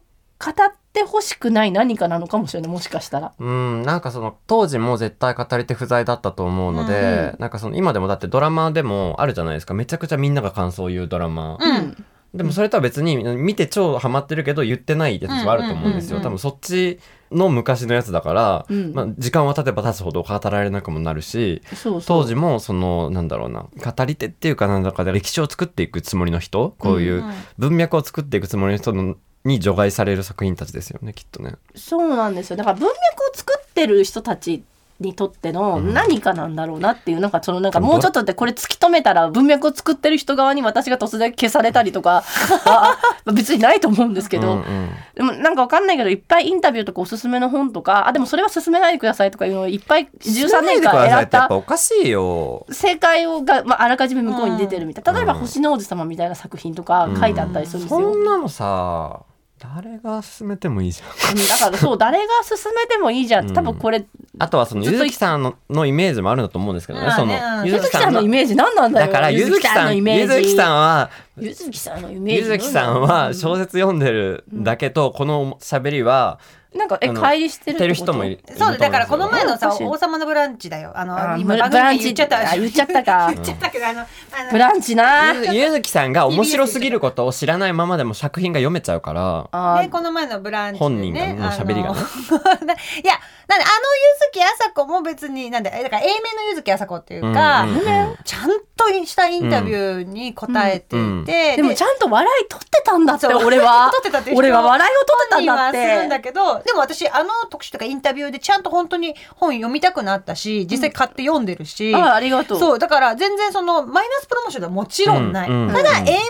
S4: ってほしくない何かなのかもしれないもしかしたら。
S2: うん、なんかその当時も絶対語り手不在だったと思うので、なんかその今でもだってドラマでもあるじゃないですかめちゃくちゃみんなが感想を言うドラマ、
S3: うん
S2: でもそれとは別に見て超ハマってるけど言ってないやつはあると思うんですよ、
S3: うんうんうんうん
S2: 多分そっちの昔のやつだから、
S4: うん
S2: まあ、時間は経てば経つほど語られなくもなるし
S4: そうそう
S2: 当時もそのなんだろうな語り手っていうかなんだかで歴史を作っていくつもりの人こういう文脈を作っていくつもりの人のに除外される作品たちですよねきっとね。
S4: そうなんですよだから文脈を作ってる人たちにとっての何かなんだろうなっていう、なんかそのなんかもうちょっとでこれ突き止めたら文脈を作ってる人側に私が突然消されたりとか ああ別にないと思うんですけ
S2: う
S4: ど、
S2: んうん
S4: でもなんかわかんないけどいっぱいインタビューとかおすすめの本とかあでもそれは勧めないでくださいとかいうのをいっぱい13年間
S2: や
S4: 選
S2: っや
S4: ったた
S2: っぱおかしいよ。
S4: 正解をが、まあ、あらかじめ向こうに出てるみたいな、例えば「星の王子様」みたいな作品とか書いてあったりするんです
S2: そ
S4: よ。
S2: んなのさ誰が進めてもいいじゃん。
S4: うんだからそう誰が勧めてもいいじゃんって多分これ
S2: あとはその
S4: ずっ
S2: ゆ
S4: と
S2: ずきさんののイメージもあるんだと思うんですけどね。
S3: まあ
S2: そ
S3: ね
S2: の
S3: うん
S4: ゆずきさんのイ
S2: ージ
S4: メージ何なんだよ
S2: だからゆずきさんゆずきさんは
S4: ゆずきさんのイメージ
S2: ゆずきさんは小説読んでるだけとこの喋りは
S4: なんかえ
S2: あの
S4: 乖離してるっ
S2: て
S4: て
S2: る
S4: こと
S2: 人もいる。
S3: そうだだからこの前の
S4: お
S3: さ
S4: かしい
S3: 王様のブランチだよあの
S4: あ
S3: 今
S4: ブラ
S3: 番
S4: ブラ
S3: 組
S4: ン
S3: で
S4: チ
S3: 言っちゃった
S4: あ言っちゃったか
S3: 言っちゃったけどあのあの
S4: ブランチな
S2: ゆずゆずきさんが面白すぎることを知らないままでも作品が読めちゃうから。
S4: あ
S3: ね、この前のブランチ、ね、
S2: 本人がね
S3: あの
S2: 喋
S3: い
S2: りが
S3: やなん
S2: ね
S3: であの柚木あさこも別になんでえだから A 面の柚木あさこっていうか、
S2: うんうんうん
S3: ちゃんとしたインタビューに答えていて、
S2: うんうん
S4: でもちゃんと笑い取ってたんだって
S3: そう
S4: 俺は
S3: 取ってたって
S4: 俺は笑いを取ってたん
S3: 本人はするん
S4: だっ
S3: だけ
S4: て
S3: どでも私あの特集とかインタビューでちゃんと本当に本読みたくなったし実際買って読んでるし、
S4: あありがとう
S3: そうだから全然そのマイナスプロモーションではもちろんない、
S2: うんうん
S3: ただ A 面の柚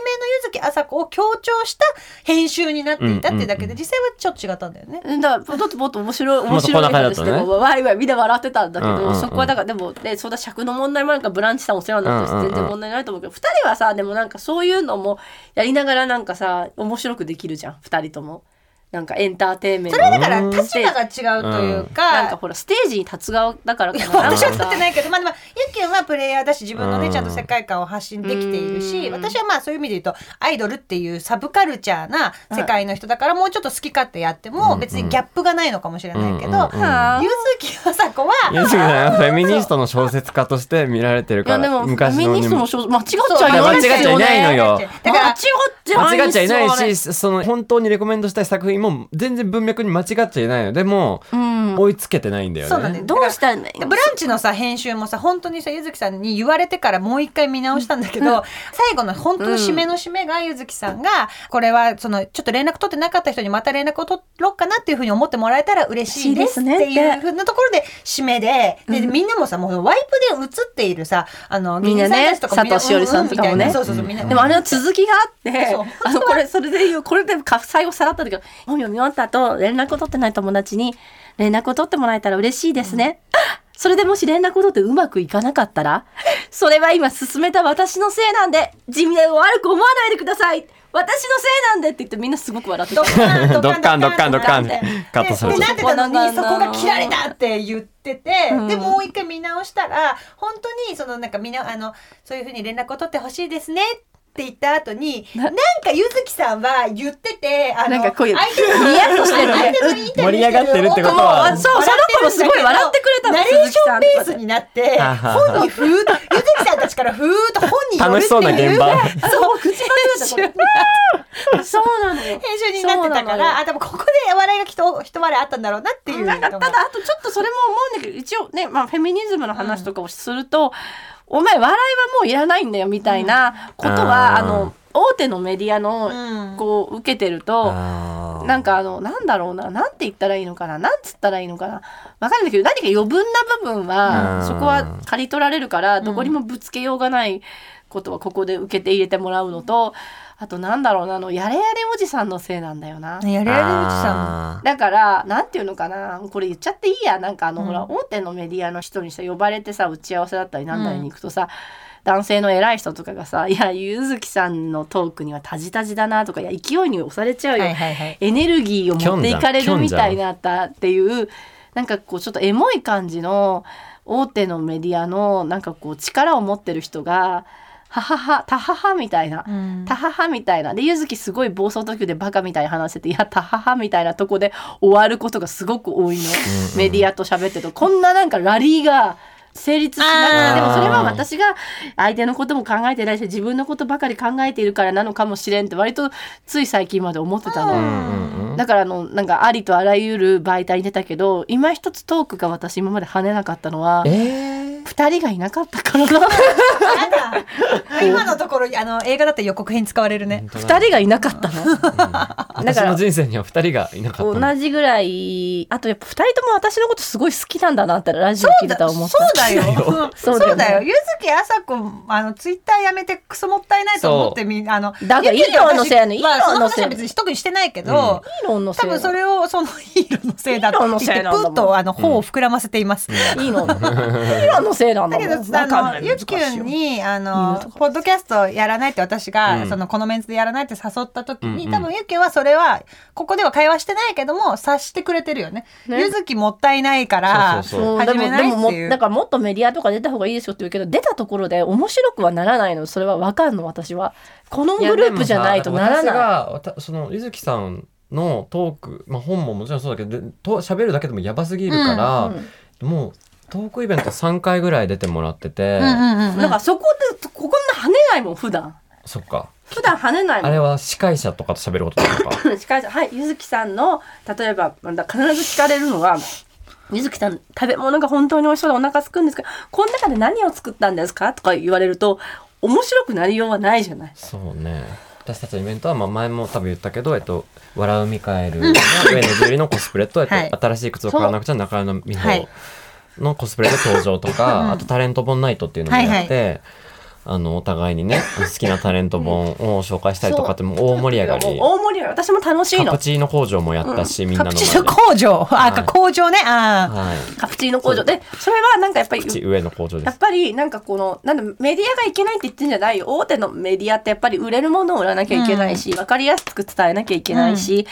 S3: 木あさこを強調した編集になっていたっていうだけで、
S2: うん
S3: 実際はちょっと違ったんだよね。
S4: だからちょっともっと面白い
S2: も
S4: 面
S2: っとこん
S4: 白
S2: ない感
S4: 話
S2: じ
S4: し
S2: だ
S4: て
S2: ったね
S4: もワイワイみんな笑ってたんだけど、
S2: うんうんうん
S4: そこはだからでもねそうだ尺の問題もあるからブランチさんお世話になった
S2: うんうんうん
S4: し全然問題ないと思うけど、二人はさでもなんかそういうのもやりながらなんかさ面白くできるじゃん二人とも。なんかエンターテインメン
S3: そ
S4: ト
S3: れはだから
S2: うん
S3: 立場が違うというか、
S4: なんかほらステージに立つ側だからか
S3: いや
S4: ななんか
S3: 私は
S4: さ
S3: 撮ってないけどまあでもゆっきゅんはプレイヤーだし自分のね
S2: うん
S3: ちゃんと世界観を発信できているし
S4: うん
S3: 私はまあそういう意味で言うとアイドルっていうサブカルチャーな世界の人だからもうちょっと好き勝手やっても
S2: うん
S3: 別にギャップがないのかもしれないけ
S2: うんうん
S3: ど
S2: うんは
S3: ゆずきあさこは
S2: ゆずきさんはフェミニストの小説家として見られてる
S4: い
S2: か
S4: やで
S2: ら
S4: もフ
S2: 昔
S4: ェミ
S2: の
S4: ニ
S2: に
S4: スト
S2: も
S4: も少数間違っち
S3: そう
S4: ゃいない
S2: 間違っ
S4: です
S2: ちゃ
S4: よ
S2: い
S4: ね
S2: ないのよ
S3: だから
S4: 間違っちゃいない
S2: 間違っ
S4: ん
S2: ちゃ
S4: で
S2: い
S4: すよ
S2: ない
S4: あれ
S2: しその本当にレコメンドしたい作品も全然文脈に間違っちゃいないのでも
S4: うん
S2: 追いつけてないんだよね
S3: そうなんだよ
S4: どうしたんだ
S3: ブランチのさ編集もさ本当にさゆずきさんに言われてからもう一回見直したんだけど、最後の本当締めの締めがゆずきさんがこれはそのちょっと連絡取ってなかった人にまた連絡を取ろうかなっていうふうに思ってもらえたら嬉しいですっていうふうなところで締めででみんなもさもうワイプで映っているさあの
S4: みんなね
S3: 芸人さたち
S4: 佐藤しおりさんとかもね
S3: みたいなそうそうそうみんな
S4: でもあれの続きがあって
S3: そう、
S4: あのこれそれで言うこれでか最後さらったんだけど、本読み終わった後連絡を取ってない友達に連絡を取ってもらえたら嬉しいですね。それでもし連絡を取ってうまくいかなかったら、それは今進めた私のせいなんで地味で悪く思わないでください。私のせいなんでって言ってみんなすごく笑ってた
S3: ド。ッ
S2: ドッカ
S3: カ
S2: ン
S3: ン
S2: ドッカンドッカン
S3: で
S2: カットされ
S3: で
S2: ちゃ
S3: な
S2: っ
S3: んでたのにそこが切られたって言ってて、
S4: うん
S3: でもう一回見直したら本当にそのなんかみなあのそういうふうに連絡を取ってほしいですねって言った後になんかゆずきさんは言っててあの
S4: なんかこういう
S3: 相手の
S4: ニヤッとしてるね
S3: 相手のインタビュー
S2: 盛り上がってるってこと
S3: を
S2: は
S4: もうそうその子もすごい笑ってくれたの
S3: ナレーションベースになって
S2: はは
S3: 本にふーっとゆずきさんたちからふーっと本に寄るっていう
S2: 楽しそうな現場
S3: そう口の
S4: 中
S3: 中
S4: で
S3: で
S4: こそうなのよ。
S3: 編集になってた
S4: そう
S3: か
S4: なのよ
S3: らあでもここで笑いがきと一笑いあったんだろうなっていう
S4: なんかただあとちょっとそれも思うんだけど一応ね、まあ、フェミニズムの話とかをすると、お前笑いはもういらないんだよみたいなことは、
S2: うん
S4: あの大手のメディアの
S3: うん
S4: こう受けてると、
S2: あー
S4: なんかあのなんだろうななんて言ったらいいのかななんつったらいいのかなわかんないけど何か余分な部分は、
S2: うん
S4: そこは刈り取られるからどこにもぶつけようがないことはここで受けて入れてもらうのと、あとなんだろうなあのやれやれおじさんのせいなんだよな。
S3: やれやれうちさ
S2: あー
S4: だからなんていうのかなこれ言っちゃっていいやなんかあの、
S3: うん
S4: ほら大手のメディアの人にさ呼ばれてさ打ち合わせだったりなんだりに行くとさ、男性の偉い人とかがさ「いやゆずきさんのトークにはタジタジだな」とか「いや勢いに押されちゃうんよ、
S3: はいはいはい
S4: エネルギーを持っていかれるみたいになったっていうなんかこうちょっとエモい感じの大手のメディアのなんかこう力を持ってる人が「はははたはは」 みたいな
S3: うん
S4: タハハみたいな。で、ゆずきすごい暴走途中でバカみたいに話してて、いや、タハハみたいなとこで終わることがすごく多いの。メディアと喋ってると。こんななんかラリーが成立し
S3: あー
S4: なくて、でもそれは私が相手のことも考えてないし、自分のことばかり考えているからなのかもしれんって、割とつい最近まで思ってたの。
S2: うんうん
S4: だからあのなんかありとあらゆる媒体に出たけど今一つトークが私今まで跳ねなかったのは
S2: えー
S4: 2人がいなかったか らな
S3: やだ 今のところあの映画だって予告編使われるね
S2: 本当だ
S4: 2人がいなかったのだ
S2: 私
S4: から
S2: の人生には二人がいなかった
S4: 同じぐらいあとやっぱ2人とも私のことすごい好きなんだなってラジオ聞いてたら思った
S3: そうだよ
S4: そ
S3: そうう
S4: だよ
S3: だよゆずきあさこあのツイッターやめてクソもったいないと思ってみんなあの
S4: だから
S3: ゆずきは私
S4: イーロンのせいやね
S3: まあ
S4: イーロン
S3: そ
S4: の
S3: の
S4: せ
S3: 話
S4: い
S3: は別に特にしてないけど
S4: イーロンのせ
S3: 多
S4: いな
S3: 分それをそのヒーローのせいだ
S4: イー
S3: と
S4: ロ
S3: 言
S4: ンの
S3: って
S4: せ
S3: プ
S4: いなんだもん
S3: ッとあの頬を膨らませています
S4: いいのヒロのせいなんだ
S3: だ
S4: も
S3: け
S4: ん
S3: ど
S4: わかん
S3: あ
S4: な
S3: の
S4: い
S3: ゆっきゅんにあ
S4: 犬
S3: の
S4: とか
S3: ポッドキャストやらないって私が、
S2: うん
S3: そのこのメンツでやらないって誘った時に、
S2: うんう
S3: 多
S2: ん
S3: 分ゆっきゅんはそれはここでは会話してないけども察してくれてるよね。
S4: ね
S3: ゆずきもったいないから
S2: そう
S4: そうで
S3: 始
S4: も
S3: め
S4: で
S3: ないって
S4: もも
S3: いう
S4: だからもっとメディアとか出た方がいいですよって言うけど出たところで面白くはならないのそれはわかんの私はこのグループじゃないとなら
S2: いやでも
S4: ない
S2: さ私がわたそのゆずきさんのトーク、まあ、本ももちろんそうだけどでと喋るだけでもやばすぎるから、
S4: うん
S2: もうトークイベント3回ぐらい出てもらってて、
S3: うんうんうん
S4: だからそこでこんな跳ねないもん普段
S2: そっか
S4: 普段跳ねないも
S2: あ
S4: ん
S2: れは司会者とかと喋ることなのか
S4: 司会者はいゆずきさんの例えばまだ必ず聞かれるのが「ゆずきさん食べ物が本当に美味しそうでお腹すくんですけどこの中で何を作ったんですか?」とか言われると面白くなりようはないじゃない。
S2: そうね私たちのイベントはまあ前も多分言ったけど「えっと、笑うミカエル」の上野樹里のコスプレと、えっと
S3: はい
S2: 新しい靴を買わなくちゃ中野美
S3: は
S2: 穂
S3: い
S2: のコスプレで登場とか、あと「タレントボンナイト」っていうのもやって、
S3: はい
S2: あのお互いにね好きなタレント本を紹介したりとかってもう大盛り上がり
S4: もう大盛り上がり私も楽しい
S2: カ
S4: の
S2: プチーノ工場もやったし、みんなの
S3: 各
S2: 前
S3: 地の
S2: で
S3: 工場あ、
S2: はい
S3: 工場ねあ
S2: はい
S4: カプチーノ工場でそれはなんかやっぱり
S2: カプチー上の工場で
S4: やっ
S2: す
S4: ぱりなんかこのなんだメディアがいけないって言ってんじゃないよ大手のメディアってやっぱり売れるものを売らなきゃいけないし、分かりやすく伝えなきゃいけないし、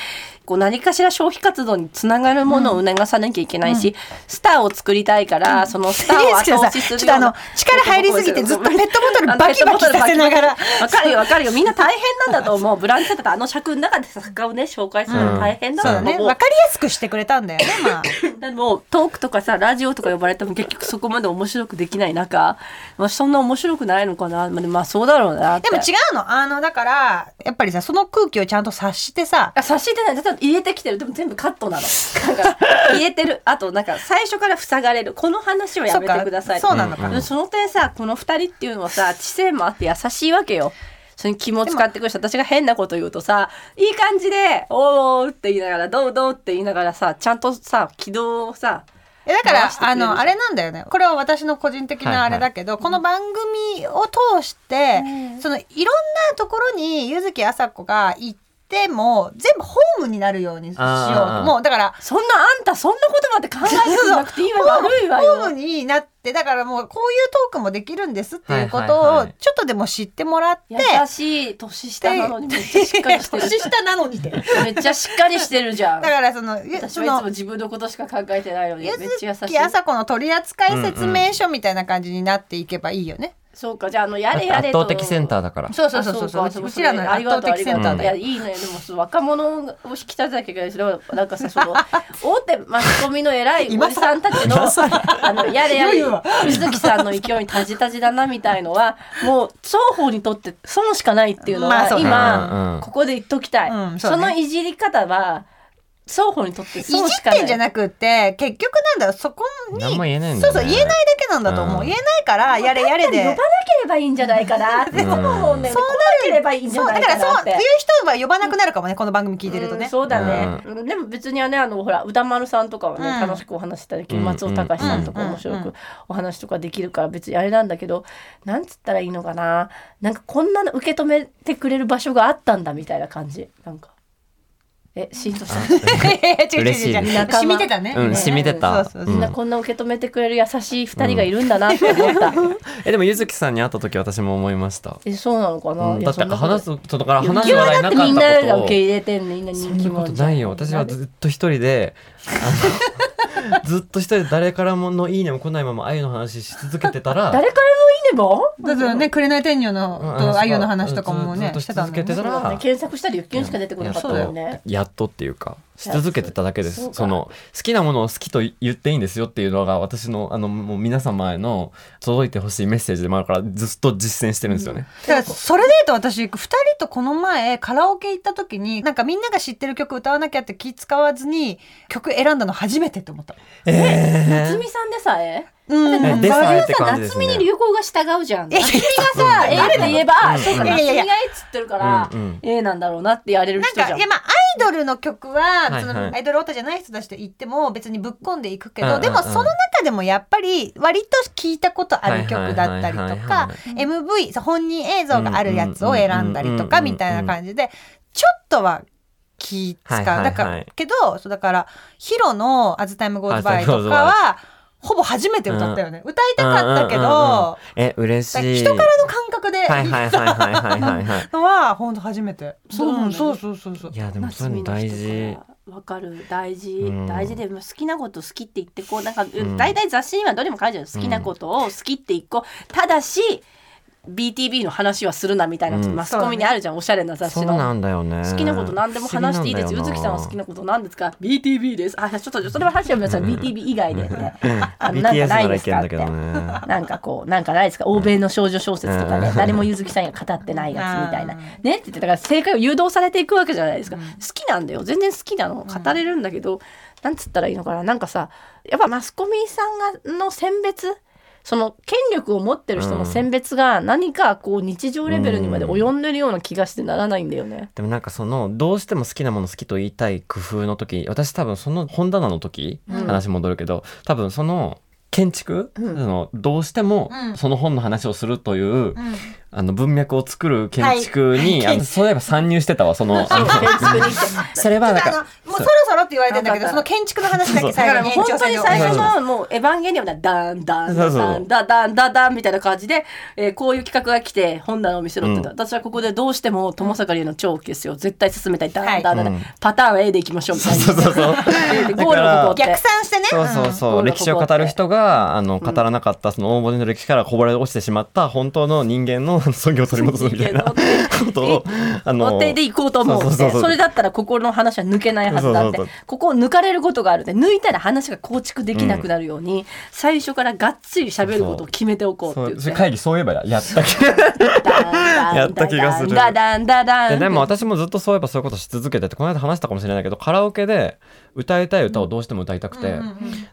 S4: こう何かしら消費活動につながるものを促さなきゃいけないし、スターを作りたいから、そのスターを
S3: いいですけど
S4: 後
S3: さ
S4: 押しす
S3: ちょっ
S4: る
S3: と
S4: よ
S3: あ
S4: うな
S3: の力入りすぎて ずっとペットボトル
S4: あの
S3: バキバキ
S4: ペットボトル
S3: させながら
S4: わかるよわかるよみんな大変なんだと思うブランチだってあの尺の中で作家をね紹介するの大変だ
S3: そう
S4: な
S3: だ
S4: と
S3: ね
S4: 思う、
S3: わかりやすくしてくれたんだよねまあ
S4: でもトークとかさラジオとか呼ばれても結局そこまで面白くできない中、まあ、そんな面白くないのかなまあでもまあそうだろうなって
S3: でも違うのあのだからやっぱりさその空気をちゃんと察してさ
S4: あ差し入れてないちょっと入れてきてるでも全部カットなのなん か入れてるあとなんか最初から塞がれるこの話はやめてください
S3: そうかそうなのか
S4: でもその点さこの二人っていうのはさ知性もあって優しいわけよそれに気も使ってくるし私が変なこと言うとさいい感じで「おーお」って言いながら「どうどう」って言いながらさちゃんとさ軌道をさ
S3: えだか
S4: 回
S3: ら
S4: してくれ
S3: あ
S4: るじゃん
S3: のあれなんだよねこれは私の個人的
S2: はい
S3: な
S2: は
S3: あ
S2: い
S3: れだけど、この番組を通して、そのいろんなところに柚木麻子が行っても全部ホームになるようにしよう
S2: あ
S3: と
S2: ー
S3: もうだから
S4: そんなあんたそんなことまで考えてなくていいわ
S3: ホーム
S4: 悪いわ
S3: ホーム
S4: よ。
S3: になってだからもうこういうトークもできるんですっていうこ
S2: はいはい
S3: と
S2: は
S3: を
S2: い
S3: ちょっとでも知ってもらって、
S4: 優しい年下なのにめっちゃしっかりしてる
S3: 年。下なのにって だ
S4: めっちゃしっかりしてるじゃん。
S3: からそのゆ
S4: 私
S3: そ
S4: はいつ
S3: の
S4: も自分のことしか考えてないのにめ
S3: 柚
S4: っちゃ優し
S3: 木
S4: い。
S3: 麻子の取扱説明書みたいな感じになっていけばいいよね。
S4: そうかじゃああのや
S2: だっ
S4: れ
S2: て
S4: やれ
S2: 圧
S4: と。
S2: 倒的センターだから
S3: そうそうそうそう
S4: あ
S3: そう
S4: か
S3: うちらの
S4: ありがとう
S3: 圧倒的センターだよ
S4: ありがとういやいいのよでもその若者を引き立てなきゃいけないそれはなんか さその大手マスコミの偉いおじさんたちの
S2: 今更
S4: あのやれやれ
S3: 良いわ
S4: 水木さんの勢いにタジタジだなみたいのはもう双方にとって損しかないっていうの
S3: まあ
S4: は
S3: そう
S2: うんう
S4: 今
S2: ん
S4: ここで言っときたい、
S3: うんそ
S4: そう
S3: ね
S4: のいじり方は双方にとって
S3: いじ
S4: 損しか
S3: っ
S4: ない
S3: てんじゃなくって結局なんだよそこに
S2: 何も言えないんだ
S3: そう
S2: よね
S3: そう言えないだけなんだと思う、
S2: うん
S3: 言えないからやれやれ
S4: 呼ばな
S3: で
S4: ければいいんじゃないかなって思うもんね。
S3: ん
S4: 来なければいいんじ
S3: そ
S4: ゃ
S3: う
S4: な
S3: だ
S4: い
S3: か
S4: からな
S3: そ
S4: っ
S3: ういう
S4: て。
S3: 人は呼ばなくなるかもねこの番組聞いてると
S4: う ん
S3: ね、
S4: そうだね、でも別にはねあのほら歌丸さんとかはね、
S3: うん
S4: 楽しくお話ししたり
S2: うん
S4: 松尾隆さんとか
S3: うん
S4: 面白
S3: うん
S4: くお話とかできるから別にあれなんだけどなんつったらいいのかななんかこんなの受け止めてくれる場所があったんだみたいな感じなんかえシーンとした
S3: 違う違う違う
S2: 嬉しいです
S3: 染みてたね、
S2: うん染みてた
S3: そうそう
S2: う
S4: みん
S2: ん
S4: なこんな受け止めてくれる優しい二人がいるんだなって思 った、
S2: えでもゆずきさんに会った時私も思いました
S4: えそうなのかな、
S2: うん
S4: い
S2: だ
S4: や
S2: って
S4: そんなこと
S2: 話すとだから
S4: 人
S2: 話
S4: 気
S2: す話
S4: は
S2: 題
S4: だ
S2: な
S4: って
S2: かっ
S4: みんな
S2: たこ
S4: が受
S2: と
S4: け
S2: を
S4: 入れてんのみんな
S2: そ
S4: 人
S2: ん
S4: 気
S2: なこ
S4: 者
S2: と
S4: じゃん
S2: ないよ私はずっと一人であの ずっと一人で誰からものいいねも来ないまま愛の話し続けてた ら
S4: 誰からもいいねば
S3: だからね紅天女の
S2: うん
S3: とあゆの話とかも
S2: ず
S3: ね
S2: っと
S3: してたんだよ
S2: 続け
S3: ね
S2: てた
S4: そうだね検索したらユッキュンしか出てこなかったもん
S2: やっ
S4: ね。
S2: とやっとっていうかし続けてただけで
S4: いや
S2: す
S4: そ
S2: そうの好きなものを好きと言っていいんですよっていうのが私のあのもう皆様への届いてほしいメッセージでもあるからずっと実践してるんですよね、
S3: だからそれで言うと私2人とこの前カラオケ行った時になんかみんなが知ってる曲歌わなきゃって気使わずに曲選んだの初めてって思った。
S4: 夏美さんでさえ、
S3: うん
S4: だって
S2: でさえ
S4: 夏
S2: って
S4: 美さ
S2: 感じです
S4: 夏
S2: ね
S4: 美に流行が従うじゃん。
S3: いやい
S4: 夏
S3: や
S4: 美がさ、
S2: うん
S4: A って言えば、
S2: うん
S4: そうか、
S2: うん
S4: 夏美が A っつってるから、
S2: うんうん
S4: A なんだろうなってやれる
S3: なん
S4: 人じゃ
S3: か
S4: ん。
S3: いやまあアイドルの曲は、
S2: はい
S3: そ
S2: は
S3: の
S2: い
S3: アイドルオタじゃない人たちと言っても別にぶっこんでいくけど、
S2: うんうんうん
S3: でもその中でもやっぱり割と聞いたことある曲だったり
S2: は
S3: と
S2: いはいはい
S3: か
S2: はい
S3: MV そう本人映像があるやつを選んだりとか
S2: うんうんうんうんうん
S3: みたいな感じでちょっとは気使う、
S2: はいはいはい
S3: だからけどそうだからヒロの「アズタイムゴーズバイとかはほぼ初めて歌ったよね、歌いたかったけど、
S2: うんうんうんうんえ嬉
S3: だから
S2: しい
S3: 人からの感覚で
S2: はいはいはいはいはいはいはい
S3: の は本当初めて
S4: そうなんだね
S3: んそうそうそうそう
S2: いやでもそう
S4: 夏
S2: いう
S4: 美
S2: の
S4: の
S2: 大
S4: 人
S2: 事
S4: とかわかる大事、
S2: うん
S4: 大事でも好きなこと好きって言ってこうなんか、
S2: ん
S4: 大体雑誌にはどれも書いてある好きなことを好きって言こうただし BTB の話はするなみたいな、
S2: うん
S4: マスコミにあるじゃんおしゃれな雑誌
S2: そう
S4: の。
S2: なんだよね
S4: 好きなこと何でも話していいです。ゆずきさんは好きなこと何ですか ?BTB です。あ、ちょっと、それは話してみました。BTB 以外で、 ね。あのなんか
S2: BTS
S4: な
S2: ないら
S4: で
S2: い
S4: す
S2: けん
S4: か
S2: だけどね
S4: なんかこう、なんかないですか欧米の少女小説とかね
S2: う。ん
S4: 誰もゆずきさんが語ってないやつみたいな。
S3: うん
S4: ねって言って、だから正解を誘導されていくわけじゃないですか。好きなんだよ。全然好きなの。語れるんだけど、なんつったらいいのかな。なんかさ、やっぱマスコミさんがの選別その権力を持ってる人の選別が何かこう日常レベルにまで及んでるような気がしてならないんだよね。
S2: でもなんかそのどうしても好きなもの好きと言いたい工夫の時私多分その本棚の時、
S4: うん
S2: 話戻るけど多分その建築、
S5: うん
S2: そのどうしても
S3: うん
S2: その本の話をするという、
S3: うん
S2: あの文脈を作る建築に、あのそういえば参入してたわそのあのそれはなん
S3: あの
S2: か
S3: もうそろそろって言われてんだけどその建築の話だけ
S4: だ
S3: 最
S4: から
S3: 後
S4: もう
S3: に
S4: 本当に最
S2: 後
S4: 初のもう「エヴァンゲリオン」だダンダン
S2: そ
S4: ダ
S2: うそう
S4: ンダンダンダンダンみたいな感じで、えーこういう企画が来て本棚を見せろって言った、
S2: う
S4: 私はここでどうしても友坂理恵の超消すよ絶対進めたいダ
S3: は
S4: ン
S3: い
S4: ダンダンダン、
S2: うん
S4: パターン A でいきましょうみたいな
S2: そうそうそう
S4: でゴールのここって
S3: 逆算してね
S2: そうそうそう、
S4: うん
S2: 歴史を語る人があの語らなかったその大文字の歴史からこぼれ落ちてしまった本当の人間 の尊厳を取り戻すみたいな
S4: 人間
S2: こ
S4: の尊厳
S2: とをあ
S4: 追
S2: の
S4: ってで行こうと思うっ
S2: そ
S4: て
S2: うそうそうそう
S4: それだったらここの話は抜けないはずだって
S2: そうそうそ
S4: ここを抜かれることがあるで抜いたら話が構築できなくなるように、最初からがっつり喋ることを決めておこうって
S2: そ
S4: 言っ
S2: う
S4: て
S2: それ会議そういえばやった気がやった気がする
S4: ダダンダダンダダンダダ
S2: で
S4: ン
S2: でも私もずっとそういえばそういうことし続けててこの間話したかもしれないけどカラオケで歌いたい歌をどうしても歌いたくて、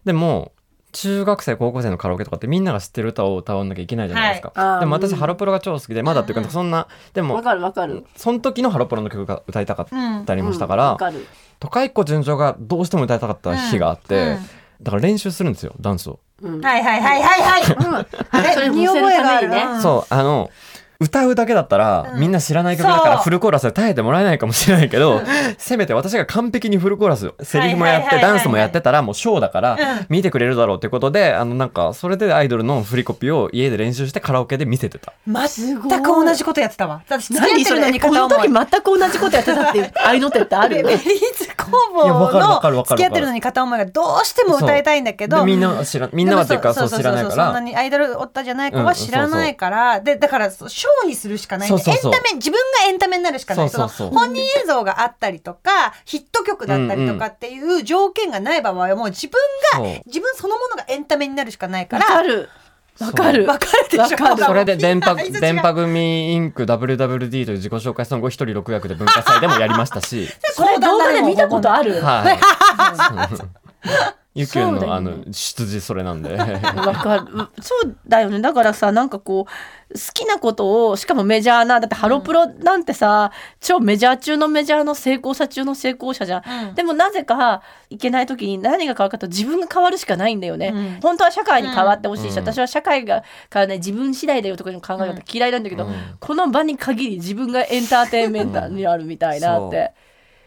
S2: でも中学生高校生のカラオケとかってみんなが知ってる歌を歌わなきゃいけないじゃないですか、
S4: はいあー
S2: でも
S4: う
S2: 私
S4: ん
S2: ハロプロが超好きでまだっていうかそんなで
S4: わ
S2: も
S4: かるわかる
S2: その時のハロプロの曲が歌いたかったりもしたか
S4: うん
S2: ら、
S4: わかる
S2: 都会っ子純情がどうしても歌いたかった日があって、
S3: うんうん
S2: だから練習するんですよダンスを、
S4: うん
S3: はいはいはいはいはいあ
S4: それ
S3: れ
S4: を
S3: 見
S4: 見せる
S3: 覚えがあ
S4: ため
S3: る
S4: にね
S3: うん
S2: そうあの歌うだけだったら、みんな知らない曲だか
S3: そ
S2: ら
S3: う
S2: フルコーラスで耐えてもらえないかもしれないけど、せめて私が完璧にフルコーラスセリフもや
S3: はいはい
S2: って、
S3: はいはい
S2: ダンスもやってたらもうショーだから、見てくれるだろうってことであのなんかそれでアイドルの振りコピーを家で練習してカラオケで見せてた
S3: 全く同じことやってたわ私付き合っ
S4: 何
S3: て
S4: そ
S3: る
S4: れ
S3: のに
S4: こ
S3: 片
S4: の
S3: 思
S4: 時
S3: い
S4: 全く同じことやってたっていう合いの手ってあるよ
S3: ベリ
S4: ね
S3: ーズ工
S2: いやわかるわ
S3: 房
S2: かる
S3: の
S2: わか
S3: 付き合
S2: る
S3: ってるのに片思いがどうしても歌いたいんだけ
S2: で
S3: ど
S2: みんなは知らみんなはっていうか
S3: で
S2: そ
S3: も
S2: う知らないか
S3: そんな
S2: ら
S3: にアイドルおったじゃない子は知らないから、でだからそうショーにするしかないんで
S2: そうそうそう
S3: エンタメ自分がエンタメになるしかない
S2: そうそうそう
S3: の本人映像があったりとかヒット曲だったりとかっていう条件がない場合はもう自分が、
S2: そう
S3: 自分そのものがエンタメになるしかないか
S4: わ
S3: ら
S4: かるわかる
S3: わかるでしょ
S4: わかる
S2: それで電波
S3: 相槌が
S2: 電波組インク WWD という自己紹介ソングを一人六役で文化祭でもやりました し
S4: それ動画で見たことある
S2: はい。そう ゆきゅん
S4: そうだよね
S2: のあの出自それなん で。
S4: わかるそうだよねだからさなんかこう好きなことをしかもメジャーなだってハロプロなんてさ、超メジャー中のメジャーの成功者中の成功者じゃん、でもなぜかいけない時に何が変わるかと自分が変わるしかないんだよね、
S3: うん
S4: 本当は社会に変わってほしいし、
S2: うん
S4: 私は社会が変わらない自分次第だよとかいうの考え方嫌いなんだけど、
S2: うん
S4: この場に限り自分がエンターテインメントにあるみたいなって。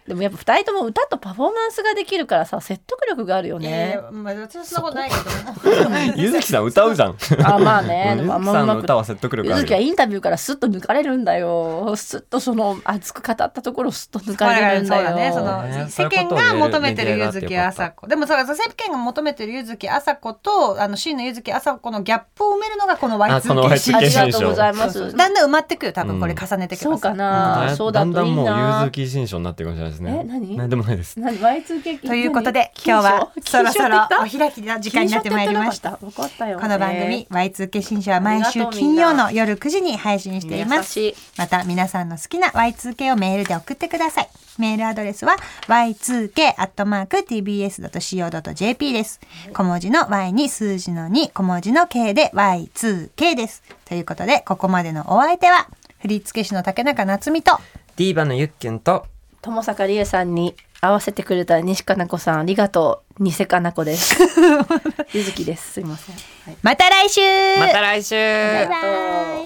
S4: でもやっぱ2人とも歌とパフォーマンスができるからさ説得力があるよ
S3: ね
S4: ね。
S3: まあ、私はそんなことないけ
S2: ゆずきさん歌うじゃん。
S4: あまあ ね
S2: ゆ
S4: で
S2: ず
S4: もあん
S2: き
S4: ま
S2: さ
S4: うんま
S2: の
S4: く
S2: 歌は説得力
S4: ゆ
S2: あ
S4: ず
S2: る
S4: きは
S2: よ。
S4: インタビューからすっと抜かれるんだよすっとその熱く語ったところをすっと抜かれるん
S3: そう
S4: だよ
S3: だねそ
S2: ね
S3: の
S2: そうい
S3: 世
S2: うこと
S3: 間
S2: を
S3: が求め
S2: 言える
S3: てる
S2: メディ
S3: 柚木あ
S2: アがあってよかった
S3: さ子でもそう世間が求めてる柚木あさ子とあの真の柚木あさ子のギャップを埋めるのがこの
S2: あこの
S3: Y2K シリーズ
S4: あ
S2: Y2K
S4: りがとうございます
S3: だんだん埋まってくよ多分これ重ねてきます、
S4: そうか
S2: だ
S4: なそうだ
S2: んだ
S4: とい
S2: ん
S4: い
S2: もうゆ
S4: な
S2: ずき新書になっていくかもしれないですね。
S4: え何
S2: なんでもないです。
S4: 何 Y2K
S3: ということで今日はそろそろお開きの時間になってまいりました
S4: 分かったよ
S3: この番組 Y2K 新書は毎週
S4: ありがとうみ
S3: 金
S4: んな
S3: 曜の夜9時に配信しています
S4: 優しい
S3: また皆さんの好きな Y2K をメールで送ってくださいメールアドレスは y2k.tbs.co.jp です小文字の y に数字の2小文字の k で y2k ですということでここまでのお相手は振付師の竹中夏実と
S2: ディーバのゆっきゅんと。
S4: 友坂理恵さんに合わせてくれた西加奈子さんありがとう西加奈子です ゆずきですすいません、はい
S3: また来週
S2: また来週。
S3: バイバ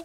S3: イ